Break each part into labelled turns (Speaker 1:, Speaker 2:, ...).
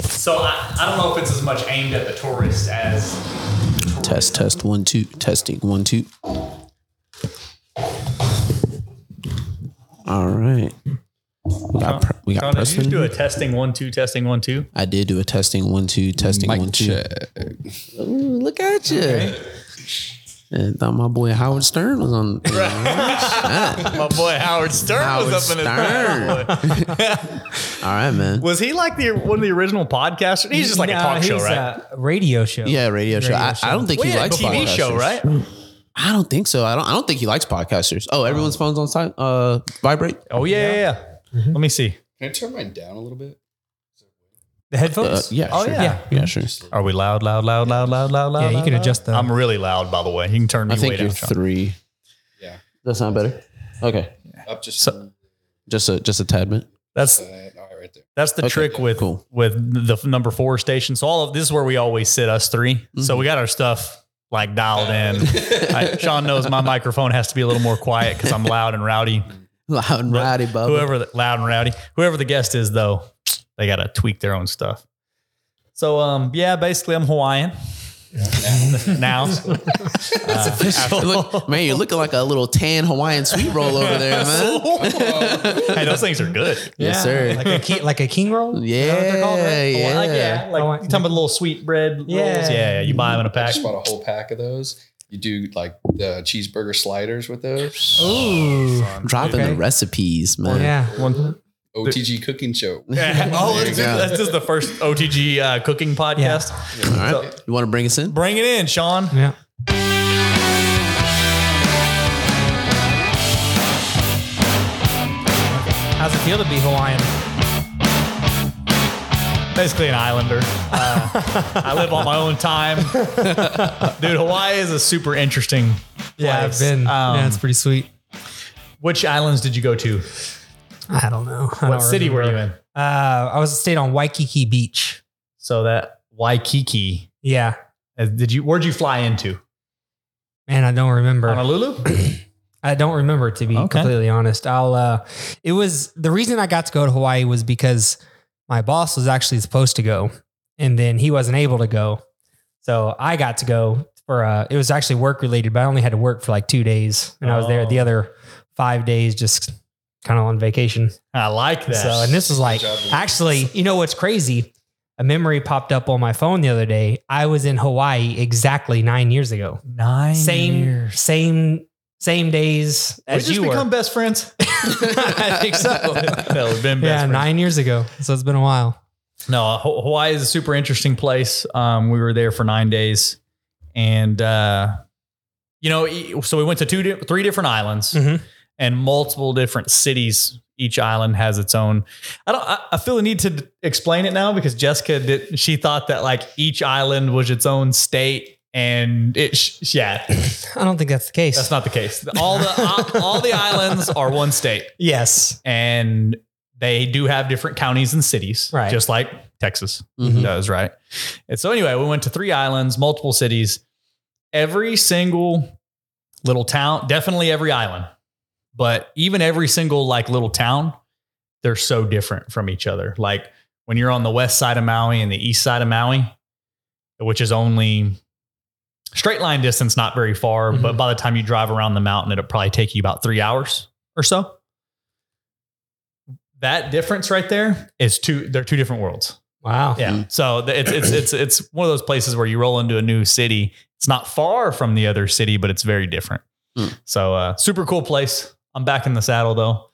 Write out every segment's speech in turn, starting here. Speaker 1: So I, I don't know if it's as much aimed at the tourists as
Speaker 2: Test, test, one, two, testing, one, two. All right. We got, Pre- we got
Speaker 1: Connor, did you
Speaker 2: Preston.
Speaker 1: just do a testing one two testing one two?
Speaker 2: I did do a testing, one, two, testing,
Speaker 3: Mic
Speaker 2: one, two.
Speaker 3: check.
Speaker 2: Ooh, look at you. And thought my boy Howard Stern was on.
Speaker 1: My boy Howard Stern
Speaker 2: Howard Stern. All right, man.
Speaker 1: Was he like the one of the original podcasters? He's just like a
Speaker 4: Nah,
Speaker 1: talk show,
Speaker 4: he's
Speaker 1: right?
Speaker 4: A radio show.
Speaker 2: Yeah, radio show. I, I don't think
Speaker 1: Well,
Speaker 2: he
Speaker 1: yeah,
Speaker 2: likes
Speaker 1: TV
Speaker 2: podcasters.
Speaker 1: show, right?
Speaker 2: I don't think so. I don't. I don't think he likes podcasters. Oh, everyone's phones on si- uh vibrate.
Speaker 1: Oh yeah, yeah. yeah. Let me see.
Speaker 3: Can I turn mine down a little bit?
Speaker 4: The
Speaker 2: Uh,
Speaker 4: headphones?
Speaker 2: yeah.
Speaker 1: Oh,
Speaker 2: sure.
Speaker 1: yeah.
Speaker 2: Yeah, sure.
Speaker 1: Are we loud? Loud? Loud? Loud? Loud? Loud? Loud?
Speaker 4: Yeah, you
Speaker 1: loud,
Speaker 4: can
Speaker 1: loud?
Speaker 4: adjust the-
Speaker 1: I'm really loud, by the way. You can turn me
Speaker 2: I think
Speaker 1: way
Speaker 2: you're
Speaker 1: down. Sean.
Speaker 2: three.
Speaker 3: Yeah.
Speaker 2: That sound better? Okay.
Speaker 3: Up just
Speaker 1: So-
Speaker 2: Just a just a tad bit.
Speaker 1: That's
Speaker 3: all right, right there.
Speaker 1: that's the
Speaker 2: Okay,
Speaker 1: trick with
Speaker 2: cool.
Speaker 1: with the number four station. So all of this is where we always sit, us 3
Speaker 2: Mm-hmm.
Speaker 1: So we got our stuff like dialed in. I, Sean knows my microphone has to be a little more quiet because I'm loud and rowdy.
Speaker 2: Loud and
Speaker 1: But
Speaker 2: rowdy, Bubba.
Speaker 1: whoever the, loud and rowdy whoever the guest is though they gotta tweak their own stuff so um yeah basically i'm hawaiian now
Speaker 2: Look- man, you're looking like a little tan Hawaiian sweet roll over there, man.
Speaker 1: hey those things are good
Speaker 2: Yes, sir.
Speaker 4: Like a king, like a king roll? Is that what they're called,
Speaker 2: Yeah,
Speaker 4: right?
Speaker 2: yeah.
Speaker 1: like, yeah like
Speaker 4: Hawaiian.
Speaker 1: you talking about the little sweet bread rolls?
Speaker 4: Yeah.
Speaker 1: yeah yeah you buy them in a
Speaker 3: I
Speaker 1: pack
Speaker 3: just bought a whole pack of those. You do like the cheeseburger sliders with those.
Speaker 4: Ooh.
Speaker 2: Dropping
Speaker 4: Okay.
Speaker 2: the recipes, man.
Speaker 4: Yeah.
Speaker 1: One-
Speaker 3: OTG cooking show.
Speaker 1: yeah. oh
Speaker 2: There you
Speaker 1: that's,
Speaker 2: go.
Speaker 1: that's just the first otg uh, cooking podcast
Speaker 2: All right. You want to bring us in?
Speaker 1: bring it in sean
Speaker 4: Yeah. How's it feel to be Hawaiian?
Speaker 1: basically an islander. Uh, I live on my own time. Dude, Hawaii is a super interesting place.
Speaker 4: I've been.
Speaker 1: Um,
Speaker 4: yeah, it's pretty sweet.
Speaker 1: which islands did you go to?
Speaker 4: I don't know. I
Speaker 1: What
Speaker 4: don't
Speaker 1: city were you
Speaker 4: remember.
Speaker 1: in?
Speaker 4: Uh, I was stayed on Waikiki Beach.
Speaker 1: So that Waikiki.
Speaker 4: Yeah.
Speaker 1: uh, Did you? Where'd you fly into?
Speaker 4: Man, I don't remember.
Speaker 1: Honolulu.
Speaker 4: I don't remember to be
Speaker 1: Okay.
Speaker 4: completely honest. I'll uh it was the reason I got to go to Hawaii was because my boss was actually supposed to go and then he wasn't able to go. So I got to go for uh it was actually work related, but I only had to work for like 2 days and I was there
Speaker 1: Oh.
Speaker 4: the other 5 days just kind of on vacation.
Speaker 1: I like that.
Speaker 4: So and this was like
Speaker 3: job, dude.
Speaker 4: actually, you know what's crazy? A memory popped up on my phone the other day. I was in Hawaii exactly 9 years ago.
Speaker 1: nine
Speaker 4: Same
Speaker 1: years.
Speaker 4: same same days
Speaker 1: We
Speaker 4: as
Speaker 1: just
Speaker 4: you were.
Speaker 1: become best friends. I think so. Hell, we've been best
Speaker 4: yeah,
Speaker 1: friends.
Speaker 4: nine years ago. So it's been a while.
Speaker 1: No, Ho- Hawaii is a super interesting place. Um, we were there for nine days, and uh, you know, e- so we went to two, di- three different islands
Speaker 4: Mhm.
Speaker 1: and multiple different cities. Each island has its own. I don't. I, I feel the need to d- explain it now because Jessica did. She thought that like each island was its own state, and it. sh- Yeah,
Speaker 4: I don't think that's the case.
Speaker 1: that's not the case. All the all the islands are one state
Speaker 4: yes.
Speaker 1: and they do have different counties and cities,
Speaker 4: Right.
Speaker 1: Just like Texas
Speaker 2: Mhm.
Speaker 1: does, right? And so anyway, we went to three islands, multiple cities, every single little town, definitely every island, but even every single like little town, they're so different from each other. Like when you're on the west side of Maui and the east side of Maui, which is only straight line distance, not very far,
Speaker 4: Mhm.
Speaker 1: but by the time you drive around the mountain, it'll probably take you about three hours or so that difference right there is two they're two different worlds
Speaker 4: Wow.
Speaker 1: yeah so th- it's it's it's it's one of those places where you roll into a new city it's not far from the other city but it's very different
Speaker 2: Hmm.
Speaker 1: so uh super cool place i'm back in the saddle though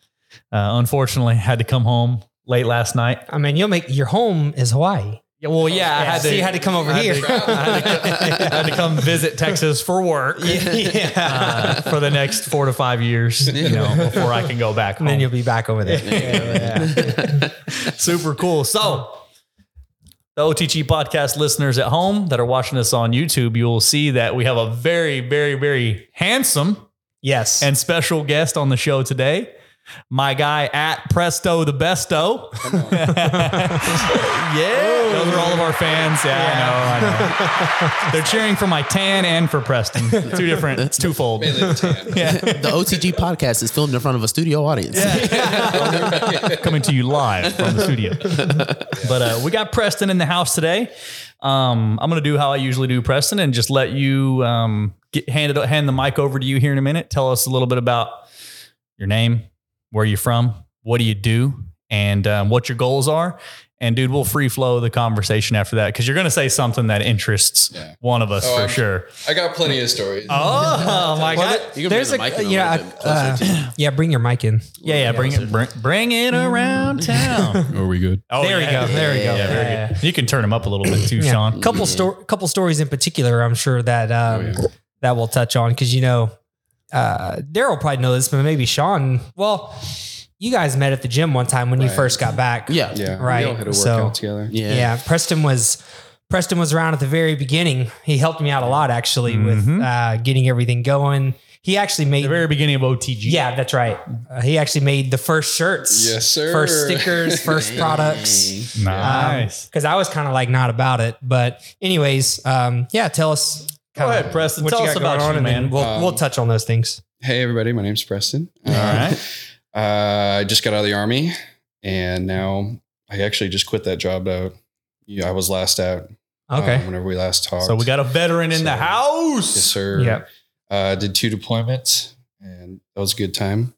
Speaker 1: uh, unfortunately had to come home late last night
Speaker 4: I mean, you'll make your home is Hawaii.
Speaker 1: yeah well yeah, i had
Speaker 4: so
Speaker 1: to
Speaker 4: you had to come over
Speaker 1: I
Speaker 4: here.
Speaker 1: had to- I had to- I had to come visit Texas for work uh, for the next four to five years, you know, before I can go back home.
Speaker 4: and then you'll be back over there.
Speaker 1: Super cool. So, the OTG podcast listeners at home that are watching us on YouTube, you will see that we have a very, very, very handsome
Speaker 4: yes.
Speaker 1: and special guest on the show today. my guy at Presto the Besto.
Speaker 3: Come on.
Speaker 1: yeah, those are all of our fans. Yeah, I know. I know. They're cheering for my tan and for Preston. Two different. It's twofold.
Speaker 3: Mainly the tan.
Speaker 1: Yeah.
Speaker 2: The OTG podcast is filmed in front of a studio audience.
Speaker 1: coming to you live from the studio. but uh, we got Preston in the house today. Um, I'm going to do how I usually do, Preston, and just let you um, get handed hand the mic over to you here in a minute. Tell us a little bit about your name, where you're from, what do you do, and um, what your goals are. And dude, we'll free flow the conversation after that because you're going to say something that interests
Speaker 3: Yeah.
Speaker 1: one of us
Speaker 3: Oh,
Speaker 1: for
Speaker 3: I'm-
Speaker 1: sure.
Speaker 3: I got plenty of stories.
Speaker 1: Oh my god!
Speaker 4: Well, th-
Speaker 2: You can
Speaker 4: there's a,
Speaker 2: bring the mic in a
Speaker 4: you know,
Speaker 2: little bit
Speaker 4: uh,
Speaker 2: closer
Speaker 4: yeah, bring your mic in.
Speaker 1: Yeah, yeah. Bring it, bring, bring it around town.
Speaker 5: Are we good?
Speaker 1: Oh,
Speaker 4: There we
Speaker 1: yeah.
Speaker 4: go, there we go.
Speaker 1: Yeah, very
Speaker 4: Yeah.
Speaker 1: good. You can turn them up a little bit too,
Speaker 4: Yeah.
Speaker 1: Sean.
Speaker 4: Couple sto- couple stories in particular, I'm sure that um, that we'll touch on because you know uh, Daryl probably know this, but maybe Sean. Well, you guys met at the gym one time when you
Speaker 3: Right.
Speaker 4: first got back.
Speaker 2: Yeah.
Speaker 3: Yeah.
Speaker 4: Right,
Speaker 3: We all had a workout
Speaker 4: so-
Speaker 3: together.
Speaker 2: Yeah.
Speaker 4: yeah. Preston was Preston was around at the very beginning. He helped me out a lot actually with
Speaker 1: Mhm.
Speaker 4: uh, getting everything going. He actually made
Speaker 1: The very beginning of OTG.
Speaker 4: yeah, that's right. Uh, he actually made the first shirts,
Speaker 3: Yes, sir.
Speaker 4: first stickers, first products.
Speaker 1: Nice.
Speaker 4: because I was kind of like not about it. But anyways, um, yeah, tell us.
Speaker 1: Go
Speaker 4: kinda
Speaker 1: ahead, Preston.
Speaker 4: what
Speaker 1: Tell
Speaker 4: you
Speaker 1: us
Speaker 4: got
Speaker 1: about
Speaker 4: going
Speaker 1: you,
Speaker 4: and then
Speaker 1: man.
Speaker 4: We'll
Speaker 3: Um,
Speaker 4: we'll touch on those things.
Speaker 3: Hey, everybody. My name's Preston.
Speaker 1: All right.
Speaker 3: Uh, I just got out of the army, and now I actually just quit that job. Out, yeah, I was last out. um,
Speaker 4: Okay.
Speaker 3: whenever we last talked,
Speaker 1: So we got a veteran in the
Speaker 3: So-
Speaker 1: house.
Speaker 3: yes, sir.
Speaker 4: Yep.
Speaker 3: Uh, did two deployments, and that was a good time.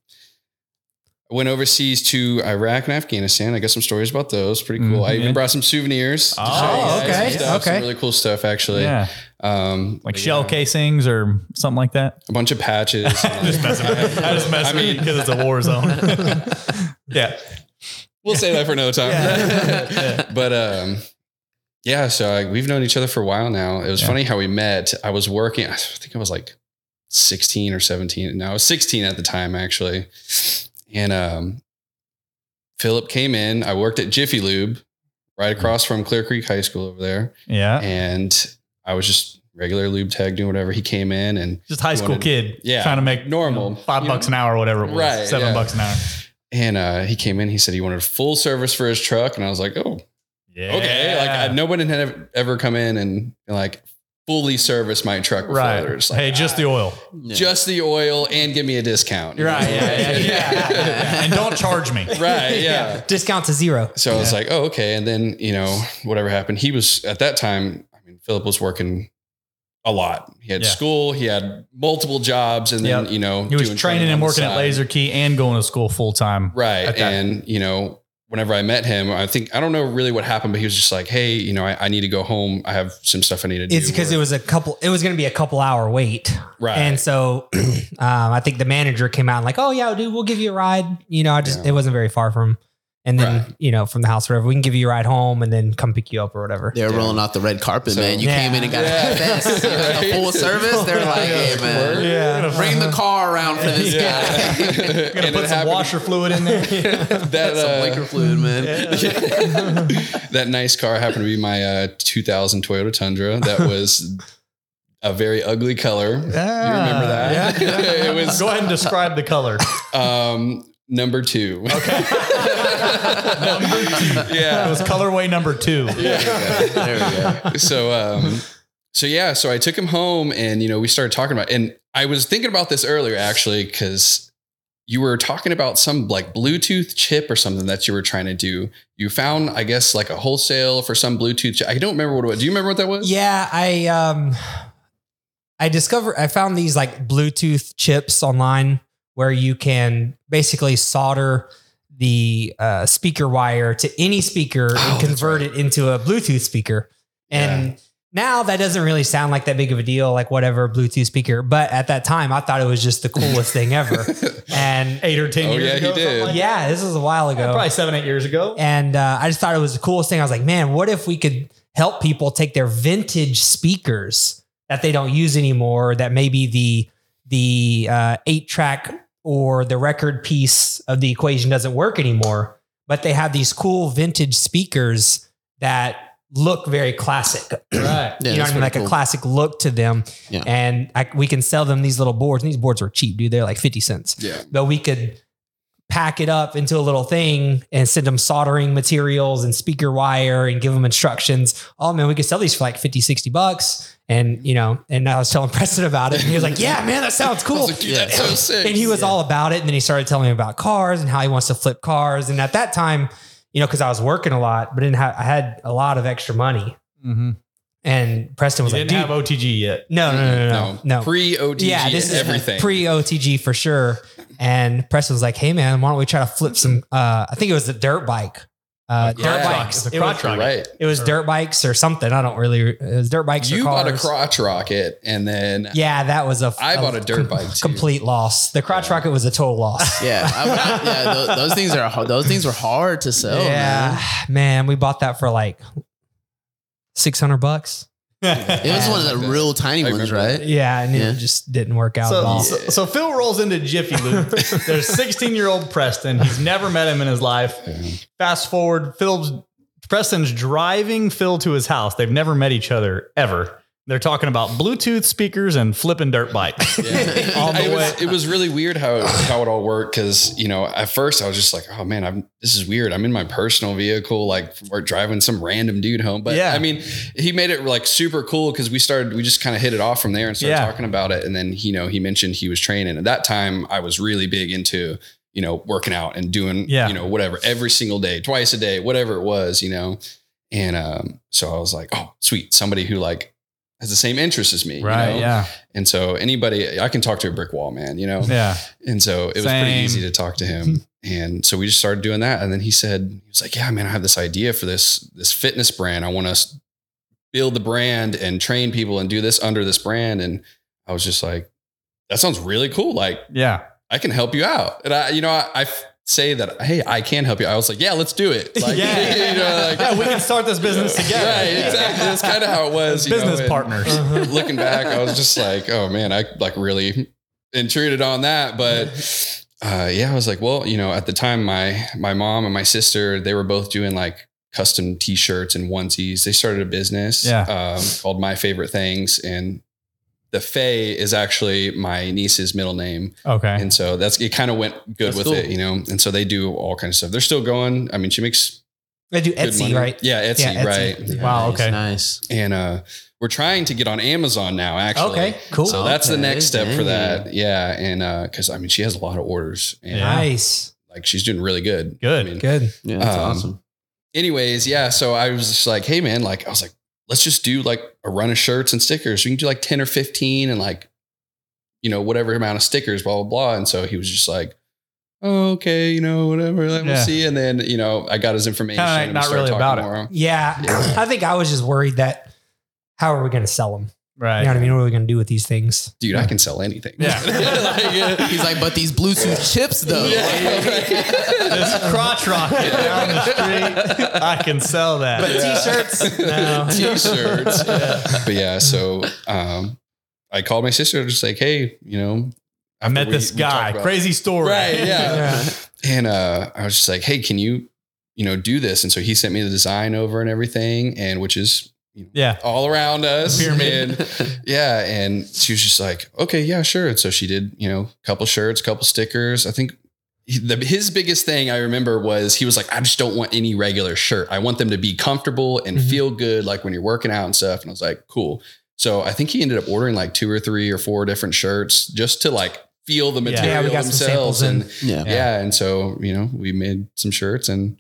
Speaker 3: I went overseas to Iraq and Afghanistan. I got some stories about those. Pretty cool. I
Speaker 1: Mhm.
Speaker 3: even brought some souvenirs. to
Speaker 1: Oh,
Speaker 3: show you guys
Speaker 4: okay,
Speaker 3: and stuff.
Speaker 4: okay.
Speaker 3: Some really cool stuff, actually.
Speaker 1: Yeah.
Speaker 3: Um,
Speaker 1: Like
Speaker 3: but
Speaker 1: shell
Speaker 3: yeah,
Speaker 1: casings or something like that.
Speaker 3: a bunch of patches.
Speaker 1: Just messing with you. I just mess
Speaker 3: I mean,
Speaker 1: because it's a war zone. yeah.
Speaker 3: We'll save that for another time.
Speaker 1: Yeah.
Speaker 3: but um, yeah. So I, we've known each other for a while now. It was
Speaker 1: Yeah.
Speaker 3: funny how we met. I was working. I think I was like sixteen or seventeen. No, I was sixteen at the time actually. And um, Philip came in. I worked at Jiffy Lube,
Speaker 1: Mm-hmm.
Speaker 3: right across from Clear Creek High School over there,
Speaker 1: Yeah.
Speaker 3: and I was just regular lube tag doing whatever. He came in and
Speaker 1: Just high school
Speaker 3: wanted-
Speaker 1: kid.
Speaker 3: Yeah.
Speaker 1: Trying to make you
Speaker 3: Normal.
Speaker 1: know, five
Speaker 3: You
Speaker 1: bucks
Speaker 3: know.
Speaker 1: an hour or whatever it was.
Speaker 3: Right,
Speaker 1: Seven
Speaker 3: yeah.
Speaker 1: bucks an hour.
Speaker 3: and uh, he came in. He said he wanted full service for his truck, and I was like, oh.
Speaker 1: Yeah.
Speaker 3: okay like I, no one had ever, ever come in and like fully service my truck before.
Speaker 1: Right.
Speaker 3: They're just like,
Speaker 1: Hey, just the oil.
Speaker 2: Yeah.
Speaker 3: just the oil and give me a discount
Speaker 1: Right.
Speaker 3: yeah, yeah, yeah.
Speaker 1: and don't charge me.
Speaker 3: right yeah
Speaker 4: Discount to zero.
Speaker 3: so i was like oh okay and then you know whatever happened he was at that time i mean philip was working a lot he had
Speaker 1: Yeah.
Speaker 3: school he had multiple jobs and then
Speaker 1: Yep.
Speaker 3: you know
Speaker 1: He was
Speaker 3: doing
Speaker 1: training
Speaker 3: on
Speaker 1: and
Speaker 3: the
Speaker 1: working at
Speaker 3: side.
Speaker 1: Laser Key and going to school full time.
Speaker 3: Right.
Speaker 1: at that-
Speaker 3: And, you know, whenever I met him, I think, I don't know really what happened, but he was just like, Hey, you know, I, I need to go home. I have some stuff I need to do.
Speaker 4: It's because it
Speaker 3: Or-
Speaker 4: was a couple. It was going to be a couple hour wait,
Speaker 3: right.
Speaker 4: and so um, I think the manager came out and like, "Oh yeah, dude, we'll give you a ride." You know, I just
Speaker 3: Yeah.
Speaker 4: it wasn't very far from, and then you know from the house, wherever we can give you a ride home, and then come pick you up or whatever.
Speaker 2: They're
Speaker 3: Yeah.
Speaker 2: rolling out the red carpet,
Speaker 3: So-
Speaker 2: man. You
Speaker 4: Yeah.
Speaker 2: came in and got
Speaker 3: Yeah.
Speaker 2: a half-ass, you know, a full service. They're like, hey, man,
Speaker 1: Yeah.
Speaker 2: bring the car around for this
Speaker 3: Yeah.
Speaker 2: guy.
Speaker 1: You're gonna
Speaker 3: And
Speaker 1: put
Speaker 3: it
Speaker 1: some
Speaker 3: happened-
Speaker 1: washer fluid in there.
Speaker 3: that,
Speaker 2: Some
Speaker 3: uh,
Speaker 2: liquor fluid, man.
Speaker 3: that nice car happened to be my uh, 2000 Toyota Tundra. That was a very ugly color. You remember that?
Speaker 1: Yeah.
Speaker 3: it was
Speaker 1: Go ahead and describe the color.
Speaker 3: um, number two. Okay.
Speaker 1: It
Speaker 3: yeah.
Speaker 1: was colorway number two.
Speaker 3: yeah.
Speaker 2: There we go.
Speaker 3: so um so yeah so i took him home and you know we started talking about and i was thinking about this earlier actually because you were talking about some like bluetooth chip or something that you were trying to do you found i guess like a wholesale for some bluetooth chip. i don't remember what it was do you remember what that was
Speaker 4: Yeah, I um I discovered I found these like Bluetooth chips online where you can basically solder the uh, speaker wire to any speaker
Speaker 1: Oh,
Speaker 4: and convert it into a Bluetooth speaker. And now that doesn't really sound like that big of a deal, like whatever Bluetooth speaker. But at that time, I thought it was just the coolest thing ever. And
Speaker 1: Eight or ten
Speaker 3: Oh,
Speaker 1: years
Speaker 3: yeah, he
Speaker 1: ago. something
Speaker 3: did.
Speaker 1: like that.
Speaker 4: yeah, this was a while ago.
Speaker 1: Yeah, Probably seven, eight years ago.
Speaker 4: And uh, I just thought it was the coolest thing. I was like, man, what if we could help people take their vintage speakers that they don't use anymore, that maybe the the uh, eight track or the record piece of the equation doesn't work anymore, but they have these cool vintage speakers that look very classic.
Speaker 1: Right.
Speaker 2: Yeah,
Speaker 4: you know what
Speaker 2: that's
Speaker 4: I mean?
Speaker 2: pretty
Speaker 4: Like a
Speaker 2: cool.
Speaker 4: classic look to them.
Speaker 2: Yeah.
Speaker 4: And I, we can sell them these little boards. And these boards are cheap, dude. They're like 50 cents
Speaker 3: yeah
Speaker 4: but we could pack it up into a little thing and send them soldering materials and speaker wire and give them instructions. Oh man, we could sell these for like 50, 60 bucks. And you know, and I was telling Preston about it. And he was like, Yeah, man, that sounds
Speaker 3: I
Speaker 4: cool.
Speaker 3: was like, dude, that's so sick.
Speaker 4: And he was all about it. And then he started telling me about cars and how he wants to flip cars. And at that time, you know, because I was working a lot, but didn't ha- I had a lot of extra money.
Speaker 1: Mm-hmm.
Speaker 4: And Preston
Speaker 1: You
Speaker 4: was
Speaker 1: didn't
Speaker 4: like, Dude,
Speaker 1: have OTG yet.
Speaker 4: no, no, no, no, no, no.
Speaker 3: Pre OTG,
Speaker 4: yeah, this is
Speaker 3: everything.
Speaker 4: pre OTG for sure. And Preston was like, "Hey man, why don't we try to flip some? Uh, I think it was the dirt bike, uh,
Speaker 3: Yeah.
Speaker 4: dirt
Speaker 3: Crotch
Speaker 4: bikes.
Speaker 1: rocket.
Speaker 4: It was,
Speaker 1: Crotch
Speaker 3: right.
Speaker 4: it was dirt bikes or something. I don't really. It was dirt bikes. or
Speaker 3: You bought a
Speaker 4: cars.
Speaker 3: crotch rocket, and then
Speaker 4: Yeah, that was a.
Speaker 3: I bought a dirt bike, too.
Speaker 4: Complete loss. The crotch rocket was a total loss.
Speaker 2: Yeah, I, would- yeah. tho- those things are ho- those things were hard to sell.
Speaker 4: yeah, man. we bought that for like six hundred bucks.
Speaker 2: man. it was one of the real tiny
Speaker 3: I
Speaker 2: ones,
Speaker 3: remember.
Speaker 2: right?
Speaker 4: Yeah, and
Speaker 2: Yeah.
Speaker 4: it just didn't work out at
Speaker 1: So,
Speaker 4: all.
Speaker 1: so, so Phil rolls into Jiffy Lube. There's 16 year old Preston. He's never met him in his life. Fast forward, Phil's Preston's driving Phil to his house. They've never met each other ever. They're talking about Bluetooth speakers and flipping dirt bikes.
Speaker 3: Yeah.
Speaker 1: All the
Speaker 3: it,
Speaker 1: way.
Speaker 3: was, it was really weird how it, how it all worked because you know at first I was just like, oh man, I'm this is weird. I'm in my personal vehicle, like we're driving some random dude home. But
Speaker 1: Yeah.
Speaker 3: I mean, he made it like super cool because we started we just kind of hit it off from there and started
Speaker 1: Yeah.
Speaker 3: talking about it. And then you know he mentioned he was training at that time. I was really big into you know working out and doing
Speaker 1: Yeah.
Speaker 3: you know whatever every single day, twice a day, whatever it was, you know. And um, so I was like, oh sweet, somebody who like has the same interest as me, You know?
Speaker 1: Yeah.
Speaker 3: And so anybody, I can talk to a brick wall, man, you know?
Speaker 1: Yeah.
Speaker 3: And so it was pretty
Speaker 1: Same.
Speaker 3: easy to talk to him. and so we just started doing that. And then he said, he was like, yeah, man, I have this idea for this, this fitness brand. I want to build the brand and train people and do this under this brand. And I was just like, that sounds really cool. Like
Speaker 1: Yeah.
Speaker 3: I can help you out. And I, you know, I, I f- say that, Hey, I can help you. I was like, yeah, let's do it. Like,
Speaker 1: Yeah.
Speaker 3: you know, like,
Speaker 1: Yeah. We can start this business together.
Speaker 3: Right. Exactly. That's kind of how it was. you know,
Speaker 1: Business
Speaker 3: and-
Speaker 1: partners.
Speaker 4: Uh-huh.
Speaker 3: looking back, I was just like, oh man, I like really intruded on that. But uh, yeah, I was like, well, you know, at the time, my my mom and my sister they were both doing like custom T-shirts and onesies. They started a business
Speaker 1: Yeah.
Speaker 3: um, called My Favorite Things, and the Faye is actually my niece's middle name.
Speaker 1: Okay.
Speaker 3: And so that's it. Kind of went good
Speaker 2: That's
Speaker 3: with
Speaker 2: cool.
Speaker 3: it, you know. And so they do all kinds of stuff. They're still going. I mean, she makes
Speaker 4: They do
Speaker 3: good
Speaker 4: Etsy,
Speaker 3: money.
Speaker 4: right?
Speaker 3: Yeah, Etsy,
Speaker 4: Yeah, Etsy.
Speaker 3: right?
Speaker 1: Wow,
Speaker 2: Nice,
Speaker 1: okay.
Speaker 2: nice.
Speaker 3: And uh, we're trying to get on Amazon now. Actually,
Speaker 4: Okay, cool.
Speaker 3: so that's the
Speaker 2: Okay,
Speaker 3: next step for
Speaker 2: dang.
Speaker 3: that. Yeah. And uh, because I mean, she has a lot of orders and
Speaker 1: Yeah.
Speaker 4: Nice.
Speaker 3: like she's doing really good.
Speaker 1: Good.
Speaker 3: I mean,
Speaker 4: Good.
Speaker 2: Yeah, that's
Speaker 3: Um,
Speaker 2: awesome.
Speaker 3: anyways, yeah. So I was just like, hey, man, like, I was like, let's just do like a run of shirts and stickers. We can do like 10 or 15 and like, you know, whatever amount of stickers, blah, blah, blah. And so he was just like, oh, okay, you know, whatever, let me
Speaker 1: Yeah.
Speaker 3: see. And then, you know, I got his information.
Speaker 1: Kinda like
Speaker 3: and we
Speaker 1: not
Speaker 3: started
Speaker 1: really
Speaker 3: talking
Speaker 1: about it.
Speaker 3: more.
Speaker 4: Yeah. I think I was just worried that how are we going to sell them? You know
Speaker 1: Right.
Speaker 4: what I mean? What are we going to do with these things?
Speaker 3: Dude, I can sell anything.
Speaker 1: Yeah.
Speaker 3: Like, uh,
Speaker 2: He's like, but these Bluetooth chips though.
Speaker 3: yeah, right.
Speaker 1: This crotch rocket down the street. I can sell that.
Speaker 4: But
Speaker 3: Yeah.
Speaker 4: t-shirts, no.
Speaker 3: t-shirts.
Speaker 1: Uh-huh.
Speaker 3: But yeah, so um, I called my sister, just like, hey, you know,
Speaker 1: I met
Speaker 3: we-
Speaker 1: this
Speaker 3: we talked
Speaker 1: guy.
Speaker 3: about-
Speaker 1: Crazy story.
Speaker 3: right? Yeah.
Speaker 4: Yeah.
Speaker 3: And uh, I was just like, hey, can you, you know, do this? And so he sent me the design over and everything, and which is
Speaker 1: Yeah.
Speaker 3: all around us.
Speaker 1: Pyramid.
Speaker 3: And, yeah. And she was just like, okay, yeah, sure. And so she did, you know, a couple shirts, couple stickers. I think he- the, his biggest thing I remember was he was like, I just don't want any regular shirt. I want them to be comfortable and
Speaker 4: Mhm.
Speaker 3: feel good, like when you're working out and stuff. And I was like, cool. So I think he ended up ordering like two or three or four different shirts just to like feel the
Speaker 1: Yeah.
Speaker 3: material
Speaker 4: Yeah, we got some
Speaker 3: themselves.
Speaker 4: samples in.
Speaker 3: and
Speaker 2: yeah.
Speaker 3: yeah. And so, you know, we made some shirts and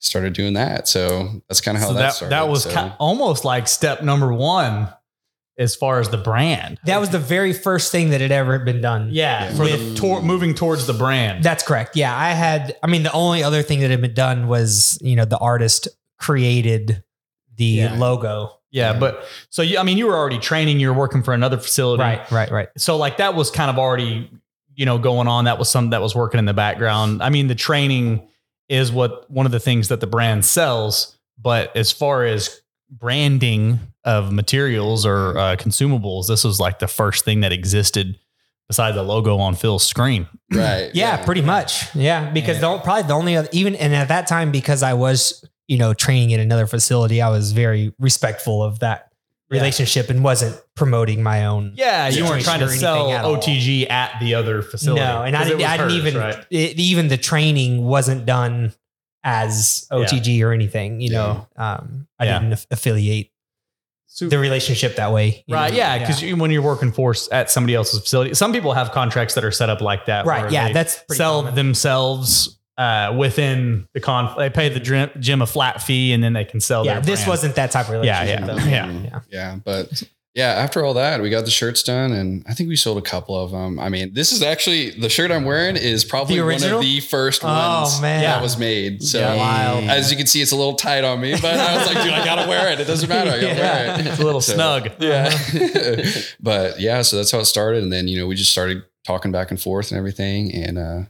Speaker 3: started doing that. So that's kind of how
Speaker 1: So
Speaker 3: that,
Speaker 1: that,
Speaker 3: started.
Speaker 1: that was
Speaker 3: So-
Speaker 1: ki- almost like step number one as far as the brand.
Speaker 4: That was the very first thing that had ever been done.
Speaker 1: Yeah,
Speaker 3: Yeah.
Speaker 1: for the
Speaker 2: With-
Speaker 1: tor- moving towards the brand.
Speaker 4: That's correct. Yeah. I had, I mean, the only other thing that had been done was, you know, the artist created the
Speaker 3: Yeah.
Speaker 4: logo.
Speaker 1: yeah, but so you, I mean, you were already training. You're working for another facility,
Speaker 4: Right, right, right.
Speaker 1: So like that was kind of already you know going on. That was something that was working in the background. I mean, the training is what one of the things that the brand sells. But as far as branding of materials or uh, consumables, this was like the first thing that existed besides the logo on Phil's screen.
Speaker 3: right.
Speaker 4: Yeah, pretty much. Yeah, because the, probably the only other, even and at that time because I was you know training in another facility, I was very respectful of that relationship and wasn't promoting my own.
Speaker 1: Yeah, you weren't
Speaker 4: situation
Speaker 1: trying
Speaker 4: or
Speaker 1: to
Speaker 4: anything
Speaker 1: sell
Speaker 4: at all.
Speaker 1: OTG at the other facility.
Speaker 4: No, and I
Speaker 1: 'Cause it
Speaker 4: didn't,
Speaker 1: was
Speaker 4: I didn't
Speaker 1: hers,
Speaker 4: even
Speaker 1: right?
Speaker 4: it, even the training wasn't done as
Speaker 1: Yeah.
Speaker 4: OTG or anything. You know, um, I
Speaker 1: Yeah.
Speaker 4: didn't aff- affiliate the relationship that way. you
Speaker 1: Right,
Speaker 4: know?
Speaker 1: yeah, because when you're working force at somebody else's facility, some people have contracts that are set up like that.
Speaker 4: right,
Speaker 1: where
Speaker 4: yeah,
Speaker 1: they
Speaker 4: that's pretty
Speaker 1: sell
Speaker 4: common.
Speaker 1: themselves uh, within the con. They pay the gym, gym a flat fee, and then they can sell.
Speaker 4: yeah,
Speaker 1: their
Speaker 4: this
Speaker 1: brand.
Speaker 4: wasn't that type of
Speaker 1: Yeah,
Speaker 4: relationship.
Speaker 1: yeah,
Speaker 4: though.
Speaker 1: yeah.
Speaker 4: yeah.
Speaker 3: Yeah, but yeah, after all that, we got the shirts done, and I think we sold a couple of them. I mean, this is actually the shirt I'm wearing is probably
Speaker 4: The
Speaker 3: one of
Speaker 4: original?
Speaker 3: the first
Speaker 4: Oh,
Speaker 3: ones
Speaker 4: man.
Speaker 3: that was made. So
Speaker 4: Yeah. Wild.
Speaker 3: as you can see, it's a little tight on me, but I was like, dude, I gotta wear it. It doesn't matter. I gotta
Speaker 1: Yeah,
Speaker 3: wear it.
Speaker 1: it's a little
Speaker 3: So-
Speaker 1: snug.
Speaker 3: Yeah. but yeah, so that's how it started, and then you know we just started talking back and forth and everything, and uh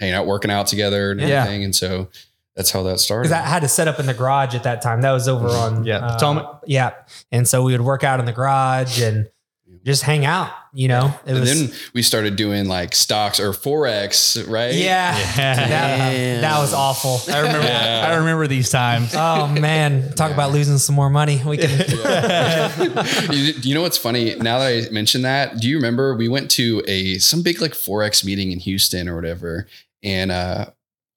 Speaker 3: hanging out, working out together, and
Speaker 1: Yeah.
Speaker 3: everything, and so that's how that started.
Speaker 4: Because I had to set up in the garage at that time. That was over on
Speaker 1: Mm-hmm. Yeah,
Speaker 4: uh,
Speaker 1: Potomac.
Speaker 4: Yeah, and so we would work out in the garage and just hang out. You know, it
Speaker 3: and
Speaker 4: was
Speaker 3: then we started doing like stocks or forex, right?
Speaker 4: yeah,
Speaker 1: Yeah.
Speaker 4: That, that was awful.
Speaker 1: I remember.
Speaker 3: Yeah.
Speaker 1: I remember these times.
Speaker 4: Oh man, talk about losing some more money. We can.
Speaker 3: you, you know what's funny? Now that I mentioned that, do you remember we went to a some big like forex meeting in Houston or whatever, and uh,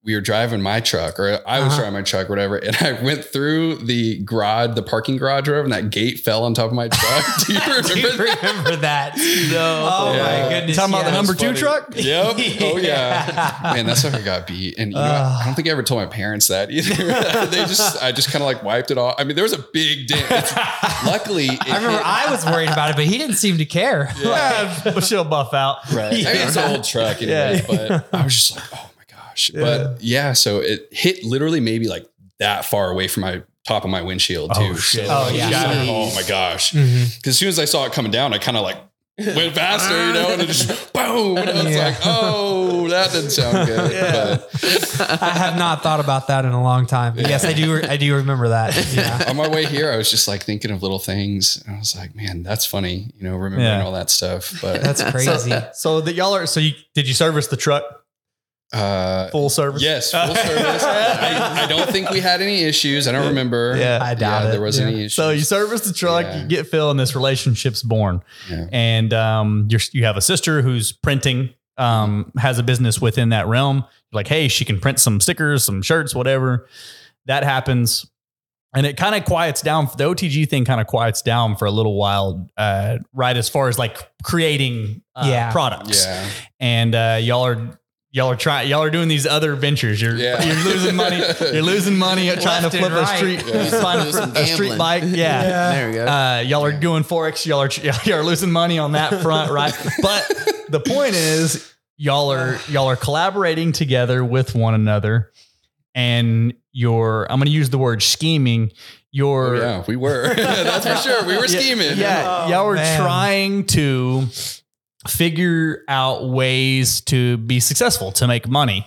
Speaker 3: we were driving my truck, or I was
Speaker 4: Uh-huh.
Speaker 3: driving my truck, or whatever, and I went through the garage, the parking garage, or whatever, and that gate fell on top of my truck. do you remember?
Speaker 4: Do you
Speaker 3: that?
Speaker 4: remember that? No. Oh
Speaker 3: Yeah.
Speaker 4: my goodness.
Speaker 1: Talking about the
Speaker 4: yeah.
Speaker 1: number
Speaker 3: That's
Speaker 1: two
Speaker 3: funny.
Speaker 1: truck.
Speaker 3: Yep. Oh yeah.
Speaker 4: Yeah.
Speaker 3: Man, that's how I got beat. And you know, I don't think I ever told my parents that either. they just, I just kind of like wiped it off. I mean, there was a big dent. It's- luckily, it
Speaker 4: I remember
Speaker 3: hit-
Speaker 4: I was worried about it, but he didn't seem to care.
Speaker 1: Yeah, she'll buff out.
Speaker 3: Right. I mean, it's an old truck anyway, but I was just like, oh my gosh. But yeah, so it hit literally maybe like that far away from my top of my windshield,
Speaker 1: Oh,
Speaker 3: too.
Speaker 1: shit.
Speaker 3: So
Speaker 4: Oh, yeah.
Speaker 3: shattered. Oh my gosh. Because
Speaker 4: Mhm.
Speaker 3: as soon as I saw it coming down, I kind of like went faster, you know, and it just boom. And I was
Speaker 4: Yeah.
Speaker 3: like, oh, that didn't sound good. But
Speaker 4: I have not thought about that in a long time. But yes, I do. I do remember that. Yeah.
Speaker 3: on my way here, I was just like thinking of little things. And I was like, man, that's funny, you know, remembering
Speaker 1: Yeah.
Speaker 3: all that stuff. But
Speaker 4: That's crazy.
Speaker 1: So that y'all are. So you did you service the truck
Speaker 3: uh,
Speaker 1: full service?
Speaker 3: Yes, full service. I, I don't think we had any issues. I don't remember.
Speaker 1: Yeah.
Speaker 4: I doubt
Speaker 3: yeah,
Speaker 4: it.
Speaker 3: there was
Speaker 4: yeah.
Speaker 3: any issues.
Speaker 1: So you service the truck,
Speaker 3: Yeah.
Speaker 1: you get Phil, and this relationship's born.
Speaker 3: Yeah.
Speaker 1: And um, you're, you have a sister who's printing, um, has a business within that realm. Like, hey, she can print some stickers, some shirts, whatever. That happens, and it kind of quiets down. The OTG thing kind of quiets down for a little while, uh, right? As far as like creating uh,
Speaker 4: Yeah.
Speaker 1: products,
Speaker 3: yeah,
Speaker 1: and uh, y'all are. Y'all are trying. Y'all are doing these other ventures. You're
Speaker 3: Yeah.
Speaker 1: you're losing money. You're losing money at trying to
Speaker 4: Left and
Speaker 1: flip a
Speaker 4: right.
Speaker 1: street,
Speaker 3: Yeah.
Speaker 1: find
Speaker 2: Some
Speaker 1: a, a street
Speaker 2: gambling.
Speaker 1: bike. yeah,
Speaker 2: There we go.
Speaker 1: uh, y'all are doing forex. Y'all are y'all are losing money on that front, right? but the point is, y'all are y'all are collaborating together with one another, and you're. I'm going to use the word scheming.
Speaker 3: Oh,
Speaker 1: You're
Speaker 3: yeah, we were. That's for sure. We were
Speaker 1: Yeah,
Speaker 3: scheming.
Speaker 1: yeah,
Speaker 4: Oh,
Speaker 1: y'all were
Speaker 4: man.
Speaker 1: trying to figure out ways to be successful to make money,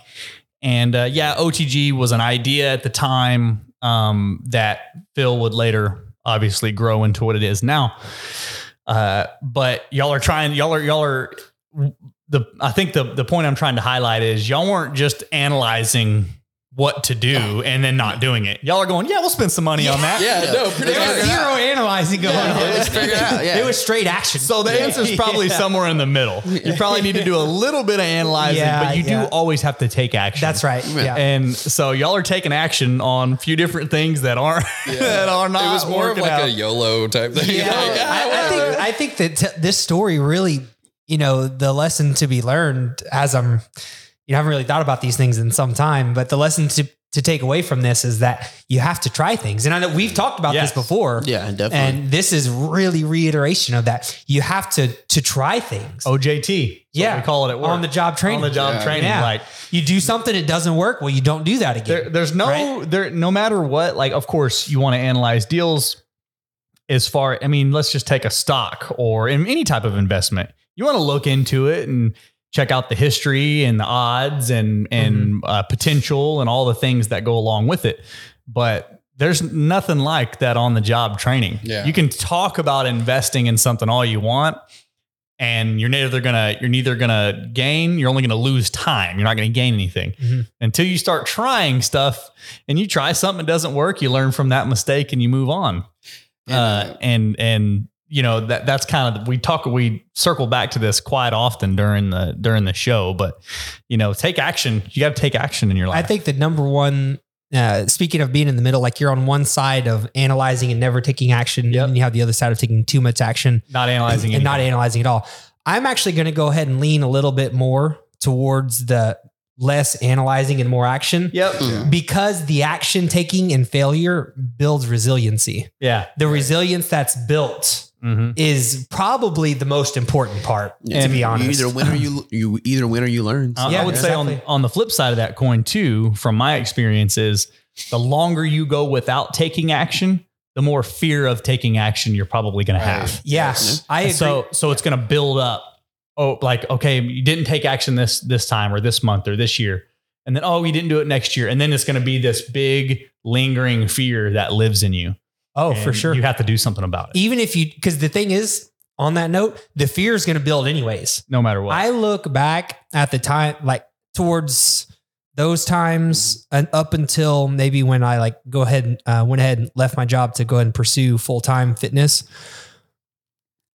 Speaker 1: and uh, yeah, OTG was an idea at the time um, that Phil would later obviously grow into what it is now. Uh, but y'all are trying. Y'all are y'all are the. I think the the point I'm trying to highlight is y'all weren't just analyzing. What to do and then not doing it. Y'all are going, yeah, we'll spend some money on that.
Speaker 3: Yeah, no, pretty
Speaker 4: There was
Speaker 3: much.
Speaker 4: zero analyzing going on.
Speaker 2: Yeah, let's figure it out, yeah.
Speaker 4: It was straight action.
Speaker 1: So the answer is probably
Speaker 4: Yeah.
Speaker 1: somewhere in the middle. You probably need to do a little bit of analyzing,
Speaker 4: Yeah,
Speaker 1: but you
Speaker 4: yeah.
Speaker 1: do always have to take action.
Speaker 4: That's right. Yeah.
Speaker 1: And so y'all are taking action on a few different things that aren't that are not.
Speaker 3: It was more of
Speaker 1: working
Speaker 3: like
Speaker 1: out.
Speaker 3: a YOLO type thing.
Speaker 4: Yeah,
Speaker 3: Like, ah,
Speaker 4: I, I think I think that t- this story really, you know, the lesson to be learned as I'm, you know, I haven't really thought about these things in some time, but the lesson to to take away from this is that you have to try things, and I know we've talked about
Speaker 1: Yes.
Speaker 4: this before,
Speaker 2: yeah, definitely.
Speaker 4: and this is really reiteration of that. You have to to try things.
Speaker 1: OJT. is what
Speaker 4: Yeah.
Speaker 1: we call it at work.
Speaker 4: on the job training.
Speaker 1: Oh, on the job
Speaker 3: Yeah.
Speaker 1: training.
Speaker 4: Yeah.
Speaker 1: Like
Speaker 4: you do something, it doesn't work. Well, you don't do that again.
Speaker 1: There, there's no there no matter what like of course you want to analyze deals as far I mean let's just take a stock or in any type of investment you want to look into it and check out the history and the odds and and uh, potential and all the things that go along with it but there's nothing like that on the job training
Speaker 3: Yeah.
Speaker 1: you can talk about investing in something all you want and you're neither gonna you're neither gonna gain you're only gonna lose time you're not gonna gain anything
Speaker 4: Mhm.
Speaker 1: until you start trying stuff and you try something that doesn't work you learn from that mistake and you move on uh, and and you know that that's kind of we talk we circle back to this quite often during the during the show, but you know, take action. You got to take action in your
Speaker 4: I
Speaker 1: life.
Speaker 4: think the number one, uh, speaking of being in the middle, like you're on one side of analyzing and never taking action,
Speaker 1: Yep.
Speaker 4: and you have the other side of taking too much action
Speaker 1: not analyzing
Speaker 4: and not
Speaker 1: anything.
Speaker 4: analyzing at all. I'm actually going to go ahead and lean a little bit more towards the less analyzing and more action
Speaker 1: Yep.
Speaker 3: Yeah.
Speaker 4: because the action taking and failure builds resiliency.
Speaker 1: Yeah.
Speaker 4: The resilience that's built
Speaker 1: Mm-hmm.
Speaker 4: is probably the most important part, to
Speaker 1: And
Speaker 4: be
Speaker 2: You
Speaker 4: honest. Uh,
Speaker 2: either win or you you either win or you learn.
Speaker 1: I,
Speaker 4: Yeah,
Speaker 1: I would say on,
Speaker 4: exactly.
Speaker 1: on the flip side of that coin too, from my experience is the longer you go without taking action, the more fear of taking action you're probably going
Speaker 3: Right.
Speaker 1: to have.
Speaker 4: Yeah, I agree.
Speaker 1: So so it's going to build up. Oh, like okay, you didn't take action this this time or this month or this year, and then oh, you didn't do it next year, and then it's going to be this big lingering fear that lives in you.
Speaker 4: oh, for
Speaker 1: And
Speaker 4: sure.
Speaker 1: you have to do something about it,
Speaker 4: even if you because the thing is on that note the fear is going to build anyways
Speaker 1: no matter what.
Speaker 4: i look back at the time like towards those times and up until maybe when i like go ahead and uh, went ahead and left my job to go ahead and pursue full-time fitness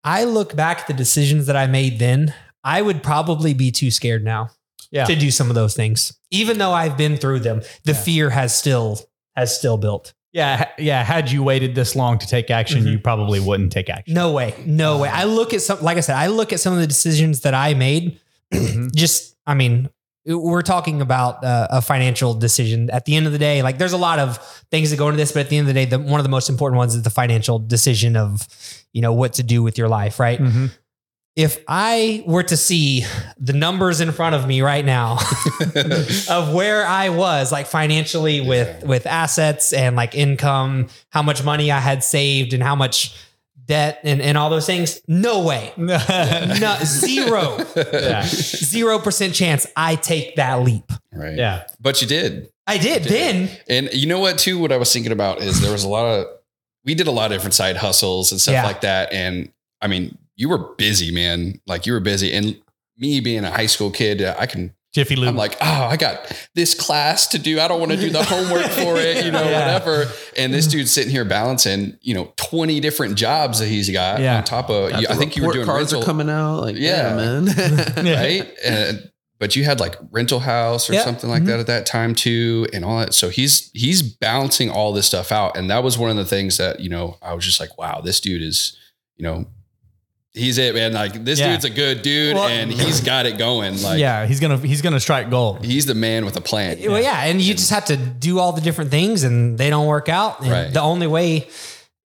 Speaker 4: i look back at the decisions that i made then i would probably be too scared now
Speaker 1: Yeah.
Speaker 4: to do some of those things even though i've been through them the
Speaker 1: Yeah.
Speaker 4: fear has still has still built
Speaker 1: yeah, ha- yeah. Had you waited this long to take action,
Speaker 4: Mhm.
Speaker 1: you probably wouldn't take action.
Speaker 4: No way. No way. I look at some, like I said, I look at some of the decisions that I made.
Speaker 1: Mhm.
Speaker 4: Just, I mean, we're talking about uh, a financial decision. At the end of the day, like there's a lot of things that go into this, but at the end of the day, the, one of the most important ones is the financial decision of, you know, what to do with your life, right?
Speaker 1: Mhm.
Speaker 4: If I were to see the numbers in front of me right now, of where I was like financially with
Speaker 3: Yeah.
Speaker 4: with assets and like income, how much money I had saved and how much debt and, and all those things. No way. No, zero.
Speaker 1: Yeah.
Speaker 4: Zero percent chance I take that leap.
Speaker 3: Right.
Speaker 1: yeah,
Speaker 3: But you did.
Speaker 4: I did
Speaker 3: You
Speaker 4: then.
Speaker 3: did. And you know what, too? What I was thinking about is there was a lot of, we did a lot of different side hustles and stuff
Speaker 4: Yeah.
Speaker 3: like that. And I mean, you were busy, man. Like you were busy. And me being a high school kid, I can,
Speaker 1: Jiffy Lube.
Speaker 3: I'm like, oh, I got this class to do. I don't want to do the homework for it, you know,
Speaker 1: Yeah.
Speaker 3: whatever. And this dude's sitting here balancing, you know, 20 different jobs that he's got
Speaker 1: Yeah.
Speaker 3: on top of,
Speaker 2: Got
Speaker 3: I
Speaker 2: the
Speaker 3: think you were
Speaker 2: report
Speaker 3: doing
Speaker 2: cards
Speaker 3: rental-
Speaker 2: are coming out. Like, yeah,
Speaker 3: Yeah.
Speaker 2: man.
Speaker 1: Yeah.
Speaker 3: right? And, but you had like rental house or
Speaker 4: Yeah.
Speaker 3: something like
Speaker 1: Mm-hmm.
Speaker 3: that at that time too, and all that. So he's he's balancing all this stuff out, and that was one of the things that you know I was just like, wow, this dude is, you know, he's it, man. Like this
Speaker 1: Yeah.
Speaker 3: dude's a good dude,
Speaker 1: Well-
Speaker 3: and he's got it going. Like
Speaker 1: yeah, he's gonna he's gonna strike gold.
Speaker 3: he's the man with a plan.
Speaker 4: Well, yeah, and you just have to do all the different things, and they don't work out. And
Speaker 3: Right.
Speaker 4: The only way,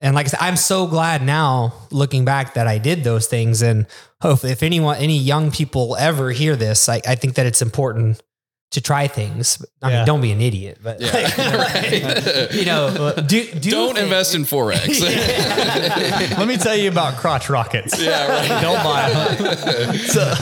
Speaker 4: and like I said, I'm so glad now looking back that I did those things, and hopefully, if anyone, any young people ever hear this, I, I think that it's important to try things. I
Speaker 1: Yeah.
Speaker 4: mean, don't be an idiot, but
Speaker 3: Yeah.
Speaker 4: like,
Speaker 3: Right.
Speaker 4: you know, do, do
Speaker 3: Don't
Speaker 4: things.
Speaker 3: invest in forex.
Speaker 1: Let me tell you about crotch rockets.
Speaker 3: Yeah, right.
Speaker 1: Don't buy 'em. So,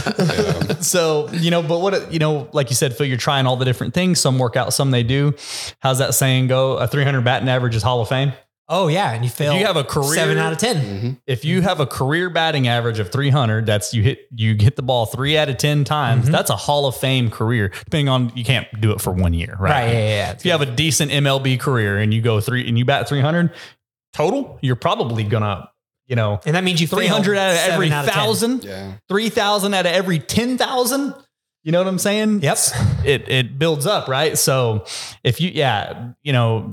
Speaker 3: Yeah.
Speaker 1: so you know, but what it- you know, like you said, Phil, you're trying all the different things. Some work out, some they do. How's that saying go? A 300 batting average is Hall of Fame.
Speaker 4: Oh yeah, and you fail.
Speaker 1: you have a career-
Speaker 4: seven out of ten.
Speaker 3: Mhm.
Speaker 1: If you have a career batting average of 300, that's you hit you hit the ball three out of ten times.
Speaker 4: Mhm.
Speaker 1: That's a Hall of Fame career. Depending on you can't do it for one year, right?
Speaker 4: Right. Yeah. yeah,
Speaker 1: If you
Speaker 4: yeah.
Speaker 1: have a decent MLB career and you go three and you bat 300 total, you're probably gonna you know
Speaker 4: And that means you failed
Speaker 1: 300 out of
Speaker 4: seven
Speaker 1: every
Speaker 4: out of 10.
Speaker 1: thousand.
Speaker 3: Yeah.
Speaker 1: 3,000 out of every 10,000. You know what I'm saying?
Speaker 4: Yep.
Speaker 1: It, it builds up, right? So if you, yeah, you know,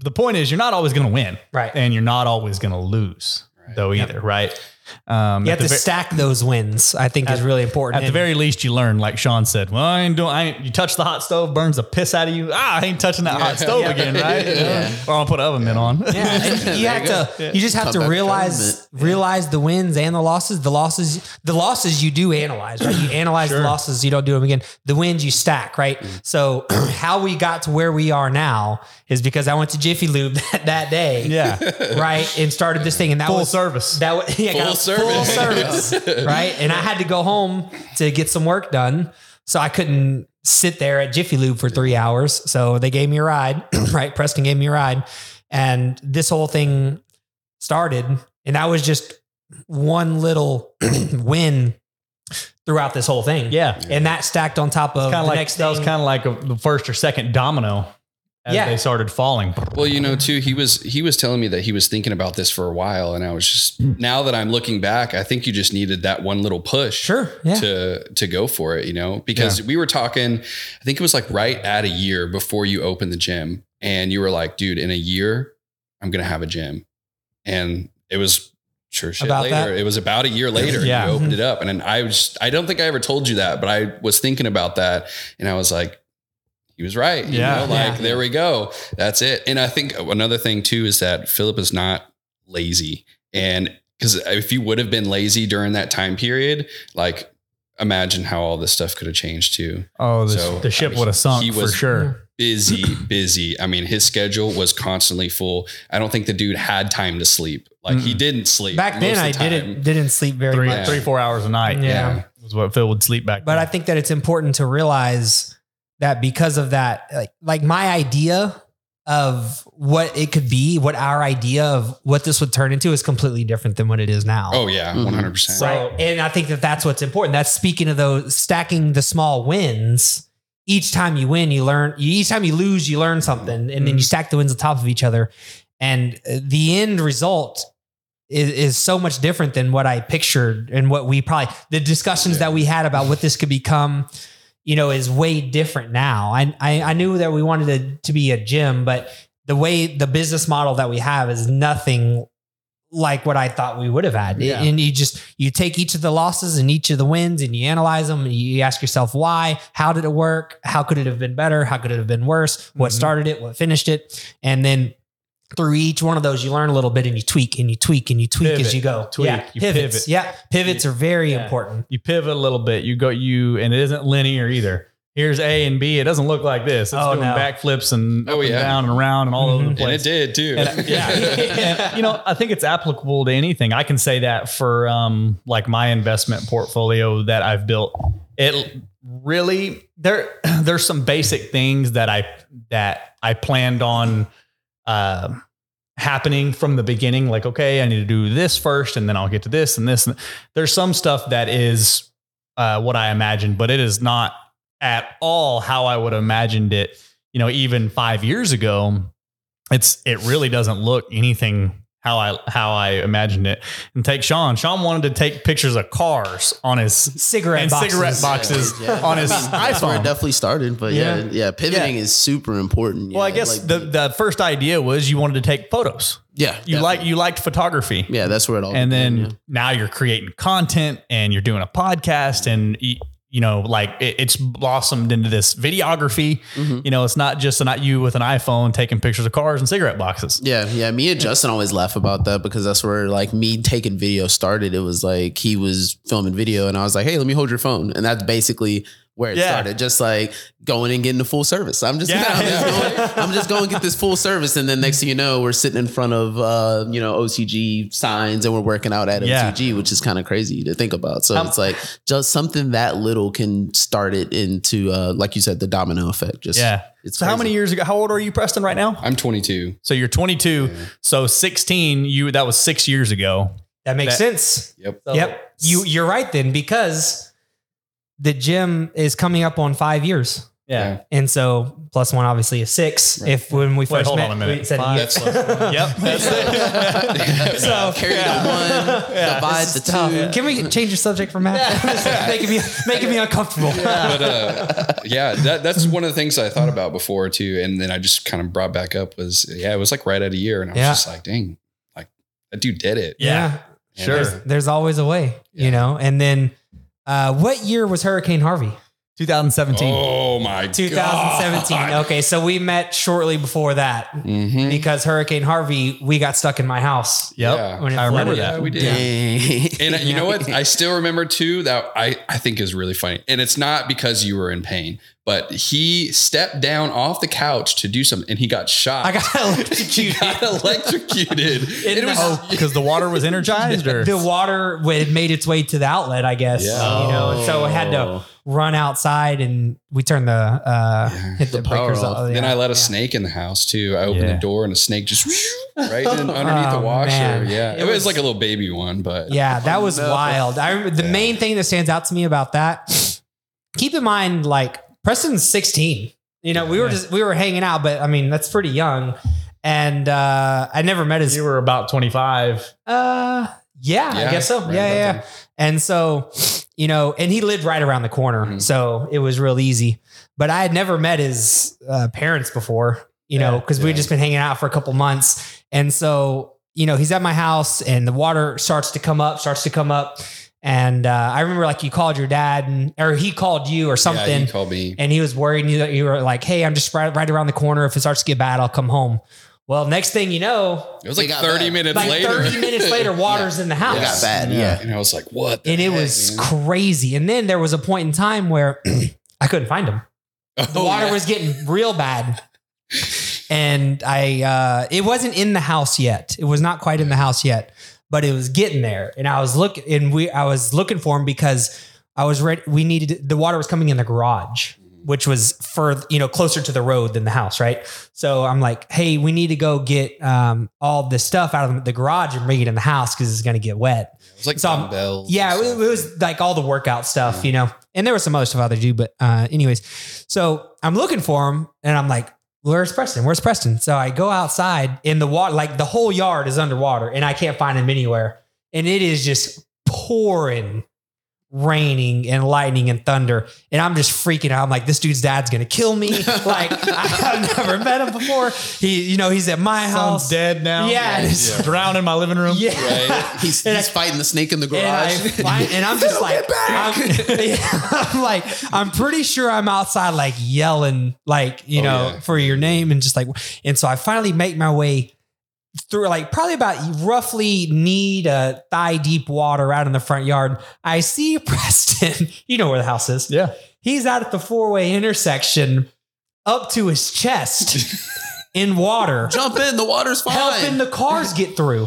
Speaker 1: the point is you're not always going to win
Speaker 4: Right.
Speaker 1: and you're not always going to lose
Speaker 3: Right.
Speaker 1: though
Speaker 4: Yep.
Speaker 1: either, right? Um,
Speaker 4: You
Speaker 1: at
Speaker 4: have to
Speaker 1: the, ve-
Speaker 4: stack those wins. I think is really important.
Speaker 1: at the
Speaker 4: And-
Speaker 1: very least you learn, like Sean said, well, I ain't doing, I ain't, you touch the hot stove, burns the piss out of you. Ah, I ain't touching that hot
Speaker 3: Yeah.
Speaker 1: stove
Speaker 3: Yeah.
Speaker 1: again, right? You know?
Speaker 2: Yeah.
Speaker 1: Or I'll put an oven mitt on.
Speaker 4: Yeah, and you
Speaker 3: There
Speaker 4: have
Speaker 3: you go.
Speaker 4: to. You just have
Speaker 2: Talk
Speaker 4: to
Speaker 2: about
Speaker 4: realize
Speaker 2: government.
Speaker 4: realize the wins and the losses. The losses, the losses you do analyze. Right? You analyze
Speaker 1: Sure.
Speaker 4: the losses. You don't do them again. The wins you stack. Right. So how we got to where we are now is because I went to Jiffy Lube that, that day.
Speaker 1: yeah.
Speaker 4: Right. And started this thing, and that
Speaker 1: Full
Speaker 4: was
Speaker 1: service.
Speaker 4: that was yeah,
Speaker 3: Full
Speaker 4: got a
Speaker 3: service.
Speaker 4: Full service. right. And I had to go home to get some work done, so I couldn't sit there at Jiffy Lube for three hours. So they gave me a ride. right. Preston gave me a ride, and this whole thing started, and that was just one little win throughout this whole thing.
Speaker 1: yeah.
Speaker 4: And that stacked on top of
Speaker 1: Kind
Speaker 4: the
Speaker 1: of like,
Speaker 4: next
Speaker 1: that was
Speaker 4: thing.
Speaker 1: kind of like a, the first or second domino as
Speaker 4: Yeah.
Speaker 1: they started falling.
Speaker 3: Well, you know, too, he was he was telling me that he was thinking about this for a while, and I was just now that I'm looking back, I think you just needed that one little push.
Speaker 4: Sure. Yeah.
Speaker 3: to to go for it, you know, because we were talking, I think it was like right at a year before you opened the gym, and you were like, dude, in a year, I'm gonna have a gym, and it was sure shit
Speaker 4: About
Speaker 3: later.
Speaker 4: that? Mm-hmm.
Speaker 3: It was about a year later.
Speaker 1: Yeah.
Speaker 3: you opened it up, and then I was, I don't think I ever told you that, but I was thinking about that, and I was like. He was right. You
Speaker 1: Yeah.
Speaker 3: know, like
Speaker 2: Yeah.
Speaker 3: there we go. That's it. And I think another thing too is that Philip is not lazy. And because if you would have been lazy during that time period, like imagine how all this stuff could have changed too.
Speaker 1: Oh, the,
Speaker 3: So,
Speaker 1: the ship
Speaker 3: I mean,
Speaker 1: would have sunk
Speaker 3: he
Speaker 1: for
Speaker 3: was-
Speaker 1: sure.
Speaker 3: Busy, busy. I mean, his schedule was constantly full. I don't think the dude had time to sleep. Like he
Speaker 1: Mm-mm.
Speaker 3: didn't sleep.
Speaker 4: Back
Speaker 3: most
Speaker 4: then,
Speaker 3: of
Speaker 4: I
Speaker 3: the time.
Speaker 4: didn't didn't sleep very
Speaker 1: Three,
Speaker 4: much.
Speaker 3: Yeah.
Speaker 1: three, four hours a night.
Speaker 4: Yeah.
Speaker 1: was what Phil would sleep back.
Speaker 4: But I
Speaker 1: then.
Speaker 4: think that it's important to realize that because of that, like, like my idea of what it could be, what our idea of what this would turn into is completely different than what it is now.
Speaker 3: Oh yeah,
Speaker 2: Mhm.
Speaker 3: one hundred percent.
Speaker 4: right. And I think that that's what's important. That's speaking of those stacking the small wins. Each time you win, you learn. Each time you lose, you learn something, and then you stack the wins on top of each other, and uh, the end result is, is so much different than what I pictured and what we probably the discussions
Speaker 3: Yeah.
Speaker 4: that we had about what this could become. You know, is way different now. I I, I knew that we wanted it to be a gym, but the way the business model that we have is nothing like what I thought we would have had.
Speaker 2: Yeah.
Speaker 4: And you just you take each of the losses and each of the wins and you analyze them and you ask yourself why, how did it work? How could it have been better? How could it have been worse? What
Speaker 1: Mhm.
Speaker 4: started it? What finished it? And then through each one of those, you learn a little bit and you tweak and you tweak and you tweak
Speaker 1: Pivot,
Speaker 4: as you go.
Speaker 1: tweak,
Speaker 4: yeah.
Speaker 1: you
Speaker 4: pivots.
Speaker 1: pivot.
Speaker 4: Yeah. Pivots are very
Speaker 1: Yeah.
Speaker 4: important.
Speaker 1: you pivot a little bit. You go you and it isn't linear either. Here's A and B. It doesn't look like this. It's
Speaker 4: Oh,
Speaker 1: doing
Speaker 4: no.
Speaker 1: backflips and
Speaker 3: Oh,
Speaker 1: up and
Speaker 3: yeah.
Speaker 1: down and around and all over the
Speaker 4: Mhm.
Speaker 1: place.
Speaker 3: And it did too.
Speaker 1: And, uh, yeah. And, you know, I think it's applicable to anything. I can say that for um like my investment portfolio that I've built. It really there there's some basic things that I that I planned on um happening from the beginning like okay, I need to do this first and then I'll get to this and this and there's some stuff that is uh what I imagined, but it is not at all how I would have imagined it, you know, even 5 years ago it's it really doesn't look anything how I how I imagined it. And take Sean. Sean wanted to take pictures of cars on his
Speaker 4: Cigarette
Speaker 1: and
Speaker 4: boxes.
Speaker 1: cigarette boxes
Speaker 2: Yeah.
Speaker 1: on his
Speaker 2: I mean, that's where it
Speaker 1: iPhone.
Speaker 2: definitely started, but yeah, yeah, pivoting is super important.
Speaker 1: well, I
Speaker 2: yeah,
Speaker 1: guess
Speaker 2: like-
Speaker 1: the, the first idea was you wanted to take photos. You
Speaker 2: yeah, definitely.
Speaker 1: like you liked photography.
Speaker 2: yeah, that's where it all.
Speaker 1: and
Speaker 2: began,
Speaker 1: then
Speaker 2: yeah.
Speaker 1: now you're creating content and you're doing a podcast and y- you know like it, it's blossomed into this videography.
Speaker 2: Mhm.
Speaker 1: You know, it's not just not you with an iPhone taking pictures of cars and cigarette boxes.
Speaker 2: Yeah, yeah. Me and Justin always laugh about that because that's where like me taking video started. It was like he was filming video, and I was like, "Hey, let me hold your phone," and that's basically where it
Speaker 1: Yeah.
Speaker 2: started. Just like going and getting the full service. I'm just,
Speaker 1: Yeah.
Speaker 2: I'm, just going, I'm just going to get this full service, and then next thing you know, we're sitting in front of uh, you know OCG signs, and we're working out at
Speaker 1: Yeah.
Speaker 2: OCG, which is kind of crazy to think about. So
Speaker 1: Um,
Speaker 2: it's like just something that little can start it into uh, like you said, the domino effect. Just
Speaker 1: Yeah.
Speaker 2: It's
Speaker 1: So how
Speaker 2: crazy.
Speaker 1: many years ago? How old are you, Preston? Right now?
Speaker 3: I'm 22.
Speaker 1: So you're 22. So 16, you that was six years ago.
Speaker 4: That makes
Speaker 1: That-
Speaker 4: sense.
Speaker 3: Yep.
Speaker 4: Yep. You you're right then because the gym is coming up on five years.
Speaker 1: Yeah.
Speaker 4: And so plus one obviously is six.
Speaker 3: Right.
Speaker 4: If when we first
Speaker 1: hold
Speaker 4: met,
Speaker 1: on a minute.
Speaker 4: we said
Speaker 1: Five
Speaker 4: yes.
Speaker 3: plus one.
Speaker 1: Yep. That's it.
Speaker 4: So-
Speaker 2: carry
Speaker 1: Yeah.
Speaker 2: the one,
Speaker 1: Yeah.
Speaker 2: divide the two.
Speaker 4: Can we change the subject for math? making me making me uncomfortable.
Speaker 3: but uh, yeah, that, that's one of the things I thought about before too, and then I just kind of brought back up was yeah, it was like right at a year, and I was
Speaker 4: Yeah.
Speaker 3: just like, dang, like that dude did it.
Speaker 1: Yeah.
Speaker 3: And
Speaker 1: Sure.
Speaker 3: I-
Speaker 4: There's always a way, you
Speaker 3: Yeah.
Speaker 4: know. And then uh, what year was Hurricane Harvey?
Speaker 1: 2017.
Speaker 3: Oh my
Speaker 4: 2017. Okay, so we met shortly before that
Speaker 3: Mm-hmm.
Speaker 4: because Hurricane Harvey, we got stuck in my house.
Speaker 1: Yep.
Speaker 3: Yeah.
Speaker 4: When it
Speaker 1: I remember
Speaker 4: flooded.
Speaker 1: that.
Speaker 3: we did.
Speaker 2: Dang.
Speaker 3: And uh, you know what? I still remember too that I, I think is really funny. And it's not because you were in pain, but he stepped down off the couch to do something and he got shot.
Speaker 4: I got
Speaker 3: he
Speaker 4: electrocuted.
Speaker 3: got electrocuted.
Speaker 4: In
Speaker 3: And it
Speaker 4: the-
Speaker 3: was
Speaker 1: Oh, because the water was energized or
Speaker 4: the water it made its way to the outlet, I guess.
Speaker 3: Yeah. Oh.
Speaker 4: You know, and so it had to run outside and we turned the uh
Speaker 3: Yeah.
Speaker 4: hit the,
Speaker 2: The power
Speaker 4: breakers
Speaker 2: off.
Speaker 4: off.
Speaker 3: Oh, Then I let a
Speaker 4: Yeah.
Speaker 3: snake in the house too. I opened
Speaker 1: Yeah.
Speaker 3: the door and a snake just right in underneath
Speaker 4: Oh,
Speaker 3: the washer.
Speaker 4: man.
Speaker 3: Yeah,
Speaker 4: It
Speaker 3: it, was,
Speaker 4: was-
Speaker 3: like a little baby one, but
Speaker 4: Yeah, that was
Speaker 2: no.
Speaker 4: wild. I remember the
Speaker 3: Yeah.
Speaker 4: main thing that stands out to me about that. Keep in mind, like Preston's 16. You know, we were
Speaker 1: Yeah.
Speaker 4: just we were hanging out, but I mean, that's pretty young. And uh I never met his
Speaker 1: You were about 25.
Speaker 4: uh yeah, I
Speaker 3: Yeah,
Speaker 4: guess so. yeah,
Speaker 3: right about
Speaker 4: yeah.
Speaker 3: then.
Speaker 4: And so, you know, and he lived right around the corner.
Speaker 3: Mhm.
Speaker 4: So it was real easy. But I had never met his uh, parents before, you know,
Speaker 1: Yeah,
Speaker 4: because we'd
Speaker 3: yeah.
Speaker 4: just been hanging out for a couple months. And so, you know, he's at my house and the water starts to come up, starts to come up. And uh, I remember like you called your dad and, or he called you or
Speaker 3: Yeah,
Speaker 4: something.
Speaker 3: you called me.
Speaker 4: and he was worried. And you, you were like, hey, I'm just right, right around the corner. If it starts to get bad, I'll come home. Well, next thing you know,
Speaker 3: It was
Speaker 2: It
Speaker 3: like
Speaker 2: got
Speaker 3: 30
Speaker 2: bad.
Speaker 3: minutes
Speaker 4: like
Speaker 3: later.
Speaker 4: 30 minutes later, water's in the house.
Speaker 2: It got bad. Yeah.
Speaker 3: And I was like, what? the
Speaker 4: and it
Speaker 3: heck,
Speaker 4: was
Speaker 3: man?
Speaker 4: crazy. And then there was a point in time where I couldn't find him. The
Speaker 3: Oh,
Speaker 4: water
Speaker 3: yeah.
Speaker 4: was getting real bad, and I uh, it wasn't in the house yet. It was not quite in the house yet, but it was getting there. And I was looking, and we I was looking for him because I was ready. We needed the water was coming in the garage. Which was further, you know, closer to the road than the house, right? So I'm like, hey, we need to go get um, all this stuff out of the garage and bring it in the house because it's going to get wet.
Speaker 3: It was like
Speaker 4: So, um,
Speaker 3: dumbbells.
Speaker 4: Yeah,
Speaker 3: and
Speaker 4: it,
Speaker 3: stuff.
Speaker 4: it was like all the workout stuff, you know. And there was some other stuff out there too, but uh, anyways, so I'm looking for him, and I'm like, "Where's Preston? Where's Preston?" So I go outside in the water, like the whole yard is underwater, and I can't find him anywhere. And it is just pouring, raining and lightning and thunder, and I'm just freaking out. I'm like, "This dude's dad's gonna kill me!" like I've never met him before. He, you know, he's at my
Speaker 1: Sounds
Speaker 4: house.
Speaker 1: dead now.
Speaker 4: Yeah, it's-
Speaker 1: Drown in my living room.
Speaker 4: yeah.
Speaker 3: Right?
Speaker 2: He's,
Speaker 4: And
Speaker 2: he's fighting the snake in the
Speaker 4: and, I
Speaker 2: garage.
Speaker 4: find- and I'm just like, I'm, I'm like, I'm pretty sure I'm outside, like yelling, like you
Speaker 3: Oh,
Speaker 4: know,
Speaker 3: yeah.
Speaker 4: for your name, and just like, and so I finally make my way through, like probably about roughly knee to thigh deep water out in the front yard. I see Preston, you know where the house is.
Speaker 1: Yeah.
Speaker 4: He's out at the four way intersection, up to his chest in water,
Speaker 2: Jump in, the water's fine.
Speaker 4: helping the cars get through,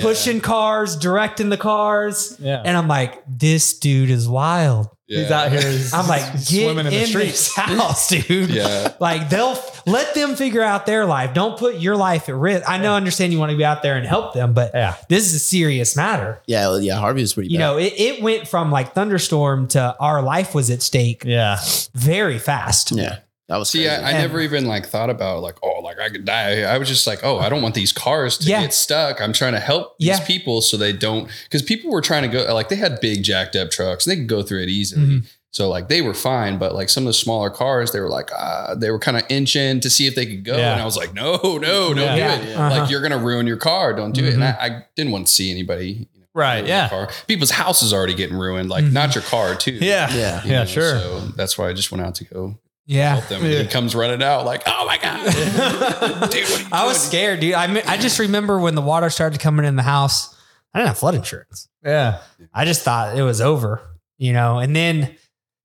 Speaker 4: pushing cars, directing the cars.
Speaker 1: Yeah.
Speaker 4: And I'm like, this dude is wild.
Speaker 1: He's out here. he's
Speaker 4: I'm like, get
Speaker 1: swimming in the streets.
Speaker 4: this house, dude.
Speaker 3: Yeah.
Speaker 4: Like they'll let them figure out their life. Don't put your life at risk. I know, understand you want to be out there and help them, but
Speaker 1: Yeah.
Speaker 4: this is a serious matter.
Speaker 2: yeah, well, yeah. Harvey was pretty
Speaker 4: You
Speaker 2: bad.
Speaker 4: know, it, it went from like thunderstorm to our life was at stake
Speaker 1: Yeah.
Speaker 4: very fast.
Speaker 2: yeah, that was.
Speaker 3: See,
Speaker 2: crazy.
Speaker 3: I, I never even like thought about like, oh, like I could die. here. I was just like, oh, I don't want these cars to
Speaker 4: Yeah.
Speaker 3: get stuck. I'm trying to help these
Speaker 4: Yeah.
Speaker 3: people so they don't because people were trying to go like they had big jacked up trucks. They could go through it easily.
Speaker 1: Mm-hmm.
Speaker 4: Mhm.
Speaker 3: So like they were fine, but like some of the smaller cars, they were like, ah, they were kind of inching to see if they could go.
Speaker 1: Yeah.
Speaker 3: And I was like, no, no, don't
Speaker 1: Yeah. Mm-hmm.
Speaker 3: do
Speaker 4: Yeah.
Speaker 3: it.
Speaker 4: Uh-huh.
Speaker 3: Like you're gonna ruin your car. Don't do it. And I, I didn't want to see anybody. you know,
Speaker 1: Right.
Speaker 3: ruin
Speaker 1: Yeah. Mm-hmm.
Speaker 3: their Car. People's house is already getting ruined. Like
Speaker 4: Mhm.
Speaker 3: not your car too.
Speaker 1: Yeah.
Speaker 2: Yeah.
Speaker 3: You
Speaker 1: Yeah,
Speaker 3: know,
Speaker 1: sure.
Speaker 3: So that's why I just went out to go
Speaker 4: Uh-huh. Yeah.
Speaker 3: help them. And
Speaker 1: Yeah.
Speaker 3: he comes running out like, oh my God. Dude, what are you
Speaker 4: I was
Speaker 3: doing?
Speaker 4: scared, dude. I, me- I just remember when the water started coming in the house, I didn't have flood insurance.
Speaker 1: Yeah.
Speaker 4: I just thought it was over, you know. And then,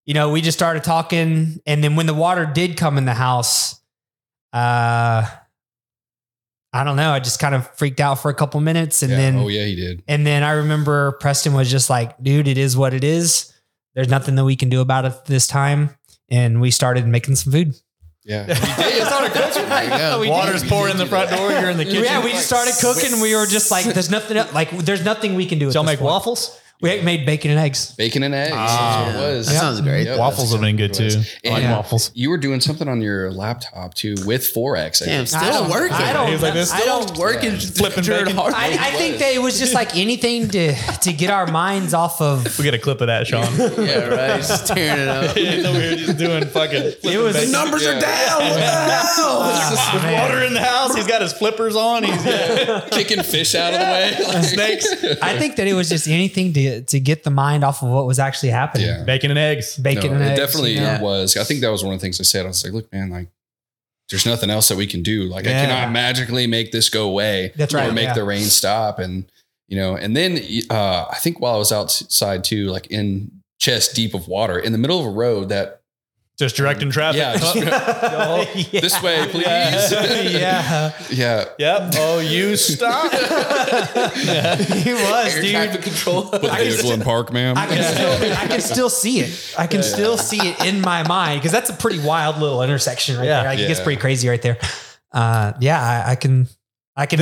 Speaker 4: you know, we just started talking. And then when the water did come in the house, uh, I don't know. I just kind of freaked out for a couple minutes, and
Speaker 3: Yeah.
Speaker 4: then,
Speaker 3: oh yeah, he did.
Speaker 4: and then I remember Preston was just like, "Dude, it is what it is. There's nothing that we can do about it this time." And we started making some food.
Speaker 3: Yeah.
Speaker 2: Yeah,
Speaker 4: We
Speaker 1: Water's
Speaker 2: did-
Speaker 1: pouring in the
Speaker 2: we did
Speaker 1: front
Speaker 2: do
Speaker 1: door. You're in the kitchen.
Speaker 4: Yeah, we just started cooking. We were just like, "There's nothing. Like, there's nothing we can do." at
Speaker 1: Y'all
Speaker 4: this
Speaker 1: make
Speaker 4: point.
Speaker 1: waffles?
Speaker 4: We made bacon and eggs.
Speaker 3: Bacon and eggs.
Speaker 1: Ah.
Speaker 3: that's what it was.
Speaker 2: That sounds great.
Speaker 3: Yeah,
Speaker 1: waffles have
Speaker 3: that's
Speaker 1: been good
Speaker 3: exactly
Speaker 1: too.
Speaker 3: what it
Speaker 1: I like
Speaker 3: Yeah.
Speaker 1: waffles.
Speaker 3: was. You were doing something on your laptop too with Forex. I
Speaker 2: Damn,
Speaker 3: guess.
Speaker 2: still
Speaker 4: don't-
Speaker 2: working.
Speaker 4: I don't-
Speaker 1: He was like this.
Speaker 4: I don't-
Speaker 2: working.
Speaker 1: Flipping bacon.
Speaker 4: I, I think that it was just like anything to to get our minds off of.
Speaker 1: We get a clip of that, Sean.
Speaker 2: yeah, right. Just tearing it up.
Speaker 1: He's over here just doing fucking. It
Speaker 4: was-
Speaker 1: was
Speaker 2: Numbers
Speaker 3: Yeah.
Speaker 2: are down. What the hell?
Speaker 4: Ah, man.
Speaker 1: water in the house. He's got his flippers on. He's
Speaker 3: kicking fish out of the way.
Speaker 1: snakes,
Speaker 4: I think that it was just anything to to get the mind off of what was actually happening.
Speaker 3: Yeah.
Speaker 1: bacon and eggs.
Speaker 4: Bacon
Speaker 3: No,
Speaker 4: and
Speaker 3: it
Speaker 4: eggs,
Speaker 3: definitely
Speaker 4: you know?
Speaker 3: was. I think that was one of the things I said. I was like, look, man, like there's nothing else that we can do. Like
Speaker 4: Yeah.
Speaker 3: I cannot magically make this go away
Speaker 4: That's right,
Speaker 3: or make
Speaker 4: yeah.
Speaker 3: the rain stop. And, you know, and then uh, I think while I was outside too, like in chest deep of water in the middle of a road that
Speaker 1: Just directing traffic.
Speaker 3: Yeah, just-
Speaker 1: Oh, y'all.
Speaker 4: yeah.
Speaker 3: this way, please. Yeah.
Speaker 4: yeah.
Speaker 1: Yep. Oh, you stop.
Speaker 4: He was,
Speaker 2: Air
Speaker 4: dude.
Speaker 2: traffic control.
Speaker 3: Put the
Speaker 4: I can
Speaker 3: vehicle in park, ma'am.
Speaker 4: I can, still, I can still see it. I can still see it in my mind because that's a pretty wild little intersection right
Speaker 1: Yeah.
Speaker 4: there. Like, It gets
Speaker 3: Yeah.
Speaker 4: pretty crazy right there. Uh, yeah, I, I can, I can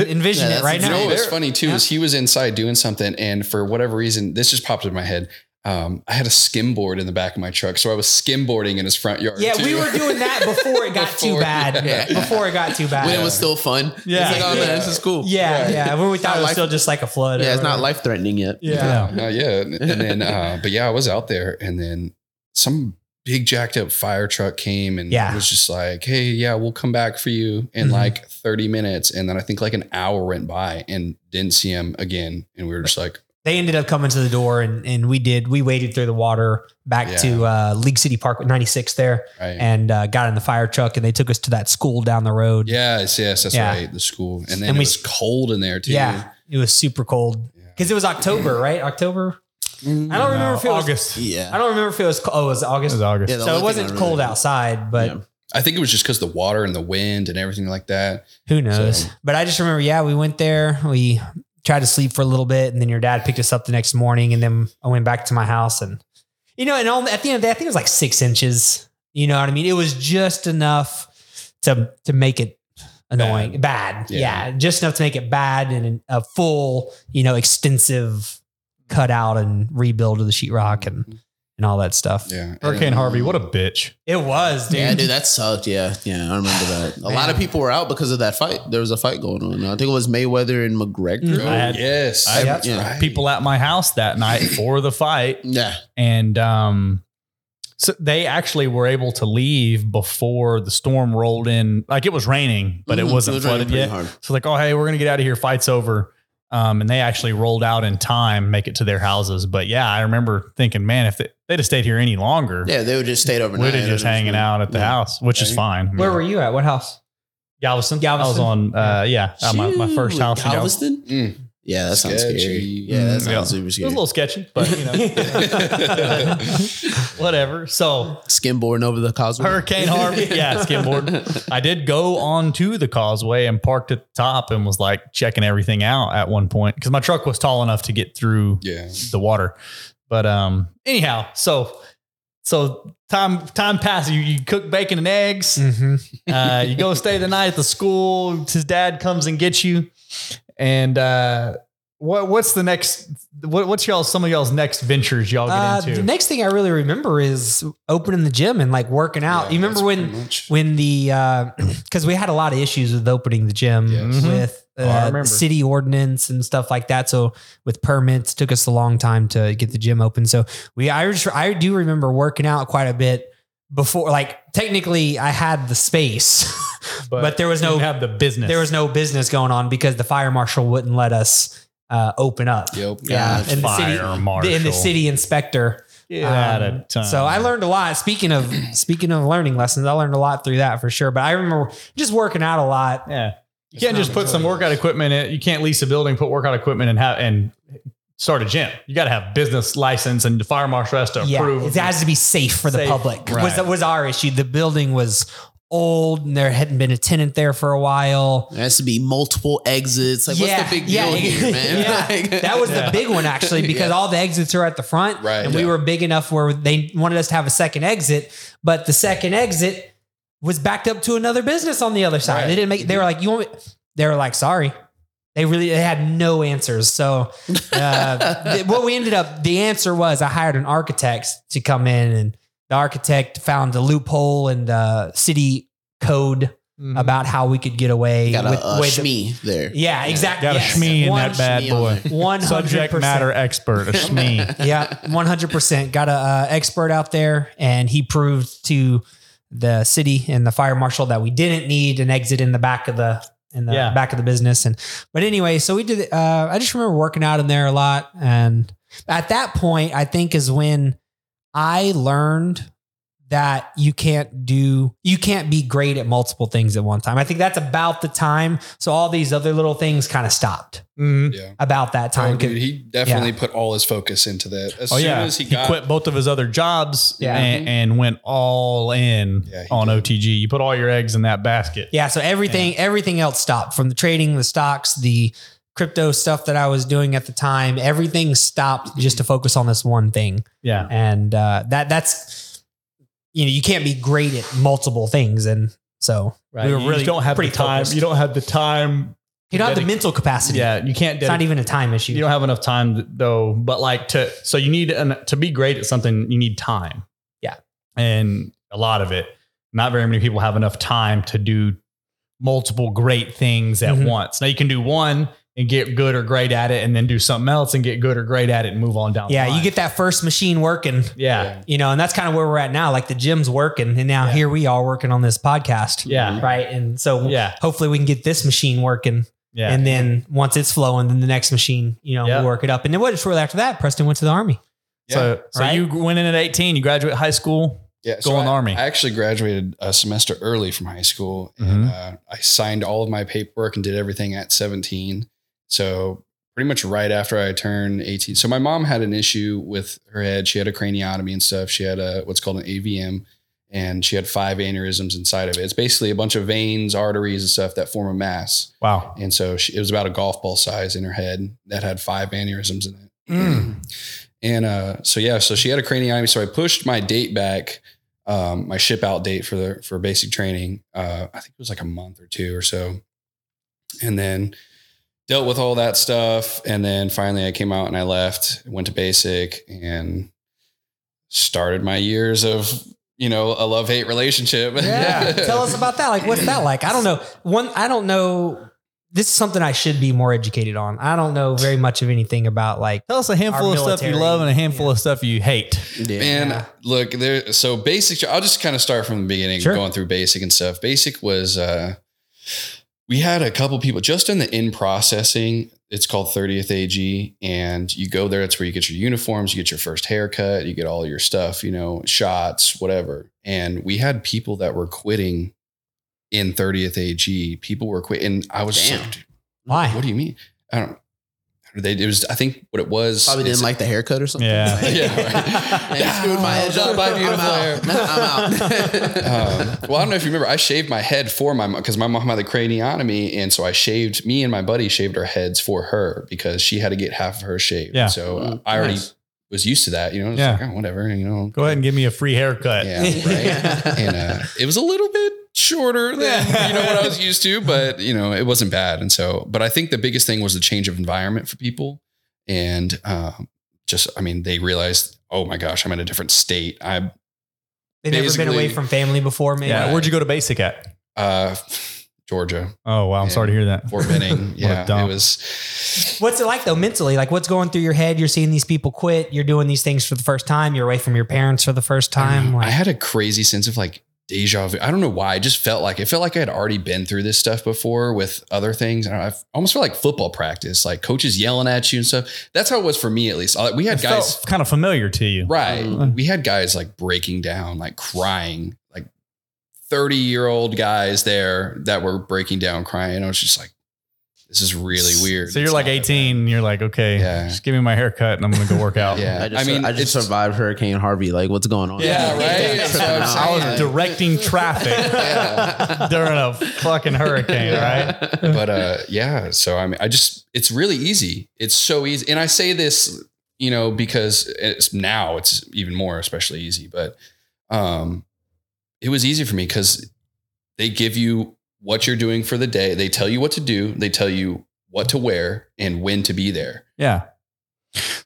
Speaker 2: Yeah,
Speaker 4: envision it
Speaker 2: that's
Speaker 4: right
Speaker 3: You
Speaker 4: now.
Speaker 3: know what's
Speaker 1: There-
Speaker 3: funny too is he was inside doing something, and for whatever reason, this just popped in my head. um, I had a skimboard in the back of my truck, so I was skimboarding in his front yard.
Speaker 4: Yeah,
Speaker 3: too.
Speaker 4: we were doing that before it got too
Speaker 3: Before,
Speaker 4: bad.
Speaker 2: yeah.
Speaker 4: Before it got too bad.
Speaker 2: when it was still fun.
Speaker 1: Yeah.
Speaker 2: It's like, oh
Speaker 4: Yeah.
Speaker 2: man, this is cool.
Speaker 4: yeah, yeah. When we thought it was
Speaker 2: life-
Speaker 4: still just like a flood. or
Speaker 2: Yeah, it's not
Speaker 4: whatever.
Speaker 2: life threatening yet.
Speaker 4: Yeah.
Speaker 3: Not yet. And then, uh, but yeah, I was out there, and then some big jacked up fire truck came and
Speaker 4: Yeah.
Speaker 3: was just like, "Hey, yeah, we'll come back for you in
Speaker 4: Mhm.
Speaker 3: like 30 minutes." And then I think like an hour went by and didn't see him again, and we were just like,
Speaker 4: They ended up coming to the door and, and we did. We waded through the water back
Speaker 3: Yeah.
Speaker 4: to uh, League City Park 96 there
Speaker 3: "Right,
Speaker 4: and uh, got in the fire truck and they took us to that school down the road.
Speaker 3: yes, yes, that's
Speaker 4: Yeah.
Speaker 3: right, the school." And then
Speaker 4: And we-
Speaker 3: it was cold in there too.
Speaker 4: Yeah, It was super cold because it was October, right? October.
Speaker 2: Mm-hmm.
Speaker 4: I don't remember if it was
Speaker 1: August.
Speaker 4: I
Speaker 2: Yeah.
Speaker 4: don't remember if it was. co- Oh, it was
Speaker 1: It
Speaker 4: August.
Speaker 1: was August.
Speaker 2: Yeah, the
Speaker 4: so
Speaker 2: only
Speaker 4: it
Speaker 2: thing
Speaker 4: wasn't
Speaker 2: I really-
Speaker 4: cold outside, but
Speaker 2: Yeah.
Speaker 3: I think it was just because the water and the wind and everything like that.
Speaker 4: who knows?
Speaker 3: So-
Speaker 4: But I just remember, yeah, we went there. We tried to sleep for a little bit, and then your dad picked us up the next morning, and then I went back to my house, and you know, and all, at the end of the day, I think it was like six inches. You know what I mean? It was just enough to to make it annoying, bad. Yeah.
Speaker 3: Yeah.
Speaker 4: just enough to make it bad, and a full, you know, extensive cutout and rebuild of the sheetrock and and all that stuff.
Speaker 3: Mm-hmm. Yeah,
Speaker 1: Hurricane Harvey, what a bitch.
Speaker 4: It was, dude.
Speaker 2: Yeah, dude, that sucked. Yeah, yeah, I remember that. A lot of
Speaker 4: Man.
Speaker 2: people were out because of that fight. There was a fight going on. I think it was Mayweather and McGregor.
Speaker 3: Oh,
Speaker 1: I had-
Speaker 3: yes,
Speaker 1: I
Speaker 4: had
Speaker 3: That's right.
Speaker 1: People at my house that night for the fight.
Speaker 4: Mm-hmm.
Speaker 2: Yeah,
Speaker 1: And um, so they actually were able to leave before the storm rolled in. Like it was raining, but
Speaker 2: Mhm.
Speaker 1: it wasn't
Speaker 2: was raining
Speaker 1: flooded
Speaker 2: pretty
Speaker 1: yet.
Speaker 2: hard.
Speaker 1: So like, oh hey, we're gonna get out of here. Fight's over. Um, and they actually rolled out in time, make it to their houses. But yeah, I remember thinking, man, if they, they'd have stayed here any longer,
Speaker 2: Yeah, they would just stayed
Speaker 1: we'd
Speaker 2: overnight.
Speaker 1: have just hanging out at the
Speaker 2: Yeah.
Speaker 1: house, which is
Speaker 2: Yeah.
Speaker 1: fine. I mean,
Speaker 4: Where were you at? What house?
Speaker 1: Galveston? I was
Speaker 4: Galveston?
Speaker 1: on, uh, yeah, uh, my, my first
Speaker 2: Shoot,
Speaker 1: house. in Galveston.
Speaker 2: Galveston.
Speaker 3: Mm.
Speaker 2: Yeah, that sounds
Speaker 3: Sketchy. Mm-hmm.
Speaker 2: scary. Yeah, that
Speaker 1: Mm, yeah.
Speaker 2: sounds super
Speaker 1: It was a
Speaker 2: scary.
Speaker 1: little sketchy, but you know, whatever. So
Speaker 2: Skimboarding over the causeway.
Speaker 1: Hurricane Harvey, yeah, skimboard. I did go onto the causeway and parked at the top and was like checking everything out at one point because my truck was tall enough to get through
Speaker 3: Yeah.
Speaker 1: the water. But um, anyhow, so so time time passes. You, you cook bacon and eggs.
Speaker 4: Mm-hmm.
Speaker 1: Uh, you go stay the night at the school. His dad comes and gets you. And uh, what what's the next? What, what's y'all some of y'all's next ventures y'all get
Speaker 4: Uh,
Speaker 1: into?
Speaker 4: the next thing I really remember is opening the gym and like working out.
Speaker 3: Yeah,
Speaker 4: you remember
Speaker 3: that's
Speaker 4: when
Speaker 3: pretty much-
Speaker 4: when the because we had a lot of issues with opening the gym
Speaker 3: Yes.
Speaker 1: Mhm.
Speaker 4: with uh,
Speaker 1: Oh, I remember.
Speaker 4: city ordinance and stuff like that. So with permits, took us a long time to get the gym open. So we I just, I do remember working out quite a bit before. Like technically, I had the space, but, there was
Speaker 1: you
Speaker 4: no
Speaker 1: didn't have the business.
Speaker 4: there was no business going on because the fire marshal wouldn't let us uh, open up.
Speaker 3: Yep.
Speaker 2: Yeah.
Speaker 4: and the
Speaker 1: fire
Speaker 4: city-
Speaker 1: marshal.
Speaker 4: And the city inspector.
Speaker 1: Get
Speaker 4: Um,
Speaker 1: out of town.
Speaker 4: So I learned a lot. Speaking of speaking of learning lessons, I learned a lot through that for sure. But I remember just working out a lot.
Speaker 1: Yeah. You can't just put some workout equipment in. You can't lease a building, put workout equipment and have and start a gym. You got to have business license and the fire marshal has to
Speaker 4: yeah,
Speaker 1: approve.
Speaker 4: it has to be safe for the
Speaker 1: Safe,
Speaker 4: public. Was
Speaker 1: right.
Speaker 4: that was our issue? The building was old, and there hadn't been a tenant there for a while.
Speaker 2: There has to be multiple exits. Like,
Speaker 4: Yeah,
Speaker 2: what's the big
Speaker 4: yeah,
Speaker 2: deal here, man?
Speaker 4: yeah.
Speaker 2: Like-
Speaker 4: That was
Speaker 1: Yeah.
Speaker 4: the big one actually because
Speaker 2: Yeah.
Speaker 4: all the exits are at the front,
Speaker 3: Right,
Speaker 4: And we
Speaker 3: yeah.
Speaker 4: were big enough where they wanted us to have a second exit, but the second exit was backed up to another business on the other side.
Speaker 3: Right.
Speaker 4: They didn't make. They were like, "You want?" Me? They were like, "Sorry." They really they had no answers. So uh, th- what we ended up the answer was I hired an architect to come in, and the architect found a loophole in the city code
Speaker 1: Mhm.
Speaker 4: about how we could get away
Speaker 2: got a,
Speaker 4: with,
Speaker 2: uh,
Speaker 4: with-
Speaker 2: shmi there.
Speaker 4: yeah, exactly.
Speaker 1: Got a
Speaker 4: yes.
Speaker 1: shmee in
Speaker 4: One
Speaker 1: that bad
Speaker 2: shmee on
Speaker 1: boy.
Speaker 2: there.
Speaker 4: one
Speaker 1: Subject matter expert, a shmee.
Speaker 4: yeah, one hundred percent. Got a uh, expert out there, and he proved to the city and the fire marshal that we didn't need an exit in the back of the in the
Speaker 1: Yeah.
Speaker 4: back of the business. And but anyway, so we did. Uh, I just remember working out in there a lot, and at that point, I think is when I learned that you can't do you can't be great at multiple things at one time. I think that's about the time. So all these other little things kind of stopped
Speaker 1: Mhm.
Speaker 3: Yeah.
Speaker 4: about that time.
Speaker 3: Oh, dude, he definitely put all his focus into that. As
Speaker 1: Oh
Speaker 3: soon
Speaker 1: yeah,
Speaker 3: as he
Speaker 1: he,
Speaker 3: got
Speaker 1: quit both of his other jobs
Speaker 4: Yeah. Mm-hmm.
Speaker 1: and, and went all in
Speaker 3: Yeah, he
Speaker 1: on
Speaker 3: did.
Speaker 1: OTG. You put all your eggs in that basket.
Speaker 4: Yeah. So everything, everything else stopped from the trading, the stocks, the crypto stuff that I was doing at the time. Everything stopped just to focus on this one thing.
Speaker 1: Yeah,
Speaker 4: And uh, that that's you know you can't be great at multiple things, and so
Speaker 1: You just don't have the
Speaker 4: pretty
Speaker 1: time.
Speaker 4: focused.
Speaker 1: You don't have the time
Speaker 4: You don't have the
Speaker 1: dedic-
Speaker 4: mental capacity.
Speaker 1: Yeah, you can't.
Speaker 4: It's
Speaker 1: dedic-
Speaker 4: not even a time issue.
Speaker 1: you don't have enough time though but like to so you need an, to be great at something you need time
Speaker 4: Yeah.
Speaker 1: and a lot of it not very many people have enough time to do multiple great things at
Speaker 4: Mhm.
Speaker 1: once now you can do one and get good or great at it and then do something else and get good or great at it and move on down the
Speaker 4: yeah, you
Speaker 1: line.
Speaker 4: get that first machine working,
Speaker 1: yeah
Speaker 4: you know, and that's kind of where we're at now. Like the gym's working, and now
Speaker 1: Yeah.
Speaker 4: here we are working on this podcast.
Speaker 1: yeah
Speaker 4: Right. And so
Speaker 1: yeah
Speaker 4: hopefully we can get this machine working.
Speaker 1: yeah
Speaker 4: And then once it's flowing, then the next machine, you know,
Speaker 1: Yeah.
Speaker 4: we'll work it up. And then what shortly after that, Preston went to the army.
Speaker 1: so so
Speaker 4: Right.
Speaker 1: you went in at 18 you graduate high school
Speaker 3: Yeah,
Speaker 1: Go in the
Speaker 3: I,
Speaker 1: Army.
Speaker 3: I actually graduated a semester early from high school,
Speaker 1: Mm-hmm.
Speaker 3: and uh, I signed all of my paperwork and did everything at 17. So pretty much right after I turned 18. So my mom had an issue with her head. She had a craniotomy and stuff. She had a what's called an AVM, and she had five aneurysms inside of it. It's basically a bunch of veins, arteries, and stuff that form a mass.
Speaker 1: wow
Speaker 3: And so she, it was about a golf ball size in her head that had five aneurysms in it.
Speaker 4: Hmm.
Speaker 3: And uh, so yeah, so she had a craniotomy. So I pushed my date back, um, my ship out date for the for basic training. Uh, I think it was like a month or two or so, and then dealt with all that stuff. And then finally, I came out and I left, went to basic, and started my years of you know a love hate relationship.
Speaker 4: Yeah. Tell us about that. Like, what's that like? I don't know. One, I don't know. This is something I should be more educated on. I don't know very much of anything about like,
Speaker 1: tell us a handful
Speaker 4: Our
Speaker 1: of stuff you
Speaker 4: military,
Speaker 1: love and a handful
Speaker 4: yeah.
Speaker 1: of stuff you hate
Speaker 2: Yeah.
Speaker 3: Man,
Speaker 4: Yeah.
Speaker 3: look, there. So basic. I'll just kind of start from the beginning,
Speaker 4: Sure.
Speaker 3: going through basic and stuff. Basic was uh, we had a couple people just in the in processing. It's called 30th AG, and you go there. It's where you get your uniforms, you get your first haircut, you get all your stuff, you know, shots, whatever. And we had people that were quitting in 30th AG. People were quitting. And I was just
Speaker 2: Damn.
Speaker 3: like, "Dude,
Speaker 4: why?
Speaker 3: what do you mean? I don't. They it was. I think what it was.
Speaker 2: Probably didn't
Speaker 3: it's-
Speaker 2: like the haircut or something.
Speaker 1: Yeah.
Speaker 2: Like,
Speaker 3: Yeah.
Speaker 2: Hey, screwed my head up.
Speaker 3: My
Speaker 2: I'm
Speaker 3: beautiful
Speaker 2: out.
Speaker 1: Oh,
Speaker 2: I'm out.
Speaker 3: um, well, I don't know if you remember, I shaved my head for my mom because my mom had the craniotomy, and so I shaved me and my buddy shaved our heads for her because she had to get half of her shaved.
Speaker 1: Yeah.
Speaker 3: So uh,
Speaker 2: Mm,
Speaker 3: I already
Speaker 1: nice.
Speaker 3: was used to that, you know. It's
Speaker 1: Yeah.
Speaker 3: like, oh, whatever, you know.
Speaker 1: go ahead and give me a free haircut
Speaker 3: Yeah, right. and uh, it was a little bit shorter than you know what I was used to, but you know it wasn't bad. And so, but I think the biggest thing was the change of environment for people, and um, just I mean they realized, oh my gosh, I'm in a different state. I'm
Speaker 4: They've never been
Speaker 3: basically-
Speaker 4: away from family before, maybe.
Speaker 1: yeah where'd you go to basic at
Speaker 3: uh, Georgia.
Speaker 1: Oh wow, I'm
Speaker 3: Yeah.
Speaker 1: sorry to hear that.
Speaker 3: Fort Benning.
Speaker 1: What a
Speaker 3: yeah,
Speaker 1: dump.
Speaker 3: it was.
Speaker 4: What's it like though mentally? Like what's going through your head? You're seeing these people quit. You're doing these things for the first time. You're away from your parents for the first time.
Speaker 3: I
Speaker 4: Like,
Speaker 3: had a crazy sense of like deja vu. I don't know why. It just felt like it felt like I had already been through this stuff before with other things. I, don't know, I almost felt like football practice, like coaches yelling at you and stuff. That's how it was for me at least. Like, We had
Speaker 1: It
Speaker 3: guys,
Speaker 1: felt kind of familiar to you.
Speaker 3: right?
Speaker 1: Mm.
Speaker 3: We had guys like breaking down, like crying, like thirty year old guys there that were breaking down, crying. I was just like, this is really weird.
Speaker 1: So you're
Speaker 3: It's
Speaker 1: like
Speaker 3: not that
Speaker 1: 18, and you're like, okay,
Speaker 3: Yeah.
Speaker 1: just give me my haircut and I'm gonna go work out.
Speaker 3: bad. Yeah,
Speaker 2: I,
Speaker 3: I,
Speaker 2: just,
Speaker 3: mean,
Speaker 2: I just
Speaker 3: it's-
Speaker 2: survived Hurricane Harvey. Like, what's going on?
Speaker 3: Yeah, right? That's what I'm
Speaker 1: I was
Speaker 3: Yeah.
Speaker 1: directing traffic
Speaker 3: Yeah.
Speaker 1: during a fucking hurricane, right?
Speaker 3: but uh yeah so i mean i just it's really easy it's so easy and i say this you know because it's now it's even more especially easy but um it was easy for me because they give you what you're doing for the day they tell you what to do they tell you what to wear and when to be there
Speaker 1: Yeah.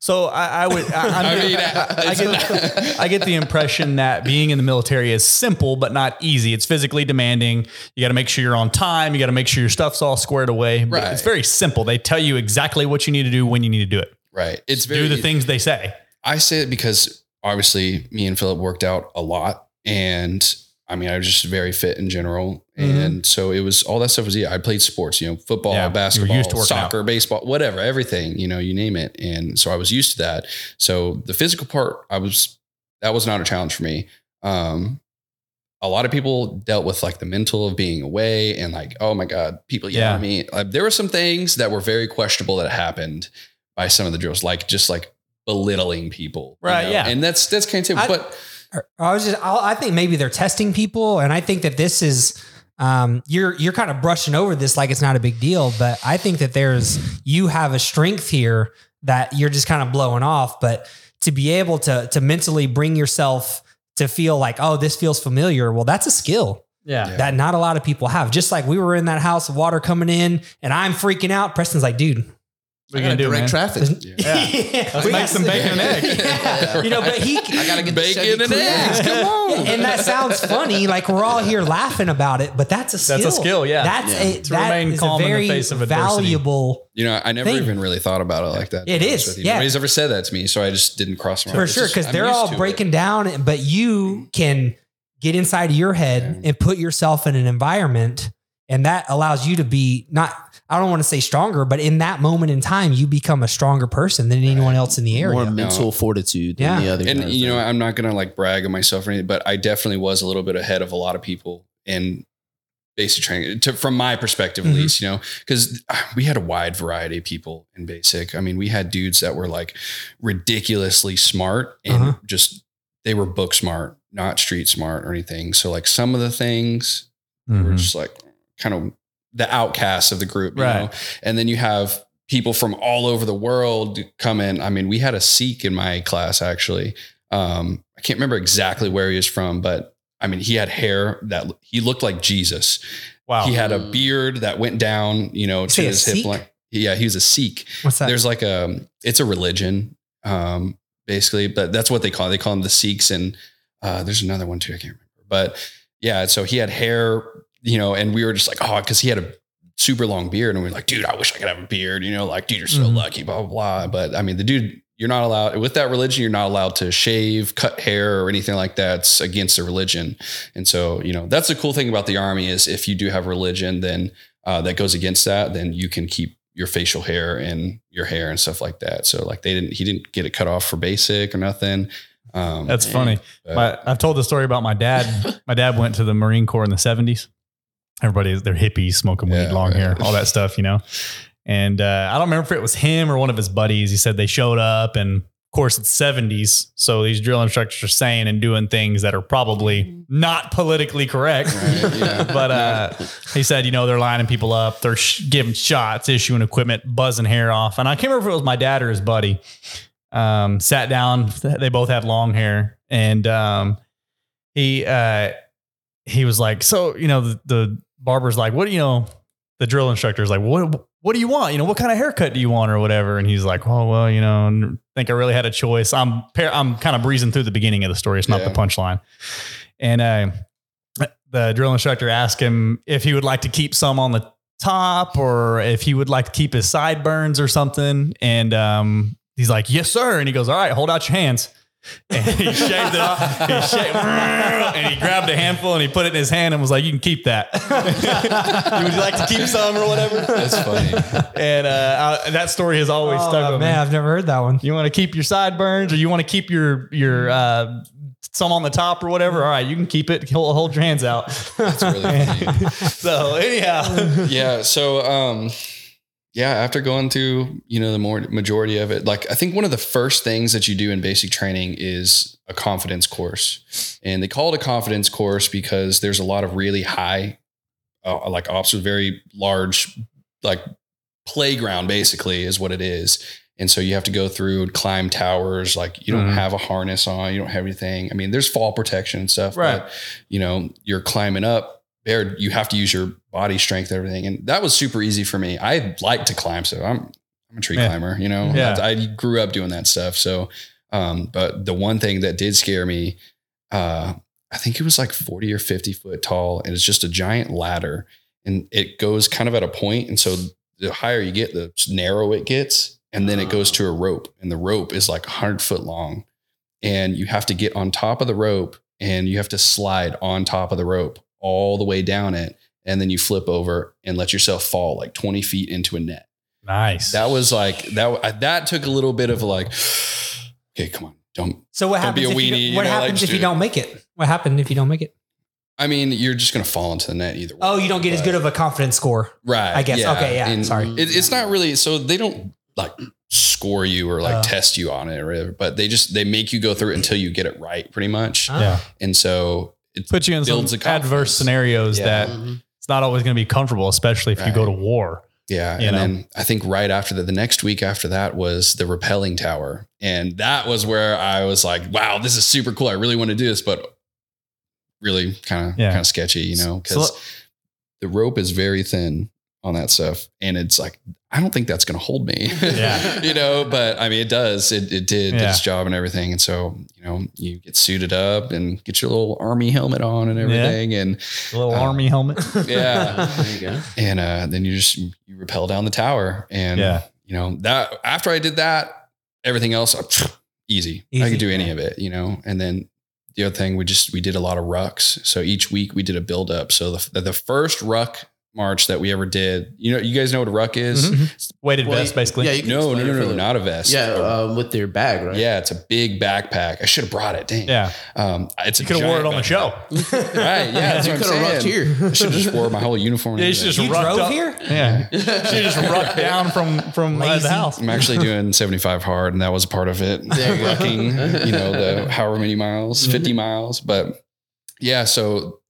Speaker 1: So I, I would. I,
Speaker 3: i
Speaker 1: I'm-
Speaker 3: mean
Speaker 1: I get, I get the impression that being in the military is simple but not easy. It's physically demanding. You got to make sure you're on time. You got to make sure your stuff's all squared away. But
Speaker 3: Right.
Speaker 1: It's very simple. They tell you exactly what you need to do when you need to do it.
Speaker 3: right it's very
Speaker 1: Do the things they say.
Speaker 3: I say it because obviously me and Philip worked out a lot and I mean, I was just very fit in general.
Speaker 4: Mhm.
Speaker 3: And so it was all that stuff was, yeah, I played sports, you know, football,
Speaker 1: Mm-hmm. Yeah, you were
Speaker 3: basketball,
Speaker 1: used to working out.
Speaker 3: soccer, baseball, whatever, everything, you know, you name it. And so I was used to that. So the physical part, I was, that was not a challenge for me. Um, a lot of people dealt with like the mental of being away and like, oh my God, people yell
Speaker 1: Yeah.
Speaker 3: at me. Like, there were some things that were very questionable that happened by some of the drills, like just like belittling people. you
Speaker 1: Right,
Speaker 3: know?
Speaker 1: yeah.
Speaker 3: And that's, that's kind of,
Speaker 4: I-
Speaker 3: but
Speaker 4: I was just I I think maybe they're testing people and I think that this is um you're you're kind of brushing over this like it's not a big deal, but I think that there's you have a strength here that you're just kind of blowing off, but to be able to to mentally bring yourself to feel like, oh, this feels familiar, well, that's a skill.
Speaker 1: Yeah.
Speaker 3: Yeah.
Speaker 4: that not a lot of people have. Just like we were in that house, water coming in, and I'm freaking out. Preston's like, dude,
Speaker 1: What are
Speaker 2: I
Speaker 1: you
Speaker 2: got
Speaker 1: going to do,
Speaker 2: direct
Speaker 1: man?
Speaker 2: traffic.
Speaker 1: Let's
Speaker 4: We
Speaker 1: make
Speaker 4: got-
Speaker 1: some bacon and egg.
Speaker 4: Yeah. You know, but he
Speaker 2: I gotta get the
Speaker 3: Bacon
Speaker 2: Chevy
Speaker 3: and
Speaker 2: Cruze.
Speaker 3: eggs. Come on.
Speaker 4: and that sounds funny. Like we're all here laughing about it, but that's a skill.
Speaker 1: That's a skill, yeah.
Speaker 4: That's
Speaker 2: Yeah.
Speaker 4: a
Speaker 1: To
Speaker 4: that
Speaker 1: remain
Speaker 4: is a
Speaker 1: calm in the
Speaker 4: very
Speaker 1: face of adversity.
Speaker 4: valuable
Speaker 3: You know, I never
Speaker 4: Thing.
Speaker 3: even really thought about it like that. to
Speaker 4: It
Speaker 3: be
Speaker 4: is,
Speaker 3: honest with you.
Speaker 4: yeah.
Speaker 3: Nobody's ever said that to me, so I just didn't cross my
Speaker 4: for
Speaker 3: mind.
Speaker 4: sure
Speaker 3: It's just-
Speaker 4: because
Speaker 3: I'm
Speaker 4: they're
Speaker 3: used
Speaker 4: all
Speaker 3: to it.
Speaker 4: breaking down, but you can get inside your head and put yourself in an environment, and that allows you to be not. I don't want to say stronger, but in that moment in time, you become a stronger person than anyone else in the area.
Speaker 2: More mental fortitude than
Speaker 4: Yeah.
Speaker 2: the other.
Speaker 3: And
Speaker 2: guys.
Speaker 3: you know, I'm not gonna like brag on myself or anything, but I definitely was a little bit ahead of a lot of people in basic training, to, from my perspective
Speaker 4: Mhm.
Speaker 3: at least. You know, because we had a wide variety of people in basic. I mean, we had dudes that were like ridiculously smart and
Speaker 4: Uh-huh.
Speaker 3: just they were book smart, not street smart or anything. So like some of the things
Speaker 1: Mm-hmm.
Speaker 4: Mm-hmm.
Speaker 3: were just like kind of the outcasts of the group, you
Speaker 1: Right.
Speaker 3: know? And then you have people from all over the world come in. I mean, we had a Sikh in my class actually. Um, I can't remember exactly where he was from, but I mean, he had hair that he looked like Jesus.
Speaker 1: Wow.
Speaker 3: He had a
Speaker 2: Mm.
Speaker 3: beard that went down, you know,
Speaker 4: You
Speaker 3: to
Speaker 4: say Oh. a
Speaker 3: his hip
Speaker 4: Sikh?
Speaker 3: line. Yeah, he was a Sikh.
Speaker 4: What's that?
Speaker 3: There's like a, it's a religion, um, basically, but that's what they call it. They call them the Sikhs. And uh, there's another one too. I can't remember. But yeah, so he had hair, you know, and we were just like, oh, because he had a super long beard. And we were like, dude, I wish I could have a beard, you know, like, dude, you're so
Speaker 4: Mhm.
Speaker 3: lucky, blah, blah, blah. But I mean, the dude, you're not allowed with that religion, you're not allowed to shave, cut hair, or anything like that. It's against the religion. And so, you know, that's the cool thing about the army is if you do have religion, then uh, that goes against that, then you can keep your facial hair and your hair and stuff like that. So like they didn't, he didn't get it cut off for basic or nothing. Um,
Speaker 1: That's funny.
Speaker 3: but-
Speaker 1: My, I've told the story about my dad. my dad went to the Marine Corps in the 70s. Everybody, they're hippies, smoking weed,
Speaker 3: Yeah,
Speaker 1: long
Speaker 3: yeah.
Speaker 1: hair, all that stuff, you know? And uh, I don't remember if it was him or one of his buddies. He said they showed up, and of course, it's 70s. So these drill instructors are saying and doing things that are probably not politically correct.
Speaker 3: Right, yeah.
Speaker 1: But uh, he said, you know, they're lining people up, they're sh- giving shots, issuing equipment, buzzing hair off. And I can't remember if it was my dad or his buddy. Um, sat down. They both had long hair, and um, he uh, he was like, so you know, the, the barber's like, what do you know? The drill instructor's like, what what do you want? You know, what kind of haircut do you want or whatever? And he's like, oh well, you know, I think I really had a choice. I'm par- I'm kind of breezing through the beginning of the story. It's not the
Speaker 3: Yeah.
Speaker 1: punchline, and. Uh, the drill instructor asked him if he would like to keep some on the top or if he would like to keep his sideburns or something. And um, he's like, Yes, sir. And he goes, All right, hold out your hands. And he shaved it off. He shaved, and he grabbed a handful and he put it in his hand and was like, You can keep that. would you like to keep some or whatever?
Speaker 3: That's funny.
Speaker 1: And uh, I, that story has always stuck
Speaker 4: oh,
Speaker 1: with me.
Speaker 4: man, I've never heard that one.
Speaker 1: You want to keep your sideburns, or you want to keep your your uh, some on the top, or whatever. All right, you can keep it. Hold, hold your hands out.
Speaker 3: That's really funny.
Speaker 1: so anyhow,
Speaker 3: yeah. So, um, yeah, after going through, you know, the more majority of it, like I think one of the first things that you do in basic training is a confidence course. And they call it a confidence course because there's a lot of really high, uh, like obstacles, very large, like playground basically is what it is. And so you have to go through and climb towers. Like you don't
Speaker 1: Mhm.
Speaker 3: have a harness on, you don't have anything. I mean, there's fall protection and stuff,
Speaker 1: Right.
Speaker 3: but you know, you're climbing up there you have to use your body strength and everything and that was super easy for me i like to climb so i'm i'm a tree
Speaker 1: Yeah.
Speaker 3: climber you know
Speaker 1: Yeah.
Speaker 3: I, I grew up doing that stuff so um but the one thing that did scare me uh i think it was like 40 or 50 foot tall and it's just a giant ladder and it goes kind of at a point and so the higher you get the narrow it gets and then it goes to a rope and the rope is like 100 foot long and you have to get on top of the rope and you have to slide on top of the rope all the way down it and then you flip over and let yourself fall like 20 feet into a net
Speaker 1: nice.
Speaker 3: that was like that I- that took a little bit of like okay come on don't
Speaker 4: So what
Speaker 3: Don't be
Speaker 4: happens?
Speaker 3: a
Speaker 4: if you,
Speaker 3: weenie,
Speaker 4: don't-
Speaker 3: you
Speaker 4: what
Speaker 3: know, like,
Speaker 4: happens
Speaker 3: just
Speaker 4: if you
Speaker 3: do it.
Speaker 4: don't make it? What happened if you don't make it?
Speaker 3: i mean you're just gonna fall into the net either way
Speaker 4: Oh, you don't get as
Speaker 3: But-
Speaker 4: good of a confidence score.
Speaker 3: right
Speaker 4: I guess. Okay, yeah, sorry.
Speaker 3: it, it's not really so they don't like score you or like
Speaker 4: Oh.
Speaker 3: test you on it or whatever but they just they make you go through it until you get it right pretty much
Speaker 4: Huh?
Speaker 1: yeah.
Speaker 3: and so it's
Speaker 1: Put you in some
Speaker 3: Builds a confidence.
Speaker 1: adverse scenarios
Speaker 3: Yeah.
Speaker 1: that it's not always going to be comfortable, especially if you go
Speaker 3: Right.
Speaker 1: to war.
Speaker 3: Yeah.
Speaker 1: You
Speaker 3: and
Speaker 1: know?
Speaker 3: then I think right after that, the next week after that was the rappelling tower. And that was where I was like, wow, this is super cool. I really want to do this, but really kind of
Speaker 1: Yeah.
Speaker 3: kind of sketchy, you know,
Speaker 1: So-
Speaker 3: because the rope is very thin on that stuff, and it's like I don't think that's going to hold me.
Speaker 1: Yeah.
Speaker 3: you know, but I mean, it does. It, it did
Speaker 1: Yeah.
Speaker 3: its job and everything, and so you know, you get suited up and get your little army helmet on and
Speaker 1: Yeah.
Speaker 3: everything, and
Speaker 1: A little
Speaker 3: Uh,
Speaker 1: army helmet.
Speaker 3: yeah.
Speaker 2: There you go.
Speaker 3: and uh, then you just you rappel down the tower and
Speaker 1: Yeah.
Speaker 3: you know that after i did that everything else uh, easy. i
Speaker 4: Easy,
Speaker 3: could do any
Speaker 4: yeah.
Speaker 3: of it you know and then the other thing we just we did a lot of rucks so each week we did a build up so the, the, the first ruck march that we ever did you know you guys know what a ruck is
Speaker 1: Mm-hmm. Weighted
Speaker 2: Well,
Speaker 1: vest,
Speaker 2: you-
Speaker 1: basically.
Speaker 2: Yeah, you can
Speaker 3: no no
Speaker 2: explain
Speaker 3: no
Speaker 2: it for
Speaker 3: no
Speaker 2: them.
Speaker 3: not a vest
Speaker 2: Yeah,
Speaker 3: A-
Speaker 2: um, with their bag, right?
Speaker 3: yeah it's a big backpack i should have brought it dang
Speaker 1: Yeah.
Speaker 3: um it's a
Speaker 1: You could have worn it
Speaker 3: giant
Speaker 1: on the
Speaker 3: backpack.
Speaker 1: show.
Speaker 3: right yeah that's
Speaker 2: you
Speaker 3: what
Speaker 2: could have
Speaker 3: i'm
Speaker 2: rocked
Speaker 3: saying
Speaker 2: here.
Speaker 3: i should have just wore my whole uniform and
Speaker 1: Yeah, you should
Speaker 3: everything.
Speaker 1: just
Speaker 4: You
Speaker 1: rucked
Speaker 4: drove
Speaker 1: up-
Speaker 4: here?
Speaker 1: Yeah. She just rucked down from from uh,
Speaker 4: Lazy.
Speaker 1: the house.
Speaker 3: I'm actually doing 75 hard, and that was a part of it.
Speaker 2: There you go.
Speaker 3: Rucking, you know, the however many miles, 50 miles. But yeah, so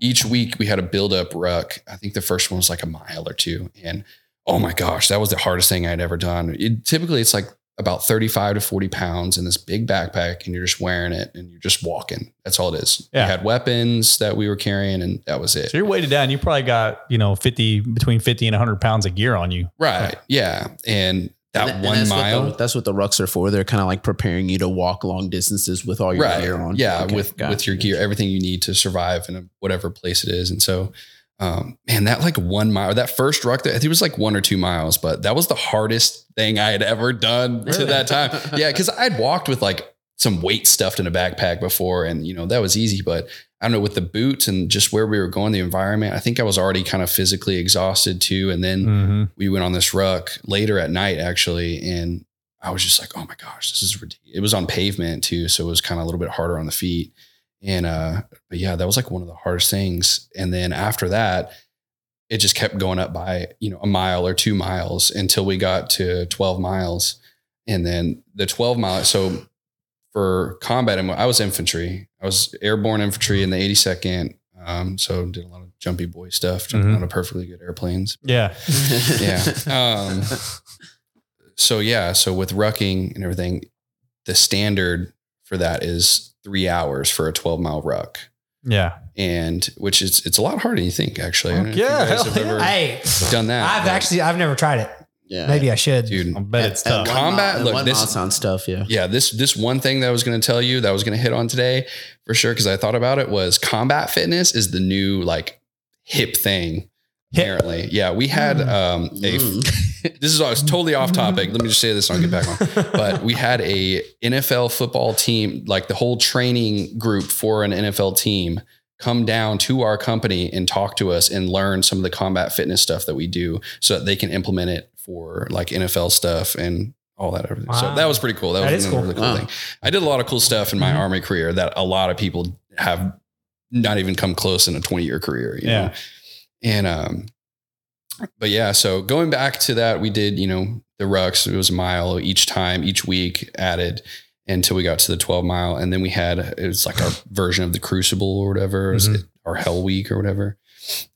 Speaker 3: each week we had a build up ruck. I think the first one was like a mile or two. And oh my gosh, that was the hardest thing I'd ever done. It, typically, it's like about 35 to 40 pounds in this big backpack, and you're just wearing it and you're just walking. That's all it is.
Speaker 1: Yeah.
Speaker 3: We had weapons that we were carrying, and that was it.
Speaker 1: So you're weighted down. You probably got you know fifty between fifty and hundred pounds of gear on you.
Speaker 3: Right. Yeah. And that
Speaker 2: And- and
Speaker 3: one
Speaker 2: that's what
Speaker 3: mile.
Speaker 2: the- that's what the rucks are for. They're kind of like preparing you to walk long distances with all your
Speaker 3: right.
Speaker 2: gear on.
Speaker 3: Yeah,
Speaker 2: Okay,
Speaker 3: with
Speaker 2: got
Speaker 3: with
Speaker 2: it.
Speaker 3: your gear, everything you need to survive in a, whatever place it is. And so, um, man, that like one mile, that first ruck, that I think it was like one or two miles, but that was the hardest thing I had ever done to
Speaker 2: Really?
Speaker 3: that time. yeah, because I'd walked with like some weight stuffed in a backpack before, and you know that was easy, but. I don't know with the boots and just where we were going, the environment. I think I was already kind of physically exhausted too, and then
Speaker 1: Mm-hmm.
Speaker 3: we went on this ruck later at night actually and i was just like oh my gosh this is ridiculous it was on pavement too so it was kind of a little bit harder on the feet and uh but yeah that was like one of the hardest things and then after that it just kept going up by you know a mile or two miles until we got to 12 miles and then the 12 mile so for combat and i was infantry i was airborne infantry in the 82nd um, so did a lot of jumpy boy stuff jumping
Speaker 1: Mhm.
Speaker 3: out of perfectly good airplanes
Speaker 1: Yeah.
Speaker 3: yeah. Um, so yeah, so with rucking and everything, the standard for that is three hours for a 12 mile ruck.
Speaker 1: Yeah.
Speaker 3: And which is it's a lot harder than you think, actually. I don't know if you
Speaker 1: Yeah,
Speaker 3: guys
Speaker 1: hell
Speaker 3: have
Speaker 1: yeah.
Speaker 3: ever
Speaker 4: Hey,
Speaker 3: done that.
Speaker 4: I've
Speaker 3: but,
Speaker 4: actually I've never tried it.
Speaker 2: yeah.
Speaker 4: Maybe I should.
Speaker 3: dude.
Speaker 1: I bet
Speaker 2: At-
Speaker 1: it's
Speaker 2: at
Speaker 1: tough.
Speaker 2: one
Speaker 3: Combat,
Speaker 2: mile- at
Speaker 3: look,
Speaker 2: one
Speaker 3: this-
Speaker 2: mile sounds tough. Yeah.
Speaker 3: Yeah, this this one thing that I was going to tell you that I was going to hit on today for sure because I thought about it was combat fitness is the new like hip thing.
Speaker 1: Hip.
Speaker 3: Apparently, yeah, we had um, a
Speaker 2: Mm.
Speaker 3: this is I was totally off topic. Let me just say this and I'll get back on. But we had a NFL football team, like the whole training group for an NFL team come down to our company and talk to us and learn some of the combat fitness stuff that we do so that they can implement it for like NFL stuff and all that everything. So
Speaker 4: Wow.
Speaker 3: that was pretty cool. That,
Speaker 4: That
Speaker 3: was
Speaker 4: is
Speaker 3: another
Speaker 4: cool.
Speaker 3: really cool
Speaker 2: Wow.
Speaker 3: thing. I did a lot of cool stuff in my
Speaker 4: Mhm.
Speaker 3: army career that a lot of people have not even come close in a 20 year career. You
Speaker 1: Yeah.
Speaker 3: Know? And, um, but yeah, so going back to that, we did, you know, the rucks, it was a mile each time, each week added until we got to the 12 mile. And then we had, it was like our version of the crucible or whatever, is it our hell week or whatever.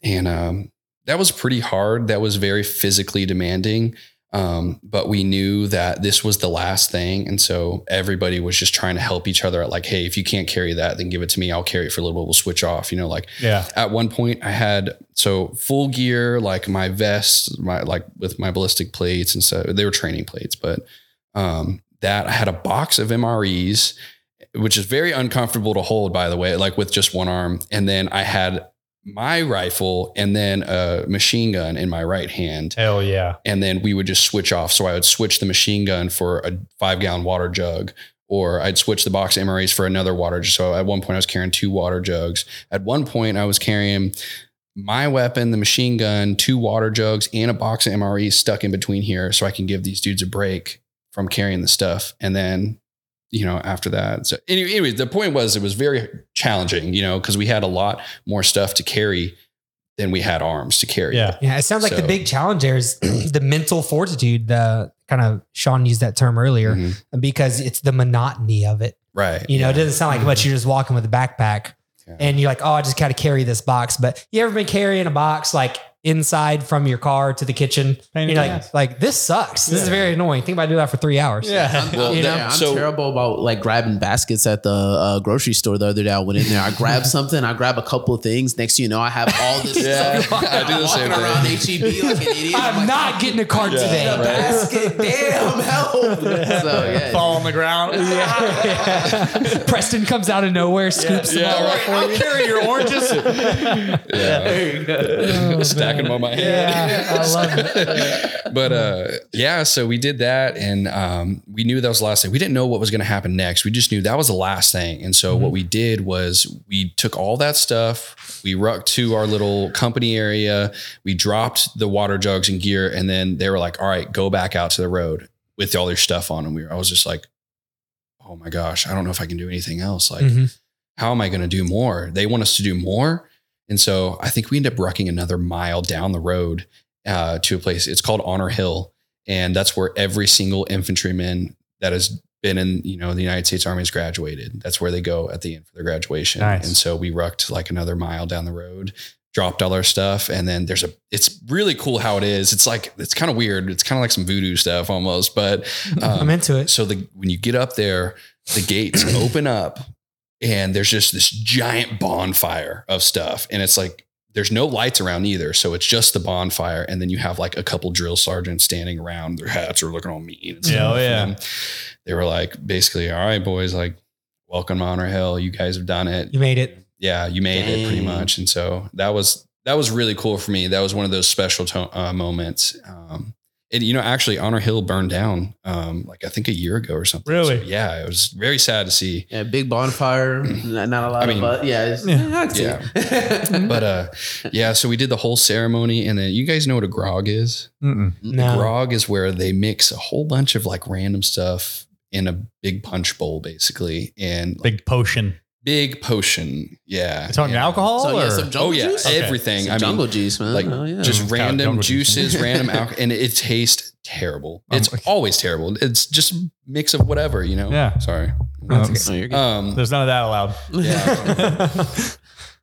Speaker 3: And, um, that was pretty hard. That was very physically demanding. Um, but we knew that this was the last thing. And so everybody was just trying to help each other out. Like, Hey, if you can't carry that, then give it to me. I'll carry it for a little bit. We'll switch off, you know, like
Speaker 1: Yeah.
Speaker 3: at one point I had so full gear, like my vest, my like with my ballistic plates and stuff. They were training plates, but um that I had a box of MREs, which is very uncomfortable to hold, by the way, like with just one arm. And then I had my rifle and then a machine gun in my right hand.
Speaker 1: Hell yeah.
Speaker 3: And then we would just switch off. So I would switch the machine gun for a five gallon water jug, or I'd switch the box MREs for another water. jug. So at one point I was carrying two water jugs. At one point I was carrying my weapon, the machine gun, two water jugs, and a box of MREs stuck in between here so I can give these dudes a break from carrying the stuff. And then, you know, after that. So anyway, anyways, the point was it was very challenging, you know, because we had a lot more stuff to carry than we had arms to carry.
Speaker 1: Yeah.
Speaker 4: Yeah, it sounds like
Speaker 3: So-
Speaker 4: the big challenge there is the mental fortitude. The kind of Sean used that term earlier
Speaker 3: Mhm.
Speaker 4: because it's the monotony of it.
Speaker 3: Right.
Speaker 4: You know, it doesn't sound like much. You're just walking with a backpack,
Speaker 3: Yeah.
Speaker 4: and you're like, "Oh, I just got to carry this box." But you ever been carrying a box like inside from your car to the kitchen.
Speaker 1: Pain in the
Speaker 4: You're like,
Speaker 1: ass.
Speaker 4: like this sucks. This is very annoying. Think about doing that for three hours.
Speaker 1: Yeah.
Speaker 2: I'm, well,
Speaker 4: You
Speaker 2: yeah,
Speaker 4: know?
Speaker 2: I'm
Speaker 3: So-
Speaker 2: terrible about like grabbing baskets at the uh, grocery store the other day. I went in there, I grabbed something, I grab a couple of things. Next, thing you know, I have all this
Speaker 3: Yeah,
Speaker 2: stuff.
Speaker 3: I do the same
Speaker 2: walking around
Speaker 3: thing.
Speaker 2: HEB like an idiot.
Speaker 4: I'm
Speaker 2: like,
Speaker 4: not getting a cart
Speaker 3: Yeah,
Speaker 4: today.
Speaker 2: a
Speaker 3: right.
Speaker 2: basket. Damn, help. So yeah,
Speaker 1: Fall on the ground.
Speaker 4: Preston comes out of nowhere, scoops
Speaker 3: Yeah,
Speaker 4: them all
Speaker 3: right.
Speaker 4: up for you.
Speaker 1: carry your oranges.
Speaker 3: Yeah. Stack them on my head.
Speaker 4: Yeah, I love it.
Speaker 3: but uh, yeah, so we did that, and um, we knew that was the last thing. We didn't know what was going to happen next. We just knew that was the last thing. And so
Speaker 4: Mm-hmm.
Speaker 3: what we did was we took all that stuff, we rucked to our little company area, we dropped the water jugs and gear, and then they were like, "All right, go back out to the road with all your stuff on." And we, were, I was just like, "Oh my gosh, I don't know if I can do anything else. Like,
Speaker 4: Mhm.
Speaker 3: how am I going to do more? They want us to do more." And so I think we end up rucking another mile down the road uh, to a place. It's called Honor Hill, and that's where every single infantryman that has been in you know the United States Army has graduated. That's where they go at the end for their graduation.
Speaker 4: Nice.
Speaker 3: And so we rucked like another mile down the road, dropped all our stuff, and then there's a. It's really cool how it is. It's like it's kind of weird. It's kind of like some voodoo stuff almost, but
Speaker 4: I'm into it.
Speaker 3: so the when you get up there, the gates open up and there's just this giant bonfire of stuff. And it's like there's no lights around either. So it's just the bonfire. And then you have like a couple drill sergeants standing around. Their hats are looking all mean. And
Speaker 1: Yeah,
Speaker 3: stuff.
Speaker 1: oh, yeah.
Speaker 3: And they were like, basically, all right, boys, like, welcome to Honor Hill. You guys have done it
Speaker 4: You made it.
Speaker 3: yeah, you made it pretty
Speaker 2: Dang.
Speaker 3: much. And so that was that was really cool for me. That was one of those special to- uh, moments. Um, and you know, actually, Honor Hill burned down um, like I think a year ago or something.
Speaker 1: Really?
Speaker 3: So, yeah, it was very sad to see.
Speaker 2: yeah, big bonfire. Not, not a lot
Speaker 3: I mean,
Speaker 2: of, but yeah, it's,
Speaker 1: yeah.
Speaker 2: I can see
Speaker 3: Yeah.
Speaker 2: it.
Speaker 3: But uh, yeah, so we did the whole ceremony, and then you guys know what a grog is.
Speaker 4: No.
Speaker 3: Grog is where they mix a whole bunch of like random stuff in a big punch bowl, basically, and like,
Speaker 1: Big potion.
Speaker 3: big potion. Yeah,
Speaker 1: You talking
Speaker 3: yeah.
Speaker 1: alcohol?
Speaker 2: so yeah,
Speaker 1: or-
Speaker 2: some jungle
Speaker 3: Oh yeah,
Speaker 2: juice.
Speaker 1: Okay.
Speaker 3: everything.
Speaker 2: Some
Speaker 3: I mean,
Speaker 2: jungle juice, man.
Speaker 3: like
Speaker 2: oh, yeah.
Speaker 3: just
Speaker 1: Mm,
Speaker 3: random
Speaker 1: jungle juice.
Speaker 3: juices, random alcohol, and it tastes terrible.
Speaker 1: Um,
Speaker 3: It's always terrible. It's just a mix of whatever, you know.
Speaker 1: Yeah.
Speaker 3: Sorry.
Speaker 4: That's
Speaker 1: Um,
Speaker 4: okay.
Speaker 2: Oh, you're good.
Speaker 3: Um,
Speaker 1: There's none of that allowed.
Speaker 3: Uh, yeah.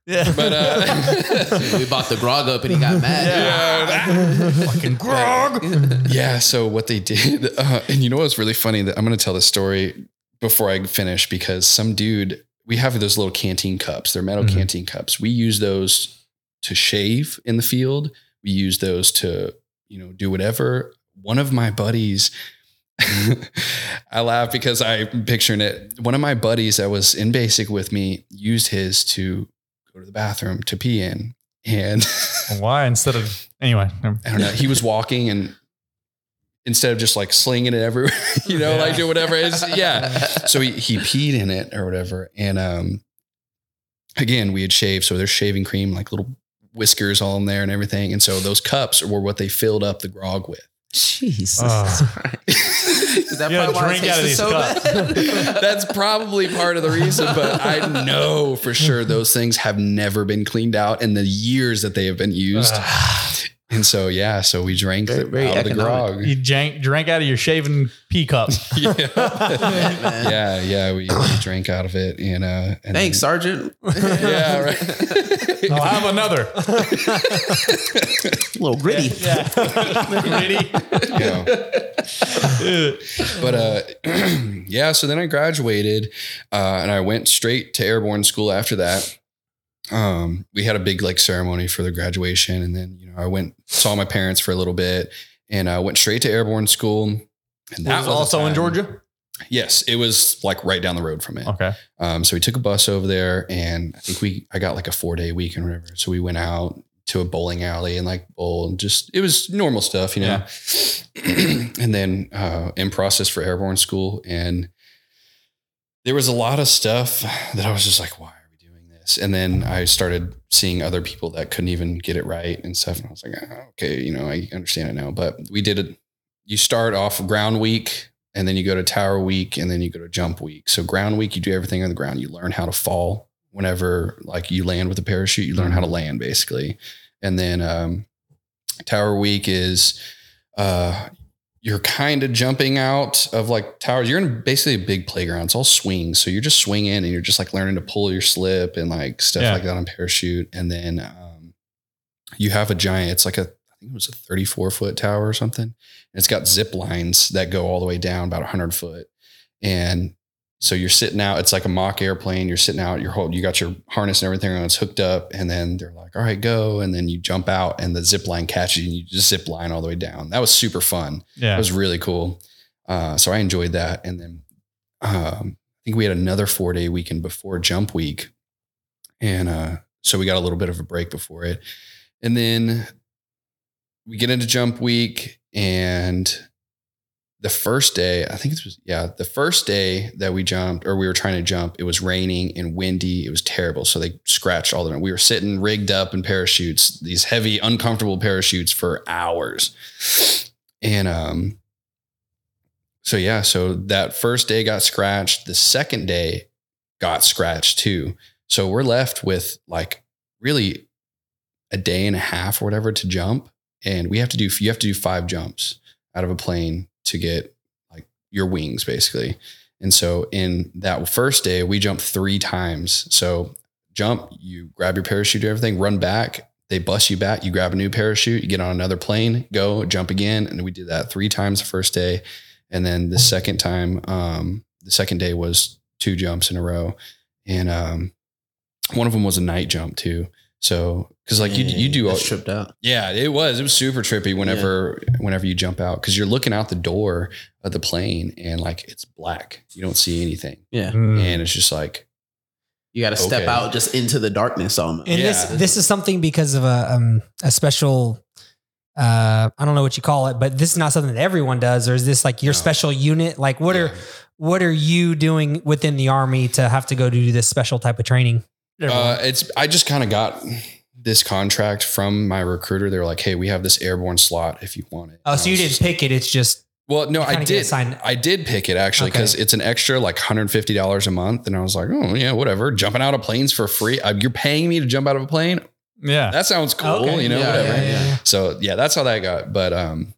Speaker 1: yeah.
Speaker 3: but
Speaker 2: Dude,
Speaker 3: uh,
Speaker 2: we bought the grog up and he got mad.
Speaker 1: fucking grog.
Speaker 3: yeah. So what they did, uh, and you know what's really funny that I'm going to tell this story before I finish because some dude we have those little canteen cups. They're metal
Speaker 1: Mhm.
Speaker 3: canteen cups. We use those to shave in the field. We use those to you know do whatever. One of my buddies. I laugh because I'm picturing it. One of my buddies that was in basic with me used his to go to the bathroom to pee in. And
Speaker 1: Why instead of anyway?
Speaker 3: I don't know. He was walking and instead of just like slinging it everywhere, you know,
Speaker 1: Yeah.
Speaker 3: like do whatever it is. Yeah. So he, he peed in it or whatever. And, um, again, we had shaved. So there's shaving cream, like little whiskers all in there and everything. And so those cups were what they filled up the grog with.
Speaker 2: Jesus.
Speaker 1: Uh,
Speaker 2: Is that
Speaker 1: You gotta
Speaker 2: probably why it
Speaker 1: drink out of
Speaker 2: tasted
Speaker 1: these
Speaker 2: so
Speaker 1: cups.
Speaker 2: bad?
Speaker 3: That's probably part of the reason, but I know for sure those things have never been cleaned out in the years that they have been used.
Speaker 1: uh,
Speaker 3: and so, yeah, so we drank
Speaker 2: Very-
Speaker 3: the-
Speaker 2: very
Speaker 3: out of the
Speaker 2: economic.
Speaker 3: grog.
Speaker 1: you drank, drank out of your shaven pea cup.
Speaker 3: Yeah.
Speaker 2: Yeah, man.
Speaker 3: yeah, yeah, we, we drank out of it, and uh, and
Speaker 2: Thanks, Sergeant.
Speaker 3: yeah, right.
Speaker 1: I'll have another.
Speaker 2: A little gritty.
Speaker 1: Ready?
Speaker 3: Yeah. But uh, yeah, so then I graduated, uh, and I went straight to airborne school after that. Um, we had a big like ceremony for the graduation, and then you know I went saw my parents for a little bit, and I went straight to airborne school. And
Speaker 1: That was
Speaker 3: the
Speaker 1: also in
Speaker 3: time-
Speaker 1: Georgia.
Speaker 3: Yes, it was like right down the road from it.
Speaker 1: Okay.
Speaker 3: Um, so we took a bus over there, and I think we I got like a four day week and whatever. So we went out to a bowling alley and like bowl and just it was normal stuff, you know. and then uh, in process for airborne school, and there was a lot of stuff that I was just like, why are we doing this? And then I started seeing other people that couldn't even get it right and stuff, and I was like, ah, okay, you know, I understand it now. But we did it. You start off ground week, and then you go to tower week and then you go to jump week so ground week you do everything on the ground you learn how to fall whenever like you land with a parachute you learn how to land basically and then um, tower week is uh, you're kind of jumping out of like towers you're in basically a big playground it's all swings so you're just swinging and you're just like learning to pull your slip and like stuff
Speaker 1: Yeah.
Speaker 3: like that on parachute and then um, you have a giant, it's like a, I think it was a 34 foot tower or something. And it's got zip lines that go all the way down about 100 foot. And so you're sitting out, it's like a mock airplane. You're sitting out, you're holding, you got your harness and everything on, it's hooked up. And then they're like, all right, go. And then you jump out and the zip line catches you and you just zip line all the way down. That was super fun. That
Speaker 1: Yeah.
Speaker 3: was really cool. Uh, so I enjoyed that. And then um, I think we had another four day weekend before jump week. And uh, so we got a little bit of a break before it. And then we get into jump week. And the first day, I think it was, yeah, the first day that we jumped or we were trying to jump, it was raining and windy. It was terrible. So they scratched all the We were sitting rigged up in parachutes, these heavy, uncomfortable parachutes for hours. And um so yeah, so that first day got scratched, the second day got scratched too. So we're left with like really a day and a half or whatever to jump and we have to do you have to do 5 jumps out of a plane to get like your wings basically. And so in that first day we jumped 3 times. So jump, you grab your parachute, do everything, run back, they bust you back, you grab a new parachute, you get on another plane, go jump again. And we did that three times the first day. And then the second time, um, the second day was two jumps in a row. And um, one of them was a night jump too. So, cause like you, you do, all,
Speaker 2: That's tripped out.
Speaker 3: yeah, it was, it was super trippy whenever, whenever you jump out, cause you're looking out the door of the plane and like, it's black, you don't see anything.
Speaker 2: Yeah,
Speaker 4: Mm.
Speaker 3: And it's just like,
Speaker 2: you got to step
Speaker 3: Okay.
Speaker 2: out just into the darkness almost.
Speaker 4: And
Speaker 3: Yeah.
Speaker 4: this this is something because of a um, a special uh, I don't know what you call it, but this is not something that everyone does. Or is this like your
Speaker 3: No.
Speaker 4: special unit? Like what are what are you doing within the army to have to go do this special type of training?
Speaker 3: Uh, it's I just kind of got this contract from my recruiter. They were like, "Hey, we have this airborne slot if you want it."
Speaker 4: Oh,
Speaker 3: And
Speaker 4: so
Speaker 3: I
Speaker 4: you
Speaker 3: was
Speaker 4: didn't
Speaker 3: just-
Speaker 4: pick it. It's just
Speaker 3: Well, no,
Speaker 4: you
Speaker 3: I
Speaker 4: kinda get
Speaker 3: did.
Speaker 4: assigned-
Speaker 3: I did pick it actually
Speaker 4: Okay.
Speaker 3: because it's an extra like hundred fifty dollars a month, and I was like, "Oh yeah, whatever." Jumping out of planes for free. Uh, you're paying me to jump out of a plane.
Speaker 1: yeah.
Speaker 3: That sounds cool.
Speaker 4: Okay.
Speaker 3: You know,
Speaker 2: Yeah,
Speaker 3: whatever.
Speaker 2: yeah, yeah.
Speaker 3: So yeah, that's how that got. But um,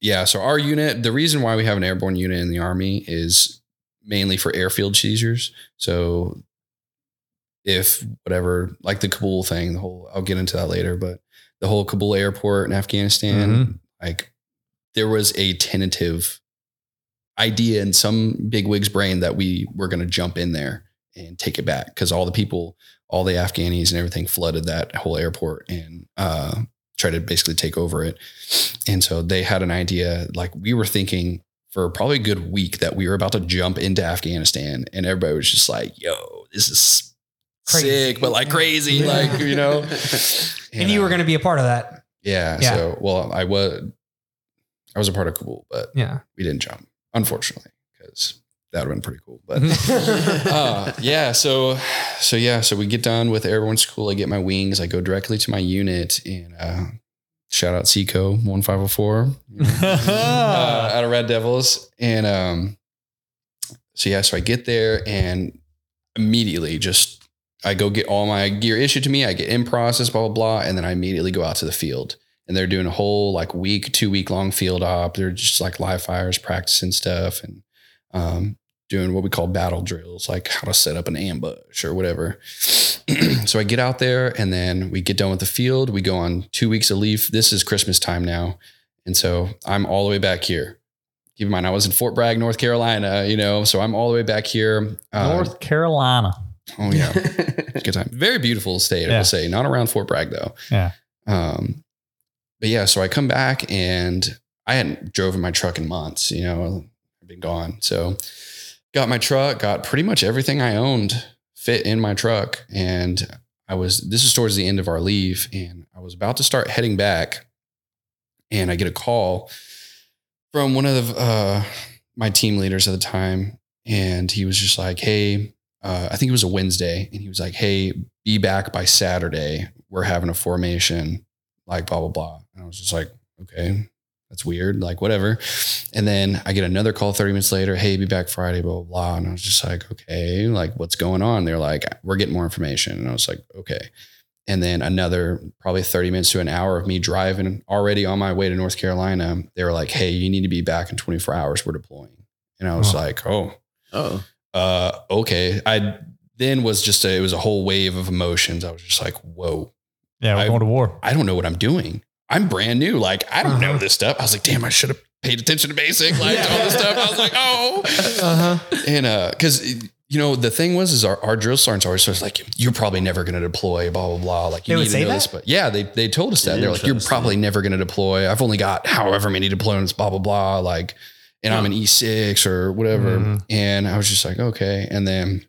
Speaker 3: yeah. So our unit, the reason why we have an airborne unit in the army is mainly for airfield seizures. So if whatever, like the Kabul thing, the whole I'll get into that later, but the whole Kabul airport in Afghanistan, like there was a tentative idea in some bigwig's brain that we were going to jump in there and take it back because all the people, all the Afghanis and everything flooded that whole airport and uh, tried to basically take over it. And so they had an idea, like we were thinking for probably a good week that we were about to jump into Afghanistan, and everybody was just like, "Yo, this is."
Speaker 4: Crazy.
Speaker 3: Sick, but like crazy,
Speaker 4: Yeah.
Speaker 3: like you know.
Speaker 4: and you were
Speaker 3: uh,
Speaker 4: going to be a part of that.
Speaker 3: yeah,
Speaker 4: Yeah.
Speaker 3: So, well, I was, I was a part of Kabul, but
Speaker 4: Yeah.
Speaker 3: we didn't jump, unfortunately, because that would have been pretty cool. But uh,
Speaker 2: uh,
Speaker 3: yeah, so, so yeah, so we get done with airborne school. I get my wings. I go directly to my unit, and uh, shout out Seco one five zero four uh, out of Red Devils. And um, so yeah, so I get there and immediately just I go get all my gear issued to me. I get in process, blah blah blah, and then I immediately go out to the field. And they're doing a whole like week, two week long field op. They're just like live fires, practicing stuff, and um, doing what we call battle drills, like how to set up an ambush or whatever. so I get out there and then we get done with the field. We go on two weeks of leave. This is Christmas time now. And so I'm all the way back here. Keep in mind, I was in Fort Bragg, North Carolina, you know, so I'm all the way back here. Uh,
Speaker 1: North Carolina.
Speaker 3: Oh, yeah. Good time. Very beautiful state, I
Speaker 1: Yeah.
Speaker 3: will say. Not around Fort Bragg, though.
Speaker 1: Yeah.
Speaker 3: Um, but yeah, so I come back and I hadn't driven my truck in months, you know, I've been gone. So got my truck, got pretty much everything I owned fit in my truck. And I was, this is towards the end of our leave, and I was about to start heading back. And I get a call from one of the, uh, my team leaders at the time. And he was just like, Hey, uh, I think it was a Wednesday. And he was like, Hey, be back by Saturday. We're having a formation, like blah, blah, blah. And I was just like, okay, that's weird, like whatever. And then I get another call 30 minutes later, hey, be back Friday, blah, blah, blah. And I was just like, okay, like what's going on? They're like, we're getting more information. And I was like, okay. And then another probably 30 minutes to an hour of me driving already on my way to North Carolina. They were like, hey, you need to be back in 24 hours. We're deploying. And I was
Speaker 1: Oh.
Speaker 3: like, oh,
Speaker 2: oh,
Speaker 3: uh, okay. I then was just a, it was a whole wave of emotions. I was just like, whoa,
Speaker 1: Yeah, we're
Speaker 3: I-
Speaker 1: going to war.
Speaker 3: I don't know what I'm doing. I'm brand new. Like, I don't
Speaker 4: Uh-huh.
Speaker 3: know this stuff. I was like, damn, I should have paid attention to basic, like to all this stuff. I was like, oh.
Speaker 2: Uh
Speaker 4: Uh-huh.
Speaker 2: huh.
Speaker 3: And uh, cause you know, the thing was is our, our drill sergeants always was like, you're probably never gonna deploy, blah, blah, blah. Like you
Speaker 4: They would
Speaker 3: need to
Speaker 4: say
Speaker 3: know
Speaker 4: that?
Speaker 3: this, but yeah, they they told us that. They're like, You're
Speaker 2: Interesting.
Speaker 3: probably never gonna deploy. I've only got however many deployments, blah, blah, blah. Like, and I'm an E6 or whatever.
Speaker 4: Mhm.
Speaker 3: And I was just like, okay. And then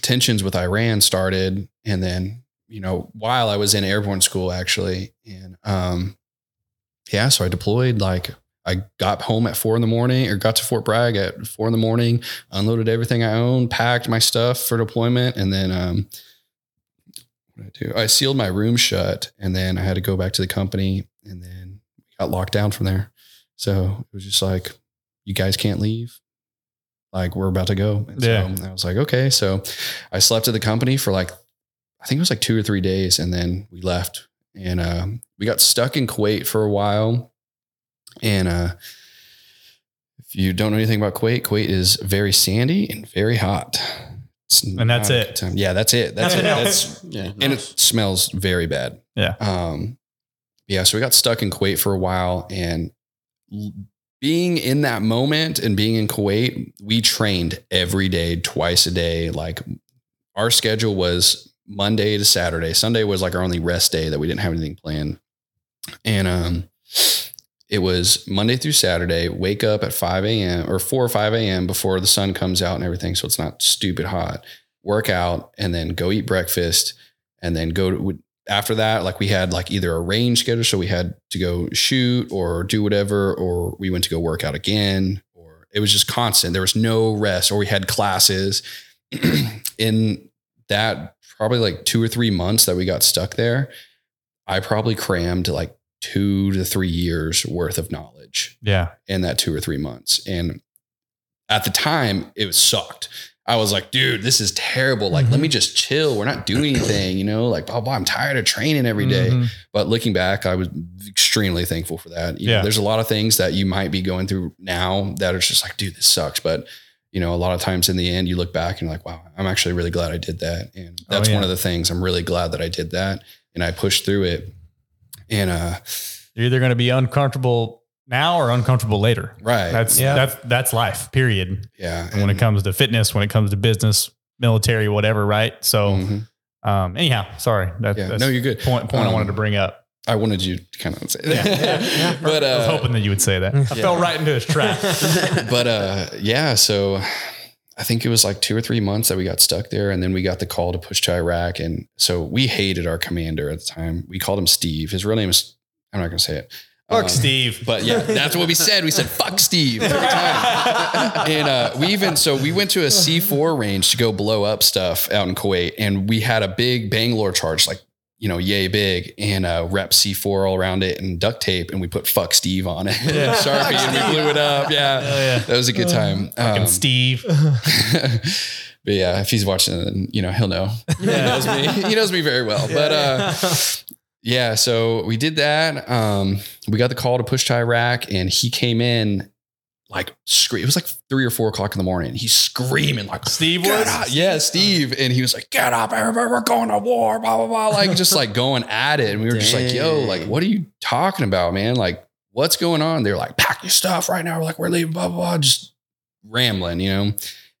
Speaker 3: tensions with Iran started. And then, you know, while I was in airborne school actually, and um, yeah, so I deployed like I got home at four in the morning or got to Fort Bragg at four in the morning, unloaded everything I owned, packed my stuff for deployment, and then um what did I do? I sealed my room shut and then I had to go back to the company and then got locked down from there. So it was just like, you guys can't leave. Like we're about to go. And
Speaker 1: Yeah.
Speaker 3: so I was like, okay. So I slept at the company for like I think it was like two or three days, and then we left. And um, we got stuck in Kuwait for a while. And uh, if you don't know anything about Kuwait, Kuwait is very sandy and very hot. It's
Speaker 1: And that's
Speaker 3: not a
Speaker 1: it.
Speaker 3: good time. Yeah, that's it. That's
Speaker 1: Nothing
Speaker 3: it.
Speaker 1: else.
Speaker 3: That's
Speaker 2: Yeah.
Speaker 3: and it smells very bad.
Speaker 1: Yeah.
Speaker 3: Um, yeah. So we got stuck in Kuwait for a while, and l- being in that moment and being in Kuwait, we trained every day, twice a day. Like our schedule was Monday to Saturday. Sunday was like our only rest day that we didn't have anything planned, and um. It was Monday through Saturday. Wake up at 5 a.m. or 4 or 5 a.m. before the sun comes out and everything. So it's not stupid hot. Work out and then go eat breakfast and then go to, after that like we had like either a range schedule so we had to go shoot or do whatever or we went to go work out again or it was just constant there was no rest or we had classes in that probably like two or three months that we got stuck there i probably crammed like two to three years worth of knowledge
Speaker 1: Yeah.
Speaker 3: in that two or three months. And at the time, it was sucked. I was like, dude, this is terrible. Like, let me
Speaker 1: Mm-hmm.
Speaker 3: just chill. We're not doing anything, you know, like, blah, blah. I'm tired of training every day.
Speaker 1: Mhm.
Speaker 3: But looking back, I was extremely thankful for that. You know,
Speaker 1: Yeah.
Speaker 3: there's a lot of things that you might be going through now that are just like, dude, this sucks. But you know, a lot of times in the end, you look back and you're like, wow, I'm actually really glad I did that. And
Speaker 1: Oh,
Speaker 3: that's
Speaker 1: yeah.
Speaker 3: one of the things I'm really glad that I did that. And I pushed through it. And uh,
Speaker 1: You're either going to be uncomfortable now or uncomfortable later.
Speaker 3: right. Mm.
Speaker 1: That's
Speaker 4: Yeah.
Speaker 1: that's that's life. Period.
Speaker 3: yeah.
Speaker 1: And when it
Speaker 3: And-
Speaker 1: comes to fitness, when it comes to business, military, whatever, right? So,
Speaker 3: Mhm.
Speaker 1: um, anyhow, sorry. That,
Speaker 3: yeah.
Speaker 1: That's
Speaker 3: No, you're good.
Speaker 1: point point I
Speaker 3: Um,
Speaker 1: wanted to bring up.
Speaker 3: I wanted you to kind of say that.
Speaker 1: Yeah.
Speaker 2: Yeah.
Speaker 3: But
Speaker 1: I was
Speaker 3: uh,
Speaker 1: hoping that you would say that. I fell right into his trap.
Speaker 3: but uh, yeah, so I think it was like two or three months that we got stuck there, and then we got the call to push to Iraq, and so we hated our commander at the time. We called him Steve. His real name is I'm not going to say it.
Speaker 1: Fuck
Speaker 3: Um,
Speaker 1: Steve.
Speaker 3: But yeah, that's what we said. We said fuck Steve every time. and uh, we even so we went to a C4 range to go blow up stuff out in Kuwait, and we had a big Bangalore charge, like you know, yay big, and uh, rep C4 all around it and duct tape, and we put fuck Steve on it,
Speaker 1: Yeah.
Speaker 3: Sharpie, and we blew it up. Yeah,
Speaker 1: Oh, yeah.
Speaker 3: that was a good time.
Speaker 1: Fucking
Speaker 3: Um,
Speaker 1: Steve.
Speaker 3: but yeah, if he's watching, then, you know, he'll know. He knows me. He knows me very well. But uh, yeah, so we did that. Um, we got the call to push to Iraq, and he came in like scream. It was like three or four o'clock in the morning. He's screaming like
Speaker 1: Steve
Speaker 3: "Get
Speaker 1: was.
Speaker 3: up!" Yeah, Steve, and he was like, "Get up, everybody! We're going to war!" Blah blah blah. Like just like going at it, and we were just like, "Yo,
Speaker 2: Dang.
Speaker 3: like what are you talking about, man? Like what's going on?" They're like, "Pack your stuff right now." We're like, "We're leaving." Blah blah blah. Just rambling, you know.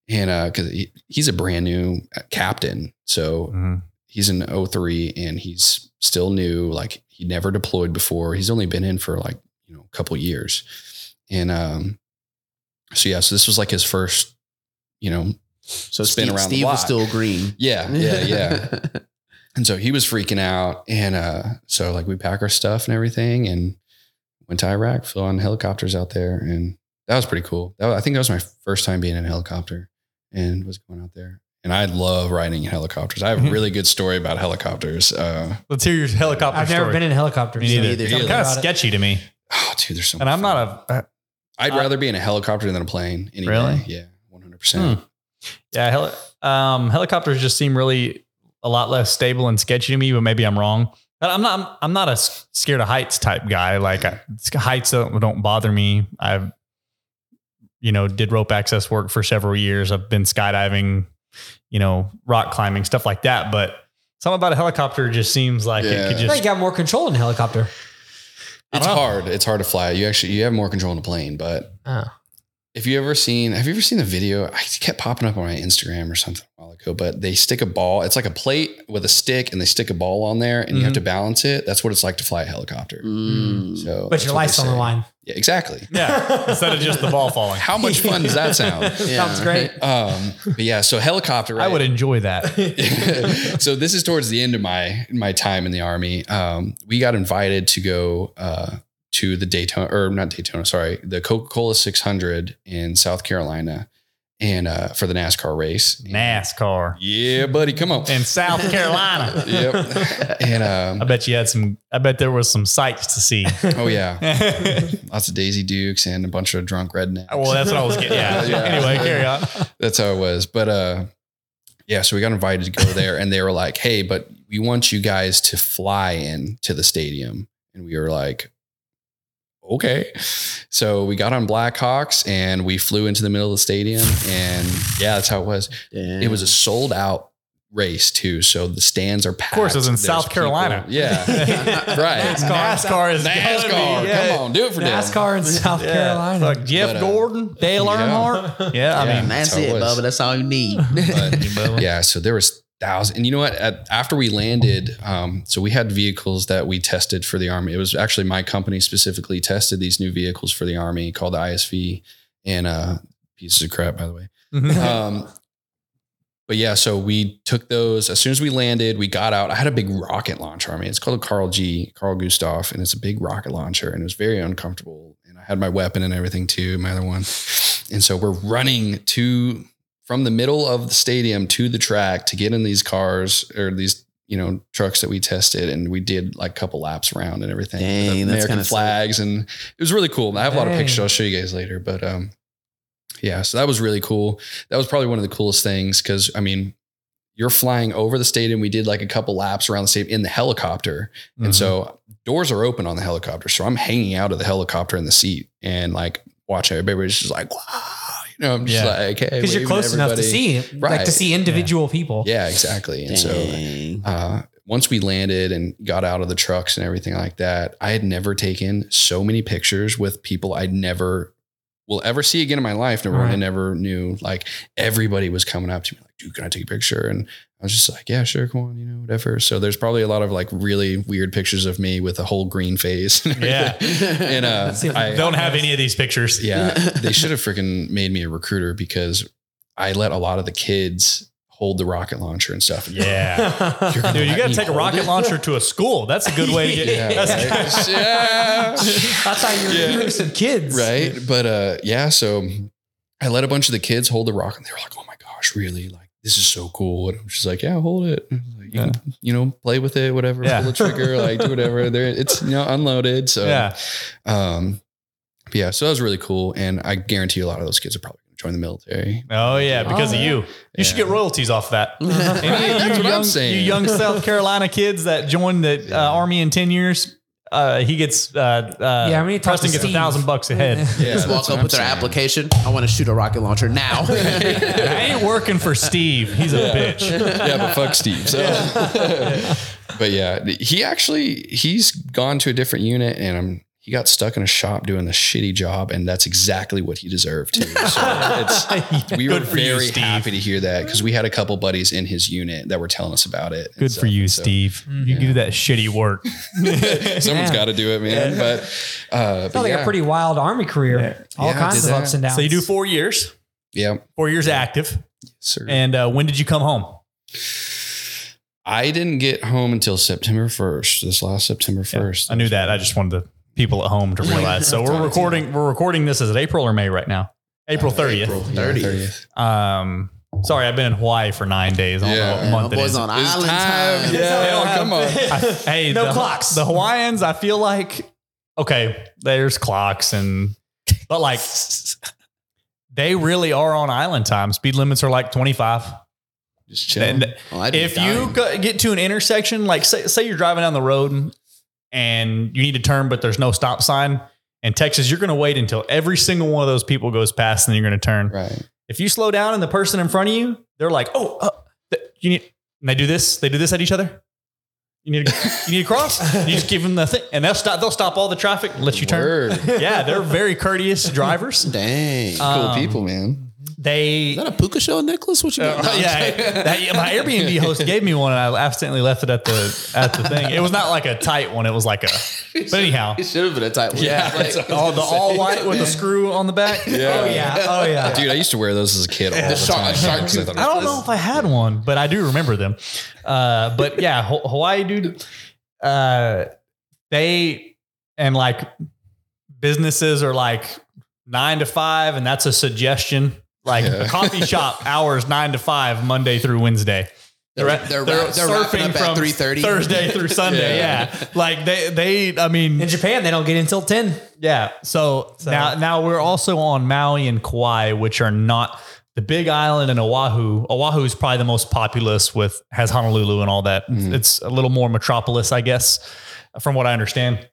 Speaker 3: And uh, because he, he's a brand new uh, captain, so
Speaker 1: Mhm.
Speaker 3: he's in 03 and he's still new like he never deployed before he's only been in for like you know a couple years and um so yeah so this was like his first you know
Speaker 2: So
Speaker 3: Spin
Speaker 2: Steve,
Speaker 3: around the
Speaker 2: Steve was
Speaker 3: block.
Speaker 2: still green.
Speaker 3: yeah yeah yeah and so he was freaking out and uh so like we pack our stuff and everything and went to iraq flew on helicopters out there and that was pretty cool that was, i think that was my first time being in a helicopter and was going out there and i love riding in helicopters i have a
Speaker 1: Mm-hmm.
Speaker 3: really good story about helicopters uh
Speaker 1: Let's hear your helicopter
Speaker 4: I've never
Speaker 1: story.
Speaker 4: been in a helicopter.
Speaker 1: Me neither.
Speaker 2: either.
Speaker 1: It's kind of
Speaker 4: About it.
Speaker 1: sketchy to me.
Speaker 3: oh dude there's so
Speaker 1: And
Speaker 3: much
Speaker 1: I'm
Speaker 3: fun.
Speaker 1: not a,
Speaker 3: I'd
Speaker 1: Uh,
Speaker 3: rather be in a helicopter than a plane. Anyway.
Speaker 1: Really? Hmm.
Speaker 3: Yeah, one hundred percent.
Speaker 1: yeah, heli- um, helicopters just seem really a lot less stable and sketchy to me, but maybe I'm wrong. But I'm not, I'm, I'm not a s- scared of heights type guy. Like I, heights don't, don't bother me. I've, you know, did rope access work for several years. I've been skydiving, you know, rock climbing, stuff like that. But Something about a helicopter just seems like it
Speaker 3: Yeah.
Speaker 1: could
Speaker 4: I
Speaker 1: just.
Speaker 4: you got more control in a helicopter.
Speaker 1: I
Speaker 3: It's
Speaker 1: don't know.
Speaker 3: hard. It's hard to fly. You actually you have more control in a plane, but
Speaker 4: Oh.
Speaker 3: if you ever seen have you ever seen the video? I it kept popping up on my Instagram or something a while ago, but they stick a ball. It's like a plate with a stick and they stick a ball on there and you have
Speaker 4: Mm.
Speaker 1: Mhm.
Speaker 3: to balance it. That's what it's like to fly a helicopter.
Speaker 2: Mm.
Speaker 3: So
Speaker 4: But
Speaker 3: that's
Speaker 4: your
Speaker 3: what they
Speaker 4: life's on the
Speaker 3: say.
Speaker 4: line.
Speaker 3: Yeah, exactly.
Speaker 1: Yeah. Instead of just the ball falling.
Speaker 3: How much fun does that sound?
Speaker 4: Sounds
Speaker 2: Yeah.
Speaker 4: great.
Speaker 3: Um, but yeah, so helicopter.
Speaker 1: I
Speaker 3: right?
Speaker 1: would enjoy that.
Speaker 3: so this is towards the end of my my time in the army. Um, we got invited to go uh, to the Daytona or not Daytona, sorry, the Coca Cola 600 in South Carolina, and uh, for the NASCAR race.
Speaker 1: NASCAR
Speaker 3: Yeah, buddy, come on.
Speaker 1: in South Carolina.
Speaker 3: yep. And
Speaker 1: I
Speaker 3: um,
Speaker 1: bet you had some. I bet there was some sights to see.
Speaker 3: oh yeah,
Speaker 1: well,
Speaker 3: lots of Daisy Dukes and a bunch of drunk rednecks.
Speaker 1: that's what I was getting. Yeah.
Speaker 3: Yeah.
Speaker 1: Anyway, carry on.
Speaker 3: That's how it was. But uh yeah, so we got invited to go there and they were like, "Hey, but we want you guys to fly in to the stadium." And we were like, "Okay." So we got on Blackhawks and we flew into the middle of the stadium and yeah, that's how it was.
Speaker 2: Damn.
Speaker 3: Mm. It was a sold out race too, so the stands are packed.
Speaker 1: Mm. Of course, it was in
Speaker 3: There's
Speaker 1: South
Speaker 3: people-
Speaker 1: Carolina.
Speaker 3: Yeah. Right.
Speaker 1: NASCAR is
Speaker 3: NASCAR,
Speaker 1: gotta be- yeah.
Speaker 3: come on, do it for them.
Speaker 4: NASCAR in South
Speaker 1: Yeah.
Speaker 4: Carolina.
Speaker 1: Fuck, Jeff
Speaker 3: But, uh,
Speaker 1: Gordon, Dale
Speaker 3: yeah.
Speaker 1: Earnhardt. Yeah, I
Speaker 3: Yeah.
Speaker 1: mean,
Speaker 2: That's
Speaker 3: That's how it
Speaker 2: it,
Speaker 3: was.
Speaker 2: Bubba. That's all you need.
Speaker 3: But-
Speaker 1: Bubba.
Speaker 3: yeah so there was thousands and you know what At, after we landed um, so we had vehicles that we tested for the army it was actually my company specifically tested these new vehicles for the army called the isv and uh pieces of crap by the way
Speaker 1: Mhm.
Speaker 3: um, but yeah, so we took those as soon as we landed. We got out. I had a big rocket launcher on me. It's called a Carl G, Carl Gustav, and it's a big rocket launcher, and it was very uncomfortable. And I had my weapon and everything too, my other one. And so we're running to from the middle of the stadium to the track to get in these cars or these you know trucks that we tested, and we did like a couple laps around and everything. with
Speaker 2: Dang, that's
Speaker 3: American
Speaker 2: kinda sick.
Speaker 3: flags, and it was really cool. I have a lot of
Speaker 4: Dang.
Speaker 3: pictures. I'll show you guys later, but um, yeah, so that was really cool. That was probably one of the coolest things because I mean, you're flying over the stadium. We did like a couple laps around the stadium in the helicopter, and so
Speaker 4: Mm-hmm.
Speaker 3: doors are open on the helicopter. So I'm hanging out of the helicopter in the seat and like watching everybody's just like, wow, you know, I'm just
Speaker 1: Yeah.
Speaker 3: like, hey,
Speaker 4: Because
Speaker 3: waving
Speaker 4: you're close enough to
Speaker 3: everybody.
Speaker 4: see, it, like
Speaker 3: Right.
Speaker 4: to see individual people.
Speaker 3: Yeah, exactly. And so
Speaker 2: Dang.
Speaker 3: uh, once we landed and got out of the trucks and everything like that, I had never taken so many pictures with people I never will ever see again in my life. Never, I
Speaker 4: Right.
Speaker 3: never knew. Like everybody was coming up to me, like, "Dude, can I take a picture?" And I was just like, "Yeah, sure, come on," you know, whatever. So there's probably a lot of like really weird pictures of me with a whole green face. and
Speaker 1: Yeah.
Speaker 3: everything. and uh,
Speaker 4: Let's see if we
Speaker 3: I,
Speaker 1: don't have any of these pictures.
Speaker 3: yeah, they should have freaking made me a recruiter because I let a lot of the kids hold the rocket launcher and stuff.
Speaker 1: Yeah.
Speaker 3: You're gonna
Speaker 1: Dude, you
Speaker 3: let
Speaker 1: got to
Speaker 3: me
Speaker 1: take a
Speaker 3: hold
Speaker 1: rocket launcher to a school. That's a good way to get.
Speaker 3: Yeah,
Speaker 1: that's-
Speaker 3: right. Yeah.
Speaker 4: That's how you're
Speaker 3: Yeah.
Speaker 4: recruiting some kids,
Speaker 3: right? But uh, yeah, so I let a bunch of the kids hold the rock, and they were like, "Oh my gosh, really? Like this is so cool!" And I'm just like, "Yeah, hold it. And I was Like, you, can, you know, play with it, whatever.
Speaker 1: Yeah.
Speaker 3: Pull the trigger, like do whatever. There, it's you know unloaded. So
Speaker 1: Yeah.
Speaker 3: um, but yeah. So that was really cool, and I guarantee you a lot of those kids are probably going to join the military.
Speaker 1: Oh yeah, because
Speaker 4: Oh,
Speaker 1: of
Speaker 4: yeah.
Speaker 1: you. You should
Speaker 3: Yeah.
Speaker 1: get royalties off that.
Speaker 2: Right?
Speaker 1: Any of
Speaker 3: That's
Speaker 1: you
Speaker 3: what I'm
Speaker 1: young,
Speaker 3: saying.
Speaker 1: You young South Carolina kids that joined the uh,
Speaker 3: Yeah.
Speaker 1: army in ten years, uh, he gets. Uh, uh,
Speaker 4: Yeah, I'm gonna talk to
Speaker 1: Preston gets a
Speaker 4: Steve.
Speaker 1: thousand bucks a head.
Speaker 3: Yeah,
Speaker 2: Just
Speaker 3: that's
Speaker 2: walk
Speaker 3: what
Speaker 2: up
Speaker 3: I'm
Speaker 2: with their
Speaker 3: saying.
Speaker 2: application. I want to shoot a rocket launcher now.
Speaker 1: I ain't working for Steve. He's a bitch.
Speaker 3: yeah, but fuck Steve. So. but yeah, he actually he's gone to a different unit, and I'm he got stuck in a shop doing a shitty job, and that's exactly what he deserved too. So it's. We were
Speaker 1: Good for you,
Speaker 3: very
Speaker 1: Steve.
Speaker 3: happy to hear that because we had a couple buddies in his unit that were telling us about it. and
Speaker 1: Good
Speaker 3: stuff.
Speaker 1: for you,
Speaker 3: So
Speaker 1: Steve. You do that shitty work.
Speaker 3: Someone's
Speaker 4: Yeah.
Speaker 3: got to do it, man. But, uh,
Speaker 4: Sounds
Speaker 3: but
Speaker 4: like
Speaker 3: yeah,
Speaker 4: a pretty wild army career. All
Speaker 3: Yeah, I
Speaker 4: kinds
Speaker 3: did
Speaker 4: of
Speaker 3: that.
Speaker 4: ups and downs.
Speaker 1: so you do four years,
Speaker 3: yeah,
Speaker 1: four years active.
Speaker 3: sir.
Speaker 1: And uh, when did you come home?
Speaker 3: I didn't get home until September first. This last September first.
Speaker 1: I knew that. I just wanted the people at home to realize. So we're recording. We're recording this as it April or May right now? April thirtieth.
Speaker 2: Thirtieth.
Speaker 1: Um, sorry, I've been in Hawaii for nine days. I don't know
Speaker 3: Yeah.
Speaker 1: what
Speaker 2: Yeah, my
Speaker 1: month it
Speaker 2: boy's
Speaker 1: is.
Speaker 2: on
Speaker 3: It's
Speaker 2: island
Speaker 3: time.
Speaker 2: time.
Speaker 3: Yeah, come on.
Speaker 1: I- hey,
Speaker 4: No
Speaker 1: the,
Speaker 4: clocks.
Speaker 1: The Hawaiians, I feel like okay. There's clocks and but like they really are on island time. Speed limits are like 25.
Speaker 3: Just chilling. Oh,
Speaker 1: And
Speaker 2: Well, I'd be
Speaker 1: if you
Speaker 2: dying.
Speaker 1: go, get to an intersection, like say, say you're driving down the road and you need to turn, but there's no stop sign in Texas, you're going to wait until every single one of those people goes past, and then you're going to turn.
Speaker 3: right.
Speaker 1: If you slow down and the person in front of you, they're like, "Oh, uh, th- you need and they do this. They do this at each other. You need to, you need to cross. You just give them the thing, and they'll stop. They'll stop all the traffic and let you turn.
Speaker 3: Word.
Speaker 1: Yeah, they're very courteous drivers.
Speaker 2: Dang.
Speaker 3: Cool
Speaker 1: Um,
Speaker 3: people, man.
Speaker 1: They
Speaker 2: Is that a puka shell necklace? What you got?
Speaker 1: Uh, yeah, that- my Airbnb host gave me one, and I accidentally left it at the at the thing. It was not like a tight one; it was like a. But anyhow,
Speaker 2: It should have been a tight one.
Speaker 3: Yeah.
Speaker 2: Like,
Speaker 3: that's what I
Speaker 1: all
Speaker 3: was
Speaker 1: the
Speaker 3: gonna say.
Speaker 1: all white with a screw on the back.
Speaker 3: Yeah.
Speaker 4: Oh yeah. Oh yeah.
Speaker 3: Dude, I used to wear those as a kid all the,
Speaker 2: shark-
Speaker 3: time.
Speaker 2: shark
Speaker 3: because I
Speaker 2: tooth.
Speaker 3: thought it
Speaker 1: I don't
Speaker 3: was-
Speaker 1: know if I had one, but I do remember them. Uh, but yeah, Ho- Hawaii, dude. Uh, they and like businesses are like nine to five, and that's a suggestion. Like
Speaker 3: Yeah.
Speaker 1: a coffee shop hours nine to five, Monday through Wednesday.
Speaker 2: They're, they're, they're, they're wrapping up at 3.30.
Speaker 1: Thursday through Sunday.
Speaker 3: Yeah.
Speaker 1: yeah. like they they I mean
Speaker 4: In Japan, they don't get in until ten.
Speaker 1: yeah. So,
Speaker 4: So-
Speaker 1: now now we're also on Maui and Kauai, which are not the Big Island and Oahu. Oahu is probably the most populous with has Honolulu and all that.
Speaker 3: Mhm.
Speaker 1: It's a little more metropolis, I guess, from what I understand.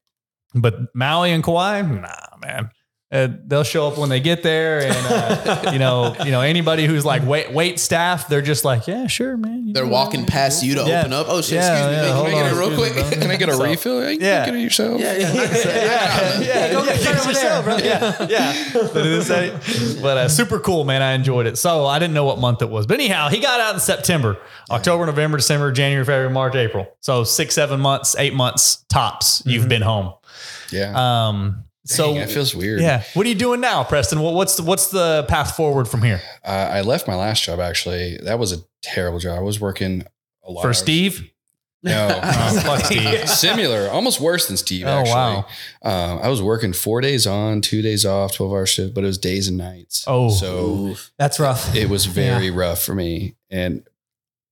Speaker 1: But Maui and Kauai, nah, man. Uh, they'll show up when they get there, and uh, you know, you know, anybody who's like wait wait staff, they're just like, yeah, sure, man. You
Speaker 2: They're
Speaker 1: know,
Speaker 2: walking past you to
Speaker 1: Yeah.
Speaker 2: open up. Oh, shit.
Speaker 1: Yeah,
Speaker 2: excuse me.
Speaker 1: yeah,
Speaker 2: man,
Speaker 1: hold
Speaker 2: can I
Speaker 1: on,
Speaker 2: get it real
Speaker 1: excuse me,
Speaker 2: quick?
Speaker 1: bro.
Speaker 3: Can I get a
Speaker 1: So-
Speaker 3: refill? Yeah, you
Speaker 1: Yeah.
Speaker 3: Can get it yourself?
Speaker 2: yeah, yeah.
Speaker 1: yeah, yeah,
Speaker 4: go get it over there.
Speaker 1: yeah, yeah. But, it is that- but, uh, super cool, man. I enjoyed it. So I didn't know what month it was, but anyhow, he got out in September, October, November, December, January, February, March, April. So six, seven months, eight months tops. You've been home.
Speaker 2: Uh,
Speaker 3: Yeah.
Speaker 1: Um, so
Speaker 3: Dang, it feels weird.
Speaker 1: yeah, what are you doing now, Preston? What, what's the, what's the path forward from here
Speaker 3: Uh, I left my last job actually. That was a terrible job. I was working a lot
Speaker 1: for
Speaker 3: of-
Speaker 1: Steve?
Speaker 3: No, Uh,
Speaker 1: Oh, fuck Steve.
Speaker 3: similar, almost worse than Steve.
Speaker 1: Oh,
Speaker 3: actually.
Speaker 1: wow.
Speaker 3: Um, I was working four days on, two days off, twelve hour shift, but it was days and nights.
Speaker 1: Oh.
Speaker 3: so
Speaker 4: That's rough.
Speaker 3: it was very rough for me, and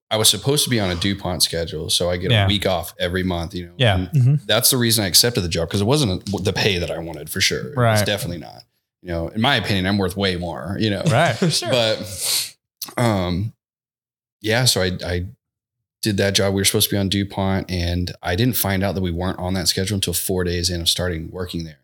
Speaker 3: I was supposed to be on a Dupont schedule, so I get
Speaker 1: Yeah.
Speaker 3: a week off every month. You know,
Speaker 1: Yeah. Mm-hmm.
Speaker 3: And
Speaker 4: Mhm.
Speaker 3: that's the reason I accepted the job because it wasn't the pay that I wanted for sure. It was
Speaker 1: Right.
Speaker 3: definitely not. You know, in my opinion, I'm worth way more. You know,
Speaker 1: Right.
Speaker 3: but um yeah so i i did that job we were supposed to be on dupont and i didn't find out that we weren't on that schedule until four days in of starting working there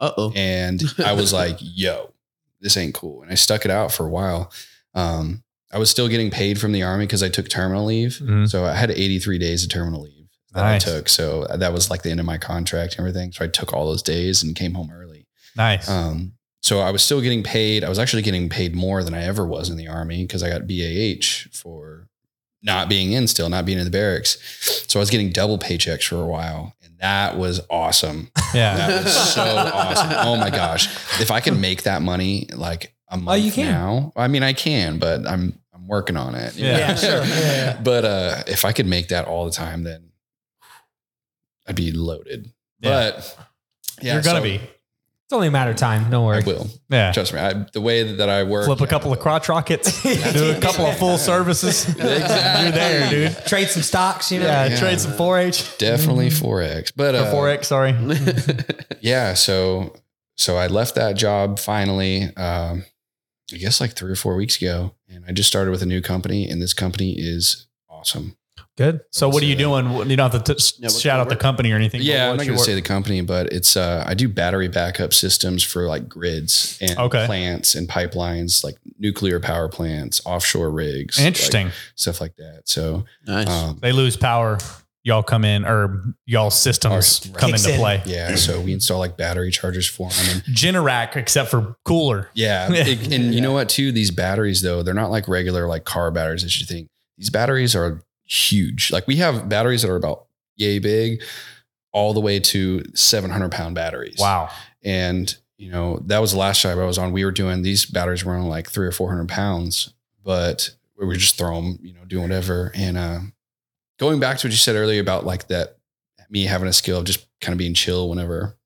Speaker 2: Uh-oh.
Speaker 3: and i was like yo this ain't cool and i stuck it out for a while um i was still getting paid from the army because i took terminal leave
Speaker 1: Mhm.
Speaker 3: so i had 83 days of terminal leave that
Speaker 1: Nice.
Speaker 3: i took so that was like the end of my contract and everything so i took all those days and came home early
Speaker 1: Nice.
Speaker 3: um, so I was still getting paid. I was actually getting paid more than I ever was in the army because I got BAH for not being in still, not being in the barracks. So I was getting double paychecks for a while. And that was awesome.
Speaker 1: yeah.
Speaker 3: That was so awesome. Oh my gosh. If I can make that money like a
Speaker 1: Oh,
Speaker 3: month
Speaker 4: you can.
Speaker 3: now, I mean, I can, but I'm, I'm working on it. you
Speaker 1: Yeah.
Speaker 3: know?
Speaker 4: Yeah, sure. Yeah.
Speaker 3: But uh, if I could make that all the time, then I'd be loaded.
Speaker 1: Yeah.
Speaker 3: But yeah,
Speaker 1: You're gonna
Speaker 3: so
Speaker 1: be.
Speaker 4: It's only a matter of time. Don't worry.
Speaker 3: I will.
Speaker 1: Yeah.
Speaker 3: Trust me, I, the way that I work.
Speaker 1: Flip a
Speaker 3: yeah,
Speaker 1: couple of
Speaker 3: I
Speaker 1: crotch rockets, do a couple of full services. You're there, dude.
Speaker 4: Trade some stocks, you know.
Speaker 1: Yeah,
Speaker 3: Yeah.
Speaker 1: trade some 4-H.
Speaker 3: will. Definitely
Speaker 1: Mm-hmm.
Speaker 3: forex, but
Speaker 1: Or
Speaker 3: uh,
Speaker 1: 4X, sorry.
Speaker 3: Yeah, so so I left that job finally. Um, I guess like three or four weeks ago, and I just started with a new company, and this company is awesome.
Speaker 1: Good. So what are you doing? You don't have to t-
Speaker 2: Yeah, what's
Speaker 1: shout
Speaker 2: your
Speaker 1: out the
Speaker 2: work?
Speaker 1: company or anything.
Speaker 3: Yeah,
Speaker 1: but
Speaker 3: I'm not
Speaker 1: what's
Speaker 3: going
Speaker 1: your
Speaker 3: to
Speaker 1: work-
Speaker 3: say the company, but it's uh, I do battery backup systems for like grids and
Speaker 1: Okay.
Speaker 3: plants and pipelines, like nuclear power plants, offshore rigs, like,
Speaker 1: Interesting.
Speaker 3: stuff like that. So
Speaker 2: nice.
Speaker 3: um,
Speaker 1: they lose power. Y'all come in or y'all systems
Speaker 3: Our-
Speaker 1: come
Speaker 4: Kicks
Speaker 1: into
Speaker 4: in.
Speaker 1: play.
Speaker 3: yeah, so we install like battery chargers for them, and
Speaker 1: Generac, except for cooler.
Speaker 3: Yeah.
Speaker 1: Yeah.
Speaker 3: It- and you know what, too? These batteries, though, they're not like regular, like car batteries that you think. These batteries are huge. Like we have batteries that are about yay big, all the way to 700 pound batteries.
Speaker 1: Wow.
Speaker 3: And, you know, that was the last job I was on. We were doing these batteries were on like three or 400 pounds, but we were just throwing them, you know, doing whatever. And uh, going back to what you said earlier about like that, me having a skill of just kind of being chill whenever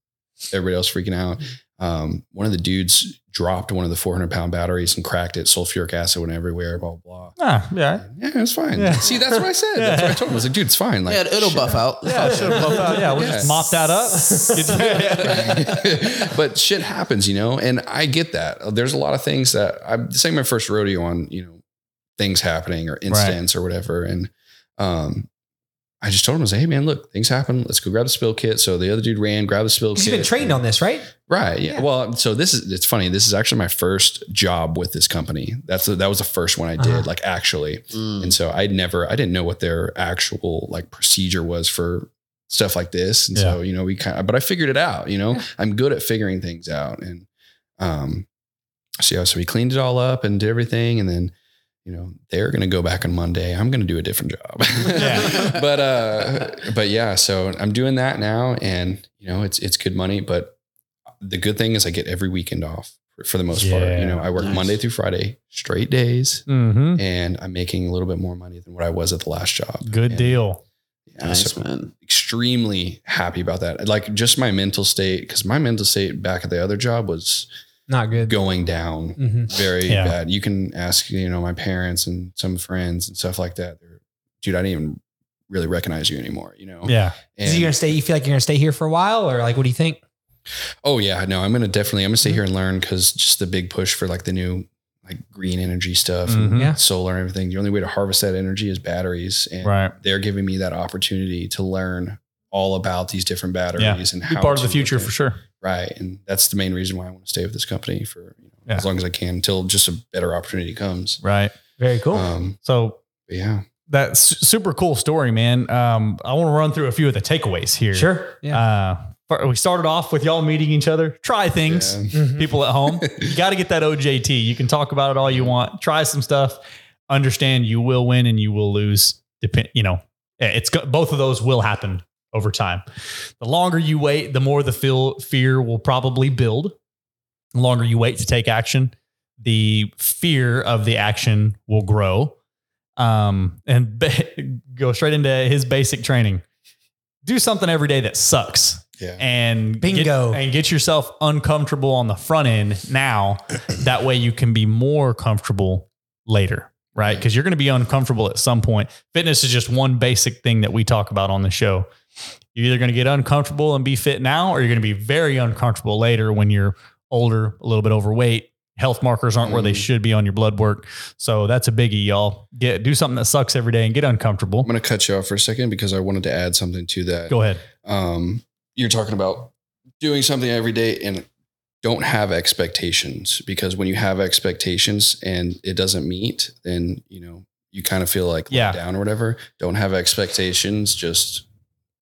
Speaker 3: everybody else freaking out. Um, one of the dudes dropped one of the 400 pound batteries and cracked it. Sulfuric acid went everywhere, blah, blah, blah.
Speaker 1: Ah, yeah.
Speaker 3: Yeah, it's fine.
Speaker 1: Yeah.
Speaker 3: See, that's what I said. That's what I told him. I was like, dude, it's fine. Like,
Speaker 2: yeah, it'll
Speaker 3: shit.
Speaker 2: buff out.
Speaker 1: Yeah, sure.
Speaker 4: uh,
Speaker 1: Well, yeah, we'll just
Speaker 3: Yeah.
Speaker 1: mop that up.
Speaker 3: but shit happens, you know, and I get that. There's a lot of things that I'm this ain't my first rodeo on, you know, things happening or incidents or whatever. And um I just told him, I was like, hey man, look, things happen. Let's go grab the spill kit. So the other dude ran, grabbed the spill
Speaker 4: Because
Speaker 3: kit.
Speaker 4: you've been trained on this, right?
Speaker 3: Right. Yeah.
Speaker 4: Yeah.
Speaker 3: Well, so this is it's funny. This is actually my first job with this company. That's that was the first one I did,
Speaker 4: Uh-huh.
Speaker 3: like actually.
Speaker 2: Mm.
Speaker 3: And so I never I didn't know what their actual like procedure was for stuff like this. And so, you know, we kind of but I figured it out, you know. I'm good at figuring things out and um so yeah, so we cleaned it all up and did everything and then you know, they're going to go back on Monday. I'm going to do a different job.
Speaker 1: Yeah.
Speaker 3: but uh but yeah so i'm doing that now and you know it's it's good money but the good thing is i get every weekend off for, for the most part
Speaker 1: Yeah.
Speaker 3: you know i work
Speaker 2: Nice.
Speaker 3: monday through friday straight days
Speaker 4: Mm-hmm.
Speaker 3: and i'm making a little bit more money than what i was at the last job
Speaker 1: Good
Speaker 3: And,
Speaker 1: deal.
Speaker 3: yeah,
Speaker 2: nice
Speaker 3: so
Speaker 2: man.
Speaker 3: extremely happy about that like just my mental state because my mental state back at the other job was
Speaker 4: Not good.
Speaker 3: going down
Speaker 4: Mm-hmm.
Speaker 3: very
Speaker 1: Yeah.
Speaker 3: bad you can ask you know my parents and some friends and stuff like that They're, dude i didn't even really recognize you anymore you know
Speaker 1: Yeah.
Speaker 3: And-
Speaker 4: Is you gonna stay? You feel like you're gonna stay here for a while, or like what do you think?
Speaker 3: Oh yeah, no, I'm gonna definitely I'm gonna stay
Speaker 1: Mm-hmm.
Speaker 3: here and learn because just the big push for like the new like green energy stuff,
Speaker 1: Mhm.
Speaker 4: Yeah.
Speaker 3: and solar and everything. The only way to harvest that energy is batteries, and
Speaker 1: Right.
Speaker 3: they're giving me that opportunity to learn all about these different batteries and
Speaker 1: Be
Speaker 3: how
Speaker 1: part of
Speaker 3: to
Speaker 1: the future
Speaker 3: look at-
Speaker 1: for sure.
Speaker 3: right? And that's the main reason why I want to stay with this company for you know,
Speaker 1: Yeah.
Speaker 3: as long as I can until just a better opportunity comes.
Speaker 1: Right.
Speaker 4: Very cool.
Speaker 3: Um,
Speaker 1: So
Speaker 3: but yeah,
Speaker 1: that's super cool story, man. Um, I want to run through a few of the takeaways here.
Speaker 4: sure. Yeah.
Speaker 1: Uh, fir- we started off with y'all meeting each other. Try things,
Speaker 3: Yeah.
Speaker 4: Mhm.
Speaker 1: people at home. you got to get that OJT. You can talk about it all you want. Try some stuff. Understand you will win and you will lose. Depend, you know, eh, it's go- both of those will happen over time. The longer you wait, the more the feel, fear will probably build. The longer you wait to take action, the fear of the action will grow. Um, and ba- go straight into his basic training. Do something every day that sucks
Speaker 3: yeah.
Speaker 1: and get-
Speaker 4: Bingo.
Speaker 1: and get yourself uncomfortable on the front end now. that way you can be more comfortable later, right? Because you're going to be uncomfortable at some point. Fitness is just one basic thing that we talk about on the show. You're either going to get uncomfortable and be fit now, or you're going to be very uncomfortable later when you're older, a little bit overweight. Health markers aren't where they
Speaker 3: Mm.
Speaker 1: should be on your blood work. So that's a biggie, y'all. Get do something that sucks every day and get
Speaker 3: I'm
Speaker 1: uncomfortable.
Speaker 3: gonna cut you off for a second because I wanted to add something to that.
Speaker 1: Go ahead.
Speaker 3: um, you're talking about doing something every day and don't have expectations because when you have expectations and it doesn't meet, then you know you kind of feel like let
Speaker 1: Yeah.
Speaker 3: down or whatever. Don't have expectations. Just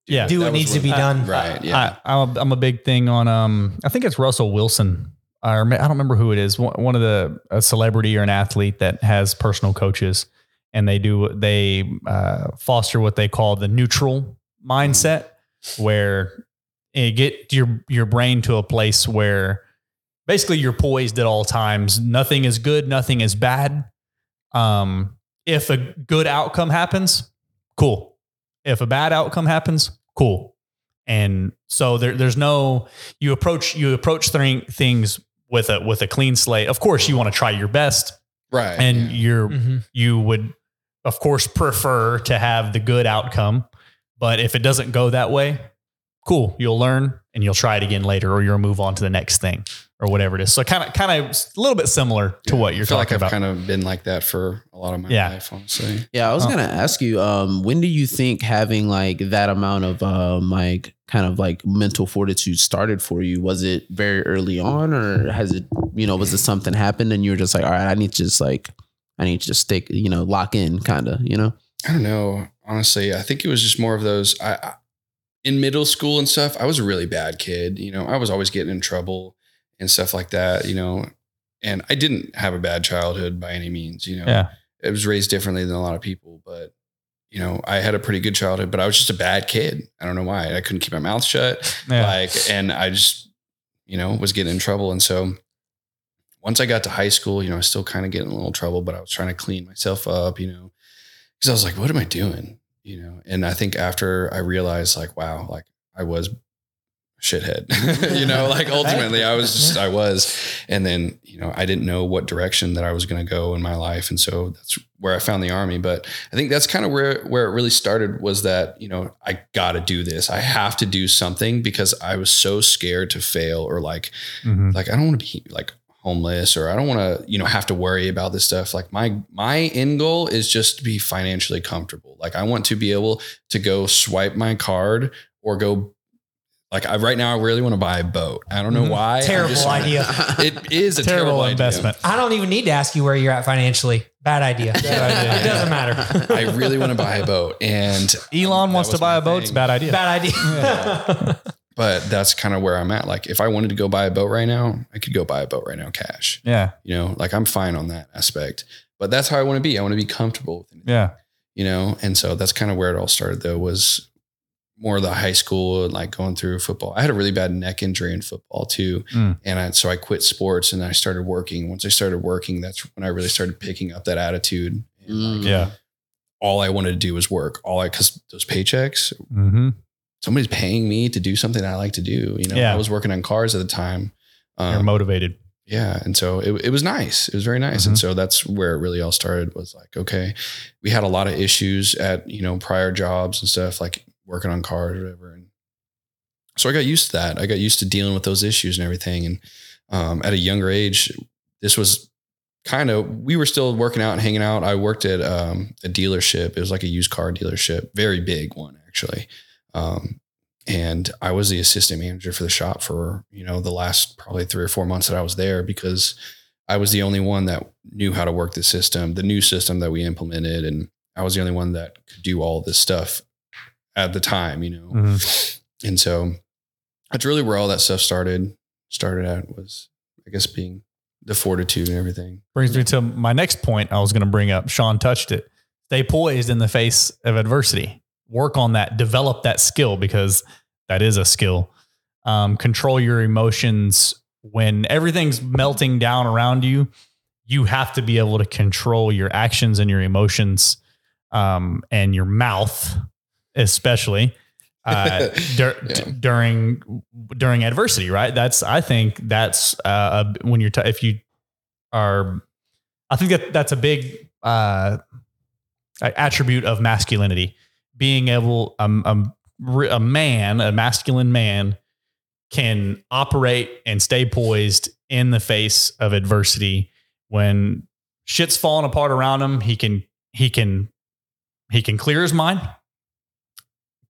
Speaker 1: Yeah.
Speaker 4: do
Speaker 3: that
Speaker 4: what
Speaker 3: was
Speaker 4: needs to
Speaker 3: what-
Speaker 4: be
Speaker 1: uh,
Speaker 4: done.
Speaker 3: right. Yeah.
Speaker 1: I, I'm, a, I'm a big thing on um. I think it's Russell Wilson. Or ma- I don't remember who it is. One, one of the a celebrity or an athlete that has personal coaches, and they do they uh, foster what they call the neutral mindset, where it get your your brain to a place where basically you're poised at all times. Nothing is good. Nothing is bad. Um, if a good outcome happens, cool. If a bad outcome happens, cool. And so there, there's no you approach you approach thing, things with a with a clean slate. Of course, you want to try your best,
Speaker 3: right.
Speaker 1: and
Speaker 3: yeah.
Speaker 1: you're
Speaker 4: Mhm.
Speaker 1: you would of course prefer to have the good outcome. But if it doesn't go that way, cool, you'll learn and you'll try it again later, or you'll move on to the next thing or whatever it is. So kind of kind of a little bit similar to
Speaker 3: Yeah.
Speaker 1: what you're
Speaker 3: I feel like
Speaker 1: talking about.
Speaker 3: I've kind of been like that for a lot of my
Speaker 1: Yeah.
Speaker 3: life, honestly.
Speaker 2: Yeah, I was
Speaker 1: Oh.
Speaker 2: gonna ask you, um, when do you think having like that amount of um, like kind of like mental fortitude started for you? Was it very early on, or has it you know was it something happened and you were just like, all right, I need to just like I need to just stick you know lock in, kind of you know?
Speaker 3: I don't know. Honestly, I think it was just more of those. I, I in middle school and stuff, I was a really bad kid. You know, I was always getting in trouble and stuff like that. You know, and I didn't have a bad childhood by any means. You know,
Speaker 1: Yeah.
Speaker 3: I was raised differently than a lot of people, but you know, I had a pretty good childhood. But I was just a bad kid. I don't know why. I couldn't keep my mouth shut.
Speaker 1: Yeah.
Speaker 3: Like, and I just, you know, was getting in trouble. And so once I got to high school, you know, I was still kind of getting in a little trouble, but I was trying to clean myself up, you know, because I was like, what am I doing? You know, and I think after I realized, like, wow, like I was shithead, you know, like ultimately I was just, I was. And then, you know, I didn't know what direction that I was going to go in my life. And so that's where I found the army. But I think that's kind of where, where it really started was that, you know, I got to do this. I have to do something because I was so scared to fail or like,
Speaker 1: Mhm.
Speaker 3: like I don't want to be like homeless or I don't want to, you know, have to worry about this stuff. Like my my end goal is just to be financially comfortable. Like I want to be able to go swipe my card or go Like I right now, I really want to buy a boat. I don't know
Speaker 1: Mhm.
Speaker 3: why. I
Speaker 4: Terrible
Speaker 3: just wanna-
Speaker 4: idea.
Speaker 3: It is a terrible, idea.
Speaker 1: investment.
Speaker 4: I don't even need to ask you where you're at financially. Bad idea.
Speaker 1: idea.
Speaker 4: It doesn't matter.
Speaker 3: I really want to buy a boat, and
Speaker 1: Elon
Speaker 3: That
Speaker 1: wants to
Speaker 3: was
Speaker 1: buy
Speaker 3: my
Speaker 1: a boat. It's a
Speaker 3: thing.
Speaker 1: bad idea.
Speaker 4: Bad idea.
Speaker 3: but that's kind of where I'm at. Like if I wanted to go buy a boat right now, I could go buy a boat right now, cash.
Speaker 1: yeah.
Speaker 3: You know, like I'm fine on that aspect. But that's how I want to be. I want to be comfortable with it.
Speaker 1: Yeah.
Speaker 3: you know and so that's kind of where it all started though was more the high school and like going through football i had a really bad neck injury in football too
Speaker 1: Mm.
Speaker 3: and I, so i quit sports and i started working once i started working that's when i really started picking up that attitude and like,
Speaker 2: Mm.
Speaker 1: Yeah.
Speaker 3: all i wanted to do was work all i because those paychecks
Speaker 1: Mm-hmm.
Speaker 3: somebody's paying me to do something that i like to do you know
Speaker 1: Yeah.
Speaker 3: i was working on cars at the time
Speaker 1: You're
Speaker 3: um,
Speaker 1: motivated.
Speaker 3: yeah and so it, it was nice it was very nice and so that's where it really all started was like okay we had a lot of issues at you know prior jobs and stuff like working on cars or whatever and so i got used to that i got used to dealing with those issues and everything and um, at a younger age this was kind of we were still working out and hanging out i worked at um, a dealership it was like a used car dealership very big one actually um, and I was the assistant manager for the shop for you know the last probably three or four months that I was there because I was the only one that knew how to work the system, the new system that we implemented, and I was the only one that could do all this stuff at the time, you know.
Speaker 1: Mm.
Speaker 3: And so that's really where all that stuff started. Started at was I guess being the fortitude and everything.
Speaker 1: Brings me to my next point I was going to bring up. Sean touched it. Stay poised in the face of adversity. Work on that, develop that skill because that is a skill. Um, control your emotions when everything's melting down around you. You have to be able to control your actions and your emotions um, and your mouth, especially. Uh, dur-
Speaker 3: Yeah.
Speaker 1: d- during during adversity, right? That's I think that's uh, a- when you're t- if you are, I think that that's a big uh, a- attribute of masculinity, being able um, um, re- a man, a masculine man, can operate and stay poised in the face of adversity when shit's falling apart around him. He can he can he can clear his mind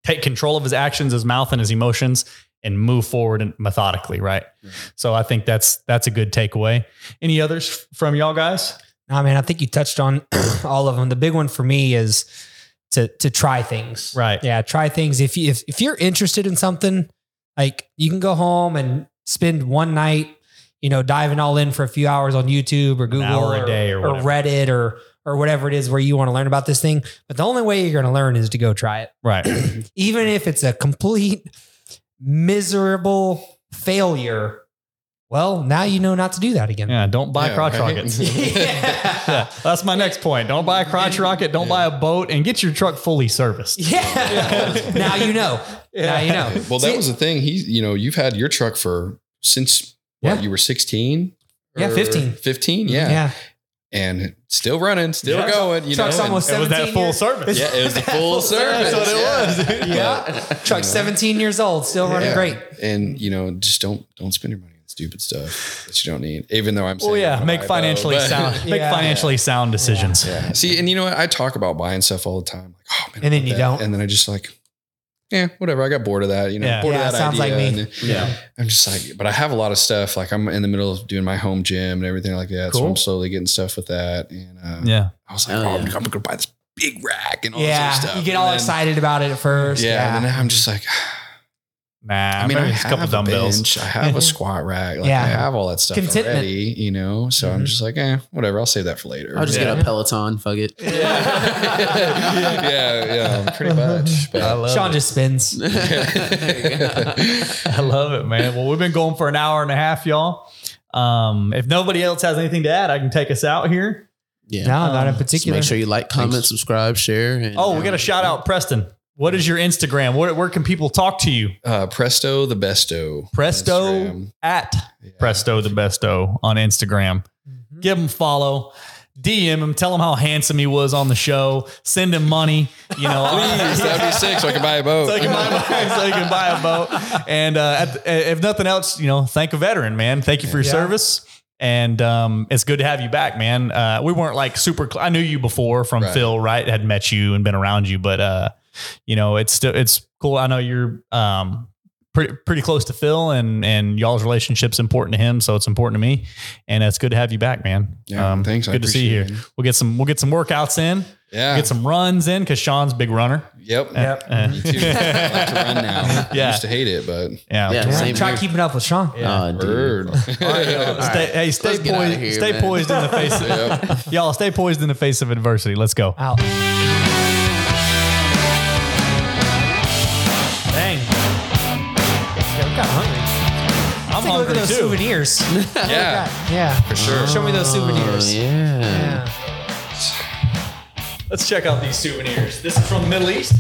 Speaker 1: take control of his actions, his mouth, and his emotions, and move forward and methodically. Right.
Speaker 3: Yeah.
Speaker 1: So I think that's that's a good takeaway. Any others f- from y'all guys?
Speaker 4: I mean, I think you touched on all of them. The big one for me is to to try things.
Speaker 1: Right.
Speaker 4: Yeah, try things. If you if, if you're interested in something, like you can go home and spend one night, you know, diving all in for a few hours on YouTube or Google
Speaker 1: hour a
Speaker 4: or,
Speaker 1: day or whatever.
Speaker 4: Reddit or or whatever it is where you want to learn about this thing. But the only way you're going to learn is to go try it,
Speaker 1: Right.
Speaker 4: even if it's a complete miserable failure. Well, now you know not to do that again.
Speaker 1: Yeah. Don't buy
Speaker 3: Yeah,
Speaker 1: crotch
Speaker 3: right.
Speaker 1: rockets.
Speaker 4: Yeah.
Speaker 1: Yeah, that's my next point. Don't buy a crotch rocket. Don't buy a boat, and get your truck fully serviced.
Speaker 4: Yeah.
Speaker 1: Yeah.
Speaker 4: now you know. Now you know.
Speaker 3: Well, that
Speaker 4: See-
Speaker 3: was the thing. He, you know, you've had your truck for since what
Speaker 4: Yeah.
Speaker 3: you were sixteen.
Speaker 4: Yeah,
Speaker 3: Or
Speaker 4: 15.
Speaker 3: 15,
Speaker 4: Yeah.
Speaker 3: and still running, still
Speaker 1: Yeah.
Speaker 3: going. You
Speaker 4: Truck's
Speaker 3: know, and-
Speaker 4: almost
Speaker 1: It was that
Speaker 4: 17
Speaker 1: full
Speaker 4: years-
Speaker 1: service.
Speaker 3: yeah, it was the full service.
Speaker 1: That's what it was.
Speaker 4: Yeah. Truck's 17 years old, still running
Speaker 3: Yeah.
Speaker 4: great.
Speaker 3: And you know, just don't don't spend your money on stupid stuff that you don't need. Even though I'm saying,
Speaker 1: Well,
Speaker 3: I'm
Speaker 1: yeah.
Speaker 3: gonna
Speaker 1: Make
Speaker 3: buy a boat,
Speaker 1: financially
Speaker 3: but-
Speaker 1: sound. Make
Speaker 4: Yeah.
Speaker 1: financially sound decisions.
Speaker 3: Yeah. See, and you know what? I talk about buying stuff all the time. Like, oh man, I
Speaker 4: And then
Speaker 3: want
Speaker 4: you
Speaker 3: that.
Speaker 4: don't.
Speaker 3: And then I just like, yeah, whatever. I got bored of that. You know,
Speaker 1: Yeah.
Speaker 3: bored
Speaker 4: Yeah,
Speaker 3: of that
Speaker 4: sounds like
Speaker 3: idea.
Speaker 4: me.
Speaker 3: and- I'm just like, but I have a lot of stuff. Like I'm in the middle of doing my home gym and everything like that. So
Speaker 4: Cool.
Speaker 3: I'm slowly getting stuff with that. And uh,
Speaker 1: Yeah.
Speaker 3: I was like,
Speaker 2: Oh,
Speaker 3: oh, I'm,
Speaker 2: yeah.
Speaker 3: I'm gonna buy this big rack and all
Speaker 4: Yeah.
Speaker 3: this other stuff.
Speaker 4: You get
Speaker 3: And
Speaker 4: all
Speaker 3: then-
Speaker 4: excited about it at first.
Speaker 3: Yeah,
Speaker 4: Yeah.
Speaker 3: And then I'm just like,
Speaker 1: Nah.
Speaker 3: I mean, I
Speaker 1: maybe
Speaker 3: have
Speaker 1: it's a couple dumbbells.
Speaker 3: bench, I have a squat rack. Like
Speaker 4: Yeah.
Speaker 3: I have all that stuff
Speaker 4: Contentment.
Speaker 3: already. You know, so I'm
Speaker 4: Mhm.
Speaker 3: just like, eh, whatever. I'll save that for later.
Speaker 2: I'll just
Speaker 1: Yeah.
Speaker 2: get a Peloton. Fuck it.
Speaker 3: yeah, yeah, yeah, pretty much. But,
Speaker 1: I love
Speaker 4: Sean
Speaker 1: it.
Speaker 4: just spins.
Speaker 1: I love it, man. Well, we've been going for an hour and a half, y'all. Um, if nobody else has anything to add, I can take us out here.
Speaker 2: yeah.
Speaker 4: No, not in
Speaker 1: Um,
Speaker 2: Just
Speaker 4: particular.
Speaker 2: make sure you like, comment,
Speaker 3: Thanks.
Speaker 2: subscribe, share. And,
Speaker 1: Oh, we
Speaker 2: uh,
Speaker 1: got to shout out Preston. What is your Instagram? Where, where can people talk to you?
Speaker 3: uh, Presto the Besto. on
Speaker 1: Presto
Speaker 3: Instagram.
Speaker 1: at
Speaker 3: Yeah.
Speaker 1: Presto the Besto on Instagram.
Speaker 4: Mhm.
Speaker 1: Give him a follow. DM him. Tell him how handsome he was on the show. Send him money. You know,
Speaker 3: Please, that'd be sick. So I can buy a boat.
Speaker 1: so you can buy a boat. so you can buy a boat. And uh, at the- if nothing else, you know, thank a veteran, man. Thank you for your
Speaker 4: Yeah.
Speaker 1: service. And um, it's good to have you back, man. Uh, we weren't like super. Cl- I knew you before from
Speaker 3: Right.
Speaker 1: Phil, right? Had met you and been around you, but uh, you know, it's still it's cool. I know you're um, pretty pretty close to Phil, and and y'all's relationship's important to him, so it's important to me, and it's good to have you back, man.
Speaker 3: Yeah,
Speaker 1: Um,
Speaker 3: thanks. I
Speaker 1: Good to see you
Speaker 3: appreciate
Speaker 1: here.
Speaker 3: it.
Speaker 1: We'll get some we'll get some workouts in,
Speaker 3: Yeah.
Speaker 1: get some runs in, because Sean's a big runner.
Speaker 3: yep.
Speaker 4: Yep.
Speaker 1: Eh.
Speaker 3: Me too. I like to run now. I
Speaker 1: Yeah.
Speaker 3: used to hate it, but
Speaker 1: Yeah.
Speaker 2: Yeah. Same
Speaker 4: Try
Speaker 2: here.
Speaker 4: keeping up with Sean.
Speaker 2: Uh, dude.
Speaker 3: Word.
Speaker 1: Stay, Hey, stay
Speaker 2: Let's get outta
Speaker 1: poised.
Speaker 2: here,
Speaker 1: stay
Speaker 2: man.
Speaker 1: poised in the face. Of,
Speaker 3: Yep.
Speaker 1: y'all stay poised in the face of adversity. Let's go.
Speaker 4: Out. Dang. Yeah, we got hungry.
Speaker 1: I'm
Speaker 4: Take a look at
Speaker 1: hungry
Speaker 4: those
Speaker 1: too.
Speaker 4: souvenirs.
Speaker 3: Yeah.
Speaker 4: yeah. For
Speaker 3: sure.
Speaker 4: Show me those souvenirs.
Speaker 2: yeah.
Speaker 4: Yeah.
Speaker 1: Let's check out these souvenirs. This is from the Middle East.